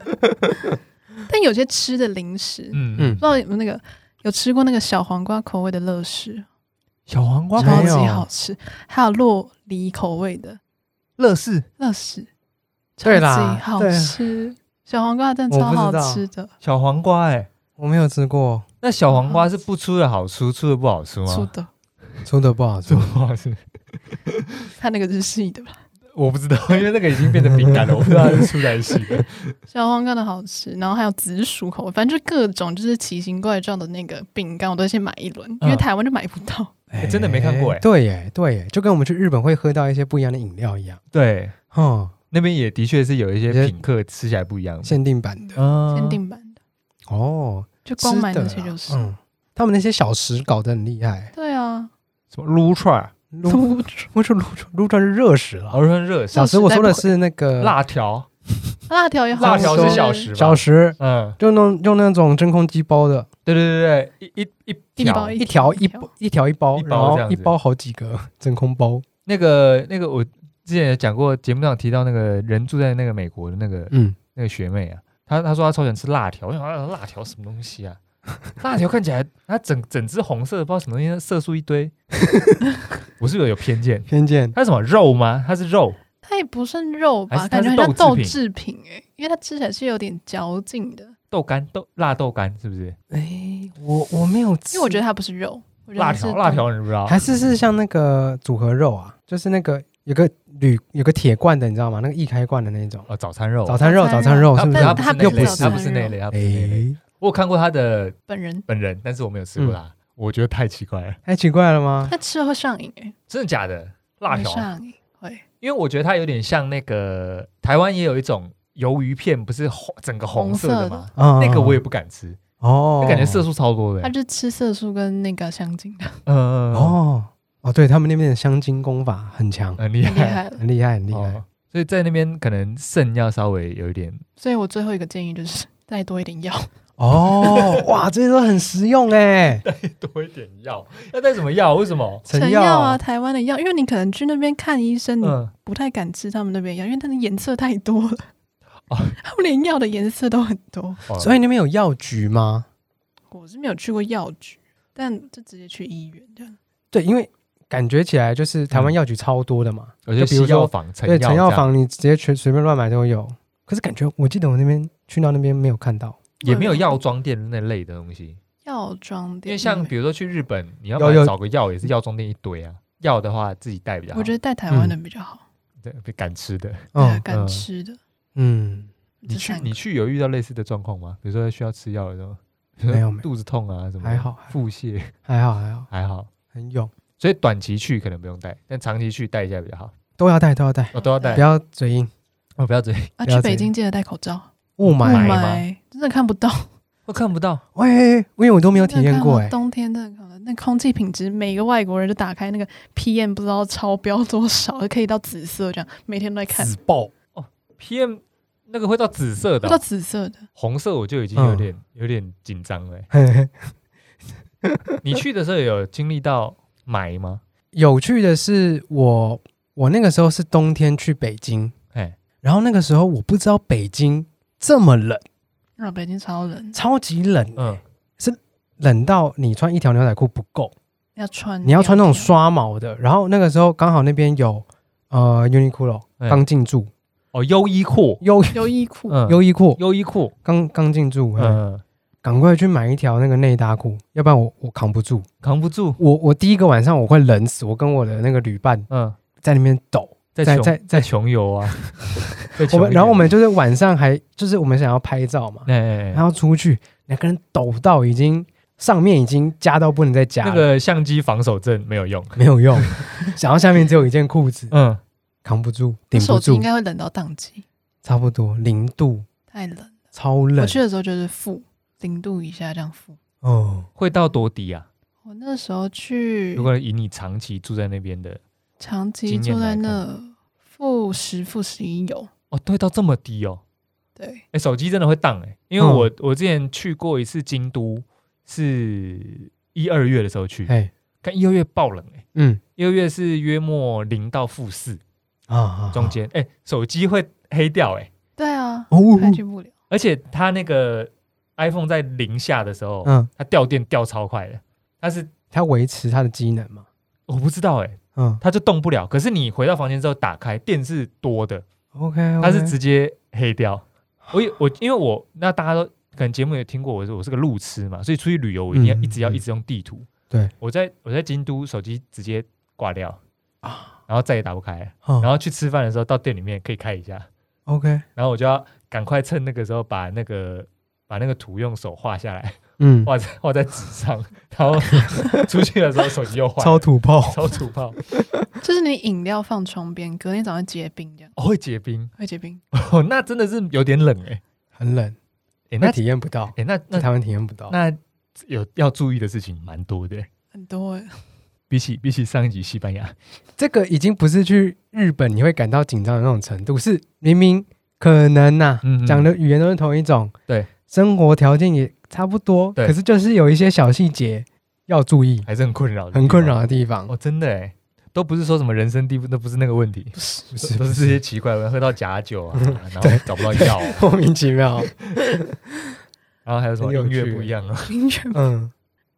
Speaker 2: 但有些吃的零食，
Speaker 1: 嗯
Speaker 3: 嗯
Speaker 1: 嗯，
Speaker 2: 不知道有没有那个有吃过那个小黄瓜口味的乐事，
Speaker 1: 小黄瓜
Speaker 2: 超
Speaker 3: 没
Speaker 2: 级
Speaker 3: 有
Speaker 2: 好吃，还有洛梨口味的
Speaker 1: 乐事，
Speaker 2: 乐事，超
Speaker 3: 对
Speaker 2: 级
Speaker 3: 啦
Speaker 2: 好
Speaker 3: 对啊
Speaker 2: 吃。小黄瓜真的
Speaker 3: 我
Speaker 2: 超
Speaker 3: 不知
Speaker 2: 好
Speaker 3: 道
Speaker 2: 吃的，
Speaker 1: 小黄瓜哎、
Speaker 3: 我没有吃过，
Speaker 1: 那小黄瓜是不出的好出，出的不好吃吗？
Speaker 2: 粗的，
Speaker 3: 出的不好
Speaker 1: 出
Speaker 3: 吃
Speaker 1: 的。 不好吃，
Speaker 2: 它那个是细的吧？
Speaker 1: 我不知 道，因为那个已经变成饼干了，我不知道它是出来是的。
Speaker 2: 小黄瓜的好吃，然后还有紫薯口味，反正就各种就是奇形怪状的那个饼干，我都先买一轮，因为
Speaker 1: 嗯
Speaker 2: 台湾就买不到。
Speaker 1: 哎真的没看过哎
Speaker 3: 对耶，对耶，就跟我们去日本会喝到一些不一样的饮料一样，
Speaker 1: 对，
Speaker 3: 哦，
Speaker 1: 那边也的确是有一
Speaker 3: 有些
Speaker 1: 些品客吃起来不一样的，
Speaker 3: 限定版的
Speaker 1: 嗯
Speaker 2: 限定版的，
Speaker 3: 哦，
Speaker 2: 就光买
Speaker 3: 吃的
Speaker 2: 那
Speaker 3: 啦
Speaker 2: 些就是。
Speaker 1: 啊
Speaker 3: 嗯，他们那些小食搞得很厉害，
Speaker 2: 对啊，
Speaker 1: 什么撸串儿，
Speaker 3: 撸 我就撸串撸串是热食了。
Speaker 1: 敖川热
Speaker 3: 小
Speaker 1: 小
Speaker 3: 时我说的是那个
Speaker 1: 辣条，
Speaker 2: 辣条也好吃，
Speaker 1: 辣条是小食吧？
Speaker 3: 小食，
Speaker 1: 嗯，
Speaker 3: 就弄用那种真空机包的，
Speaker 1: 对对对对，一一一
Speaker 2: 一包
Speaker 1: 条
Speaker 2: 一
Speaker 3: 一条一
Speaker 2: 条
Speaker 3: 一条一包，
Speaker 1: 一包
Speaker 3: 然后
Speaker 1: 这样
Speaker 3: 一
Speaker 1: 子
Speaker 3: 包好几个真空包。
Speaker 1: 那个那个我。之前也讲过，节目上有提到那个人住在那个美国的那个
Speaker 3: 嗯，
Speaker 1: 那个学妹啊，她她说她超喜欢吃辣条，我想啊辣条什么东西 啊？辣条看起来它整整只红色的，不知道什么东西，色素一 堆。我是不是有偏见？
Speaker 3: 偏见
Speaker 1: 它是什么肉吗？它是肉
Speaker 2: 它也不算肉
Speaker 1: 还
Speaker 2: 吧，
Speaker 1: 是
Speaker 2: 感觉很
Speaker 1: 它
Speaker 2: 像
Speaker 1: 是
Speaker 2: 豆
Speaker 1: 豆
Speaker 2: 制品哎、因为它吃起来是有点嚼劲的，
Speaker 1: 豆干豆辣豆干是不是？
Speaker 3: 哎，我我没有吃，
Speaker 2: 因为我觉得它不是肉，我觉得
Speaker 1: 辣
Speaker 2: 它是
Speaker 1: 条辣条你不知道？
Speaker 3: 还是是像那个组合肉啊，就是那个有个铝有个铁罐的，你知道吗？那个易开罐的那种
Speaker 1: 哦，早餐肉，
Speaker 3: 早餐肉，早
Speaker 2: 早
Speaker 3: 餐
Speaker 2: 餐
Speaker 3: 肉
Speaker 2: 肉
Speaker 1: 它
Speaker 3: 是不
Speaker 1: 不
Speaker 3: 是
Speaker 1: 是？它
Speaker 2: 但它
Speaker 1: 不是那
Speaker 2: 不
Speaker 1: 类，
Speaker 2: 是
Speaker 1: 它不
Speaker 2: 早
Speaker 1: 是
Speaker 2: 餐
Speaker 1: 那
Speaker 2: 肉
Speaker 1: 类，它不是那类。
Speaker 3: 哎，
Speaker 1: 我有看过他的
Speaker 2: 本人，
Speaker 1: 本人，但是我没有吃过他，我觉得太奇怪了，
Speaker 3: 哎太奇怪了吗？
Speaker 2: 它吃了会上瘾哎、
Speaker 1: 真的假的？辣条
Speaker 2: 会，上瘾会
Speaker 1: 因为我觉得它有点像那个台湾也有一种鱿鱼片，不是红整个红色的
Speaker 2: 红色的
Speaker 1: 吗？
Speaker 3: 啊
Speaker 1: 那个我也不敢吃，
Speaker 3: 哦
Speaker 1: 那，感觉色素超多的
Speaker 2: 它
Speaker 1: 欸。
Speaker 2: 就是吃色素跟那个香精的，
Speaker 1: 嗯嗯，嗯，
Speaker 3: 哦哦，对他们那边的香精功法很强，
Speaker 1: 很厉
Speaker 2: 很厉
Speaker 1: 害，
Speaker 2: 害了。
Speaker 3: 很厉害，很厉害
Speaker 1: 哦。所以在那边可能肾要稍微有一点，
Speaker 2: 所以我最后一个建议就是再多一点药，
Speaker 3: 哦， 哇，这些都很实用哎，
Speaker 1: 多一点药，要带什么药？为什么？
Speaker 3: 成
Speaker 2: 药啊，，台湾的药，因为你可能去那边看医生，你
Speaker 1: 嗯，
Speaker 2: 不太敢吃他们那边药，因为它的颜色太多了。
Speaker 1: 哦
Speaker 2: 他们连药的颜色都很多。
Speaker 3: 所
Speaker 1: 以
Speaker 3: 以那边有药局吗？
Speaker 2: 我是没有去过药局，但就直接去医院这样。
Speaker 3: 对，因为感觉起来就是台湾
Speaker 1: 嗯
Speaker 3: 药局超多的嘛，
Speaker 1: 我觉得
Speaker 3: 就比如
Speaker 1: 西
Speaker 3: 说
Speaker 1: 药房、嗯成
Speaker 3: 对，成药
Speaker 1: 药这样
Speaker 3: 房你直接全随便乱买都有。可是感觉我记得我那边去到那边没有看到，
Speaker 1: 也没有药妆店那类的东西，
Speaker 2: 药妆
Speaker 1: 因
Speaker 2: 店，
Speaker 1: 为像比如说去日本，你要
Speaker 3: 有
Speaker 1: 买
Speaker 3: 有
Speaker 1: 找个药也是药妆店一堆啊。药的话自己带比较好，
Speaker 2: 我觉得带台湾的比较好，
Speaker 1: 对敢吃的。
Speaker 2: 对
Speaker 3: 嗯
Speaker 2: 敢吃的。
Speaker 3: 嗯，
Speaker 1: 你
Speaker 2: 这
Speaker 1: 去
Speaker 2: 三个
Speaker 1: 你去有遇到类似的状况吗？比如说需要吃药的时候，比如
Speaker 3: 没有
Speaker 1: 说
Speaker 3: 没有
Speaker 1: 肚子痛啊什么的，
Speaker 3: 还好
Speaker 1: 腹泻
Speaker 3: 还好还好，
Speaker 1: 还好，
Speaker 3: 很有
Speaker 1: 所以短期去可能不用带，但长期去带一下比较好。
Speaker 3: 都要带都要带，
Speaker 1: 我、都要
Speaker 2: 对
Speaker 1: 带
Speaker 3: 不，要嘴硬，
Speaker 1: 我、不要嘴，
Speaker 2: 啊，
Speaker 3: 不要
Speaker 2: 去
Speaker 3: 这
Speaker 2: 北
Speaker 3: 样
Speaker 2: 京记得戴口罩，
Speaker 3: 雾
Speaker 2: 雾
Speaker 3: 霾。
Speaker 2: 霾真的看不到，
Speaker 1: 我看不到。
Speaker 3: 喂，因为我都没有体验
Speaker 2: 真的看不
Speaker 3: 过
Speaker 2: 到
Speaker 3: 哎，
Speaker 2: 冬天真的看不到，那空气品质，每个外国人就打开那个 PM 不知道超标多少，可以到紫色这样，每天都在看，
Speaker 3: 爆
Speaker 1: PM 哦那个会到紫色的
Speaker 2: 会
Speaker 1: 哦、
Speaker 2: 到紫色的。
Speaker 1: 红色我就已经
Speaker 3: 嗯
Speaker 1: 有点、有点紧张了欸、 你去的时候有经历到霾吗？
Speaker 3: 有趣的是我，我那个时候是冬天去北京，
Speaker 1: 哎，
Speaker 3: 然后那个时候我不知道北京这么冷，
Speaker 2: 啊，北京超冷，
Speaker 3: 超级冷，
Speaker 1: 嗯，
Speaker 3: 冷到你穿一条牛仔裤不够，
Speaker 2: 要穿
Speaker 3: 你要穿那种
Speaker 2: 两条
Speaker 3: 刷毛的。然后那个时候刚好那边有呃 Uniqlo
Speaker 1: 嗯
Speaker 3: 刚进驻，
Speaker 1: 哦，优衣库，
Speaker 3: 优
Speaker 2: 优衣库，
Speaker 1: 嗯，
Speaker 3: 哦优衣库
Speaker 1: 优衣库，
Speaker 3: 刚刚进驻，嗯
Speaker 1: 嗯，
Speaker 3: 赶快去买一条那个内搭裤，要不然我我扛不住。
Speaker 1: 扛不住，
Speaker 3: 我我第一个晚上我快冷死，我跟我的那个旅伴
Speaker 1: 嗯，
Speaker 3: 在那边抖。
Speaker 1: 在
Speaker 3: 在
Speaker 1: 穷
Speaker 3: 在
Speaker 1: 在穷游 啊，在
Speaker 3: 我
Speaker 1: 穷
Speaker 3: 们
Speaker 1: 一
Speaker 3: 然后我
Speaker 1: 点
Speaker 3: 们就是晚上还就是我们想要拍照嘛，
Speaker 1: 哎哎，
Speaker 3: 然
Speaker 1: 哎
Speaker 3: 后出去两个人抖到已经上面已经加到不能再加了，
Speaker 1: 那个相机防守阵没有用，
Speaker 3: 没有用，想要下面只有一件裤子，
Speaker 1: 嗯，
Speaker 3: 扛不住，顶不
Speaker 2: 手机
Speaker 3: 住
Speaker 2: 应，该会冷到宕机，
Speaker 3: 差不多零度，
Speaker 2: 太冷了。
Speaker 3: 超
Speaker 2: 我
Speaker 3: 冷
Speaker 2: 去的时候就是负零度以下这样负。
Speaker 3: 哦。
Speaker 1: 会到多低啊？
Speaker 2: 我那时候去
Speaker 1: 如果以你长期住在那边的，
Speaker 2: 长期
Speaker 1: 经验
Speaker 2: 坐在
Speaker 1: 来看
Speaker 2: 那负十负十一有，
Speaker 1: 哦，对，到这么低哦，
Speaker 2: 对，
Speaker 1: 哎，手机真的会荡哎，因为
Speaker 3: 嗯
Speaker 1: 我我之前去过一次京都，是一二月的时候去，
Speaker 3: 哎，
Speaker 1: 看一二月爆冷哎，
Speaker 3: 嗯
Speaker 1: 一二月是约莫零到负四
Speaker 3: 啊啊，啊
Speaker 1: 中间，哎，手机会黑掉哎，
Speaker 2: 对啊，
Speaker 3: 哦，
Speaker 2: 快去不了。
Speaker 1: 而且它那个 iPhone 在零下的时候，
Speaker 3: 嗯，
Speaker 1: 它掉电掉超快的，它是
Speaker 3: 它维持它的机能嘛，
Speaker 1: 我不知道哎、
Speaker 3: 嗯
Speaker 1: 它就动不了。可是你回到房间之后打开，电是多的，
Speaker 3: ，OK，
Speaker 1: 它是直接黑掉。我也我因为我那大家都可能节目也听过，我是我是个路痴嘛，所以出去旅游我一定要
Speaker 3: 嗯
Speaker 1: 一直要
Speaker 3: 嗯
Speaker 1: 一直用地图。
Speaker 3: 对，
Speaker 1: 我在我在京都手机直接挂掉啊，然后再也打不开了。
Speaker 3: 然
Speaker 1: 然后去吃饭的时候到店里面可以开一下，
Speaker 3: 哦 OK，
Speaker 1: 然后我就要赶快趁那个时候把那个把那个图用手画下来，
Speaker 3: 嗯，
Speaker 1: 画在画在纸上，然后 出去的时候手机又坏了，
Speaker 3: 超土炮，
Speaker 1: 超土炮，
Speaker 2: 就是你饮料放窗边，隔天早上结冰这样，
Speaker 1: 哦，会结冰，
Speaker 2: 会结冰。
Speaker 1: 哦，那真的是有点冷哎、欸，
Speaker 3: 很冷，
Speaker 1: 哎、那
Speaker 3: 那体验不到，
Speaker 1: 哎、那
Speaker 3: 在
Speaker 1: 那
Speaker 3: 台湾体验不到。
Speaker 1: 那有要注意的事情蛮多的欸、
Speaker 2: 很多欸
Speaker 1: 比起比起上一集西班牙，
Speaker 3: 这个已经不是去日本你会感到紧张的那种程度，是明明可能呐、
Speaker 1: 嗯嗯
Speaker 3: 讲的语言都是同一种，
Speaker 1: 对，
Speaker 3: 生活条件也差不多，
Speaker 1: 对
Speaker 3: 可是就是有一些小细节要注意，
Speaker 1: 还是很困扰，
Speaker 3: 很困扰的地方。
Speaker 1: 哦，真的哎、都不是说什么人生地不，都不是那个问题，
Speaker 3: 不是
Speaker 1: 不
Speaker 3: 不是
Speaker 1: 都是这些奇怪的，喝到假酒啊，然后找不到药啊、
Speaker 3: 莫名其妙，
Speaker 1: 然后还有什么
Speaker 3: 很有
Speaker 1: 音乐
Speaker 3: 趣
Speaker 1: 不一样啊？
Speaker 2: 冰 泉
Speaker 3: 嗯，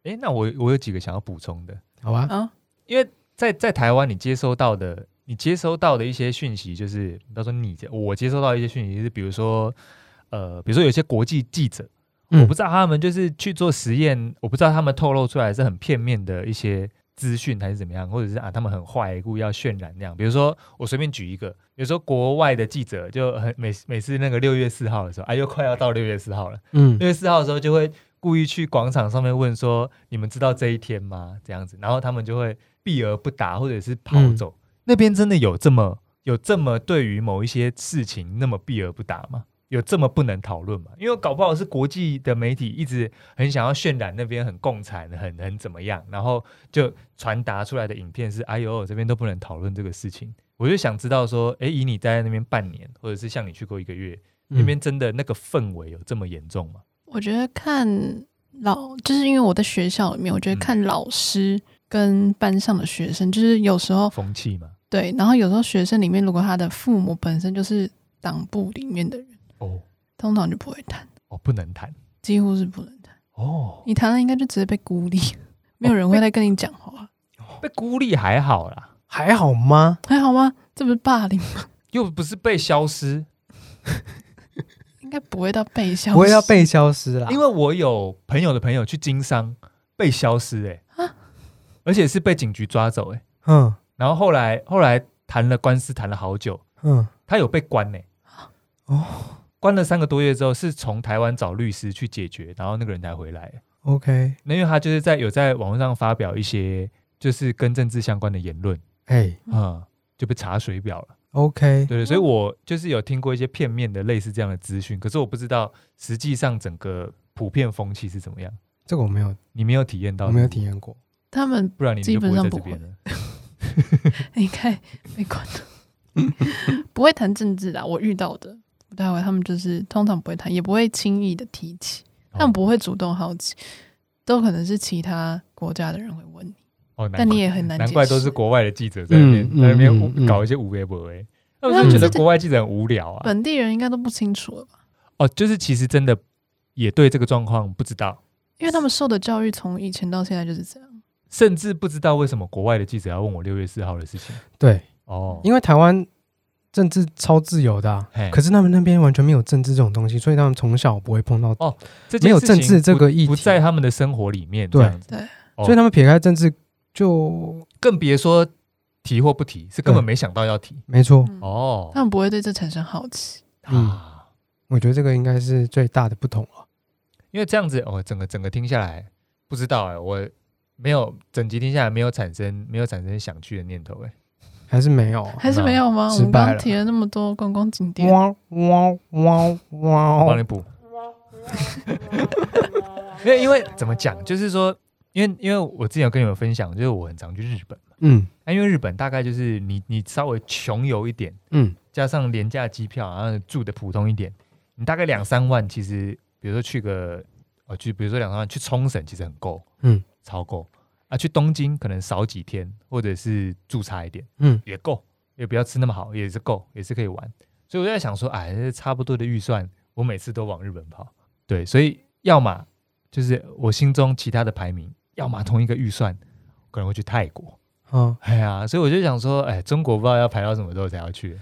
Speaker 1: 哎、那我我有几个想要补充的，
Speaker 3: 好吧，
Speaker 2: 啊，
Speaker 1: 因为在在台湾，你接收到的，你接收到的一些讯息，就是比方说你接我接收到一些讯息，是比如说，呃，比如说有些国际记者，
Speaker 3: 嗯
Speaker 1: 我不知道他们就是去做实验，我不知道他们透露出来是很片面的一些资讯还是怎么样，或者是啊他们很坏，故意要渲染那样。比如说我随便举一个，有时候国外的记者就很每每次那个六月四号的时候，哎、又快要到六月四号了。
Speaker 3: 嗯
Speaker 1: 六月四号的时候就会故意去广场上面问说：“你们知道这一天吗？”这样子，然后他们就会避而不答，或者是跑走。那边真的有这么有这么对于某一些事情那么避而不答吗？有这么不能讨论吗？因为搞不好是国际的媒体一直很想要渲染那边很共产、很很怎么样，然后就传达出来的影片是：“哎呦，这边都不能讨论这个事情。”我就想知道说，诶，以你待在那边半年，或者是像你去过一个月，
Speaker 3: 嗯
Speaker 1: 那边真的那个氛围有这么严重吗？
Speaker 2: 我觉得看老，就是因为我在学校里面，我觉得
Speaker 1: 嗯
Speaker 2: 看老师跟班上的学生，就是有时候
Speaker 1: 风气嘛。
Speaker 2: 对，然后有时候学生里面，如果他的父母本身就是党部里面的人，
Speaker 1: 哦
Speaker 2: 通常就不会谈，
Speaker 1: 哦，不能谈
Speaker 2: 几乎是不能谈。
Speaker 1: 哦，
Speaker 2: 你谈了，应该就直接被孤立，没有人会再跟你讲话，
Speaker 1: 被孤立还好啦，
Speaker 3: 还好吗？
Speaker 2: 还好吗？这不是霸凌吗，
Speaker 1: 又不是被消失。
Speaker 2: 应该不会到被消失，
Speaker 3: 不会要被消失啦，
Speaker 1: 因为我有朋友的朋友去经商被消失、欸，哎、而且是被警局抓走、欸，哎，
Speaker 3: 嗯
Speaker 1: 然后后来后来谈了官司，谈了好久，
Speaker 3: 嗯
Speaker 1: 他有被关呢、欸
Speaker 3: 哦
Speaker 1: 关了三个多月之后，是从台湾找律师去解决，然后那个人才回来、欸
Speaker 3: ，OK，
Speaker 1: 那因为他就是在有在网络上发表一些就是跟政治相关的言论，
Speaker 3: 哎
Speaker 2: 嗯
Speaker 1: 嗯，就被查水表了。
Speaker 3: ，OK，
Speaker 1: 对对，所以我就是有听过一些片面的类似这样的资讯，可是我不知道实际上整个普遍风气是怎么样。
Speaker 3: 这个我没有
Speaker 1: 你没有体验到，
Speaker 3: 我没有体，验过，
Speaker 2: 他们
Speaker 1: 不然你就
Speaker 2: 基
Speaker 1: 不
Speaker 2: 本
Speaker 1: 会
Speaker 2: 上
Speaker 1: 在这
Speaker 2: 不会
Speaker 1: 边了。
Speaker 2: 应该没关的， 不会谈政治的。我遇到的不太会，他们就是通常不会谈，也不会轻易的提起，他们
Speaker 1: 哦
Speaker 2: 不会主动好奇，都可能是其他国家的人会问你，
Speaker 1: 哦，难
Speaker 2: 但你
Speaker 1: 怪
Speaker 2: 也很难解
Speaker 1: 难
Speaker 2: 释。
Speaker 1: 怪都是国外的记者在那边、
Speaker 3: 嗯
Speaker 1: 在那边
Speaker 3: 嗯
Speaker 1: 无
Speaker 3: 嗯
Speaker 1: 搞一些无微不微，他们
Speaker 2: 他
Speaker 1: 欸就
Speaker 3: 们
Speaker 1: 觉得
Speaker 2: 是在
Speaker 1: 国外记者很无聊啊。
Speaker 2: 本地人应该都不清楚了吧？
Speaker 1: 哦，就是其实真的也对这个状况不知道，
Speaker 2: 因为他们受的教育从以前到现在就是这样。
Speaker 1: 甚至不知道为什么国外的记者要问我六月四号的事情。
Speaker 3: 对，
Speaker 1: 哦，
Speaker 3: 因为台湾政治超自由的、啊
Speaker 1: 嘿，
Speaker 3: 可是他们那边完全没有政治这种东西，所以他们从小不会碰到，
Speaker 1: 这件
Speaker 3: 没有
Speaker 1: 事
Speaker 3: 政
Speaker 1: 情
Speaker 3: 治这
Speaker 1: 不
Speaker 3: 个议
Speaker 1: 不
Speaker 3: 题，
Speaker 1: 在他们的生活里面，
Speaker 3: 对
Speaker 1: 这样子，哦
Speaker 3: 所以他们撇开政治就
Speaker 1: 更别说提或不提，是根本
Speaker 3: 对
Speaker 1: 没想到要提
Speaker 3: 没错。
Speaker 2: 嗯
Speaker 1: 哦
Speaker 2: 他。们不会对这产生好奇。
Speaker 3: 嗯
Speaker 1: 啊，
Speaker 3: 我觉得这个应该是最大的不同啊了。
Speaker 1: 因为这样子，我、整个整个听下来，不知道哎、我没有整集听下来没有产生没有产生想去的念头哎、
Speaker 3: 还是没有啊？
Speaker 2: 还是没有吗？我
Speaker 3: 失
Speaker 2: 们
Speaker 3: 败了
Speaker 2: 刚提了那么多观光景点，
Speaker 3: 哇哇哇
Speaker 1: 我帮
Speaker 3: 哇！
Speaker 1: 你补。 因为因为怎么讲，就是说，因为因为我之前有跟你们分享，就是我很常去日本嘛，
Speaker 3: 嗯
Speaker 1: 那、因为日本大概就是你你稍微穷游一点，
Speaker 3: 嗯，
Speaker 1: 加上廉价机票，然后住的普通一点，你大概两三万，其实比如说去个呃，去比如说两三万去冲绳，其实很够，
Speaker 3: 嗯，
Speaker 1: 超够啊。去东京可能少几天，或者是住差一点，
Speaker 3: 嗯，
Speaker 1: 也够，也不要吃那么好，也是够，也是可以玩。所以我在想说，哎，这差不多的预算，我每次都往日本跑，对，所以要么就是我心中其他的排名，要么同一个预算，可能会去泰国，
Speaker 3: 啊，
Speaker 1: 哎呀，所以我就想说，哎，中国不知道要排到什么时候才要去，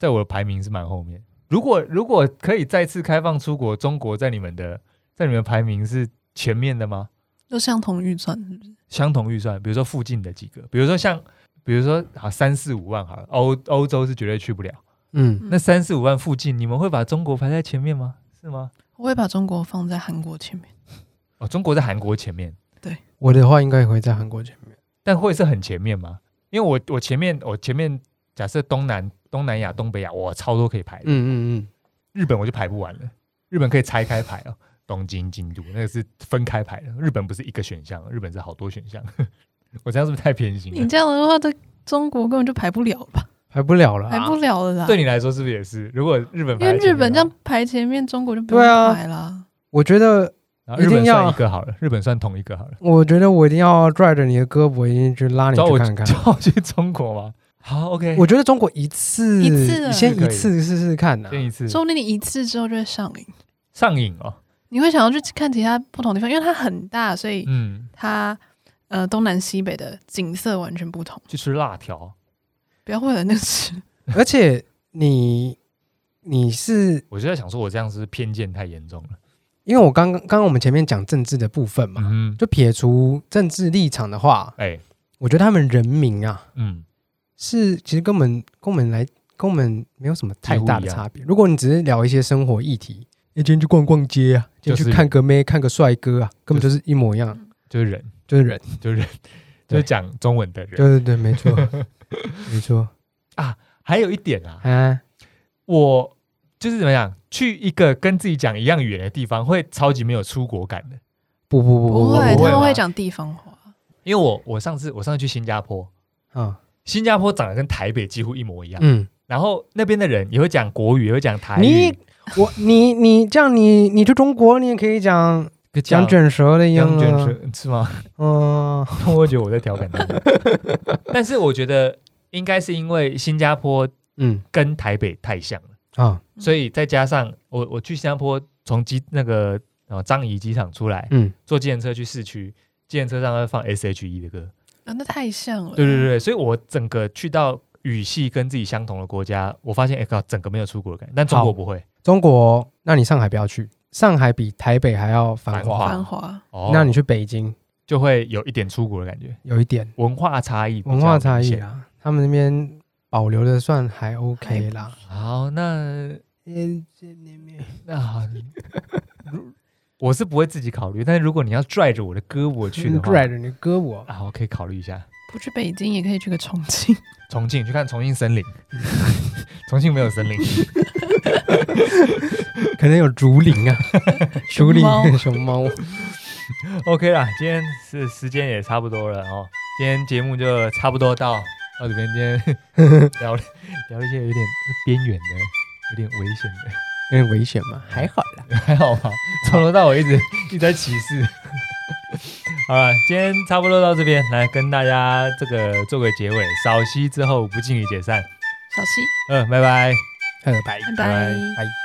Speaker 1: 在我的排名是蛮后面。如果如果可以再次开放出国，中国在你们的在你们的排名是前面的吗？
Speaker 2: 都相同预算，是不是
Speaker 1: 相同预算，比如说附近的几个，比如说像，比如说好三四五万好了，欧欧洲是绝对去不了。
Speaker 3: 嗯，
Speaker 1: 那三四五万附近，你们会把中国排在前面吗？是吗？
Speaker 2: 我会把中国放在韩国前面。
Speaker 1: 哦，中国在韩国前面，
Speaker 3: 我的话应该也会在韩国前面。
Speaker 1: 但会是很前面吗？因为我我前面我前面假设东南东南亚东北亚，我超多可以排的。
Speaker 3: 嗯嗯
Speaker 1: 日本我就排不完了。日本可以拆开排哦，东京、京都那个是分开排的。日本不是一个选项，日本是好多选项。 我这样是不是太偏心
Speaker 2: 你
Speaker 1: 了？
Speaker 2: 这样的话，在中国根本就排不了了吧？
Speaker 3: 嗯，排不了了
Speaker 2: 排
Speaker 3: 啊，
Speaker 2: 不了了啦。
Speaker 1: 对，你来说是不是也是？如果日本
Speaker 2: 因
Speaker 1: 排在前面的
Speaker 2: 为
Speaker 1: 话
Speaker 2: 日本这样，排前面，中国就不用
Speaker 3: 对啊
Speaker 2: 排啦。
Speaker 3: 我觉得，
Speaker 1: 然后日
Speaker 3: 一
Speaker 1: 本
Speaker 2: 啊
Speaker 3: 定要
Speaker 1: 算一个好了，日本算同一个好了。
Speaker 3: 我觉得我一定要拽着你的胳膊，一定去拉你
Speaker 1: 找
Speaker 3: 去
Speaker 1: 我
Speaker 3: 看 看。
Speaker 1: 找我去中国吗？好，OK，
Speaker 3: 我觉得中国一次
Speaker 2: 一次啊
Speaker 3: 先一次试试看呐、啊
Speaker 1: 先一次
Speaker 2: 说不定你一次之后就会上瘾，
Speaker 1: 上瘾哦。
Speaker 2: 你会想要去看其他不同地方，因为它很大，所以
Speaker 1: 嗯，
Speaker 2: 它呃东南西北的景色完全不同。
Speaker 1: 去吃辣条，
Speaker 2: 不要为了那个吃，
Speaker 3: 而且你你是
Speaker 1: 我就在想说，我这样是不是偏见太严重了。
Speaker 3: 因为我刚刚刚刚我们前面讲政治的部分嘛，
Speaker 1: 嗯哼，
Speaker 3: 就撇除政治立场的话，
Speaker 1: 哎，
Speaker 3: 我觉得他们人民啊
Speaker 1: 嗯，
Speaker 3: 是其实根本跟我们来跟我们没有什么太大的
Speaker 1: 几乎一样
Speaker 3: 差别。如果你只是聊一些生活议题，你今天去逛逛街啊，今天
Speaker 1: 就是
Speaker 3: 去看个妹、看个帅哥啊，根本就是一模一样，
Speaker 1: 就是人，
Speaker 3: 就是人。
Speaker 1: 就是人，就
Speaker 3: 对
Speaker 1: 是讲中文的人。
Speaker 3: 对对对，没错，没错。
Speaker 1: 还有一点啊，
Speaker 3: 哎，
Speaker 1: 我就是怎么样，去一个跟自己讲一样语言的地方，会超级没有出国感的。
Speaker 3: 不不
Speaker 2: 不
Speaker 3: 不不
Speaker 2: 会，
Speaker 1: 不会
Speaker 2: 他们
Speaker 1: 吗
Speaker 2: 会讲地方话。
Speaker 1: 因为我我上次我上次去新加坡，
Speaker 3: 啊，
Speaker 1: 新加坡长得跟台北几乎一模一样，
Speaker 3: 嗯，
Speaker 1: 然后那边的人也会讲国语，也会讲台
Speaker 3: 你
Speaker 1: 语，
Speaker 3: 我你你这样你你去中国，你也可以讲讲卷舌的音
Speaker 1: 江卷
Speaker 3: 啊，
Speaker 1: 舌是吗？
Speaker 3: 嗯，
Speaker 1: 我觉得我在调侃 他们，但是我觉得应该是因为新加坡
Speaker 3: 嗯
Speaker 1: 跟台北太像了，
Speaker 3: 啊，
Speaker 2: 嗯
Speaker 1: 所以再加上我我去新加坡从机那个呃樟宜机场出来，
Speaker 3: 嗯，
Speaker 1: 坐计程车去市区，计程车上会放 S.H.E 的歌。
Speaker 2: 啊，那太像了。
Speaker 1: 对对对，所以我整个去到语系跟自己相同的国家，我发现哎靠，整个没有出国的感觉。但中国
Speaker 3: 好
Speaker 1: 不会，
Speaker 3: 中国，那你上海不要去，上海比台北还要繁
Speaker 1: 繁
Speaker 3: 华，
Speaker 2: 繁华，
Speaker 1: 哦
Speaker 3: 那你去北京
Speaker 1: 就会有一点出国的感觉，
Speaker 3: 有一点
Speaker 1: 文化差异，
Speaker 3: 文化差异。啊，他们那边保留的算还 OK 啦。
Speaker 1: 好，那
Speaker 2: 哎
Speaker 3: 嗯，
Speaker 1: 那好，如我是不会自己考虑，但是如果你要拽着我的胳膊去的话，
Speaker 3: 拽着你胳膊，
Speaker 1: 啊，我可以考虑一下
Speaker 2: 不去北京也可以去个重庆，
Speaker 1: 重庆，去看重庆森林。 重庆没有森林，
Speaker 3: 可能有竹 林啊，竹林
Speaker 2: 猫
Speaker 3: 跟熊猫。
Speaker 1: OK 啦，今天是时间也差不多了哦，今天节目就差不多到到这边，今天 聊了聊了一些有点边缘的、有点危险的，
Speaker 3: 有点危险嘛，还好啦。
Speaker 1: 还好吧？从头到尾一直一直在歧视。 好了，今天差不多到这边，来跟大家这个做个结尾，少息之后不敬礼解散，
Speaker 2: 小溪，
Speaker 1: 嗯，拜拜。
Speaker 3: 拜拜。
Speaker 2: 拜
Speaker 1: 拜
Speaker 2: 拜
Speaker 1: 拜。
Speaker 3: 拜。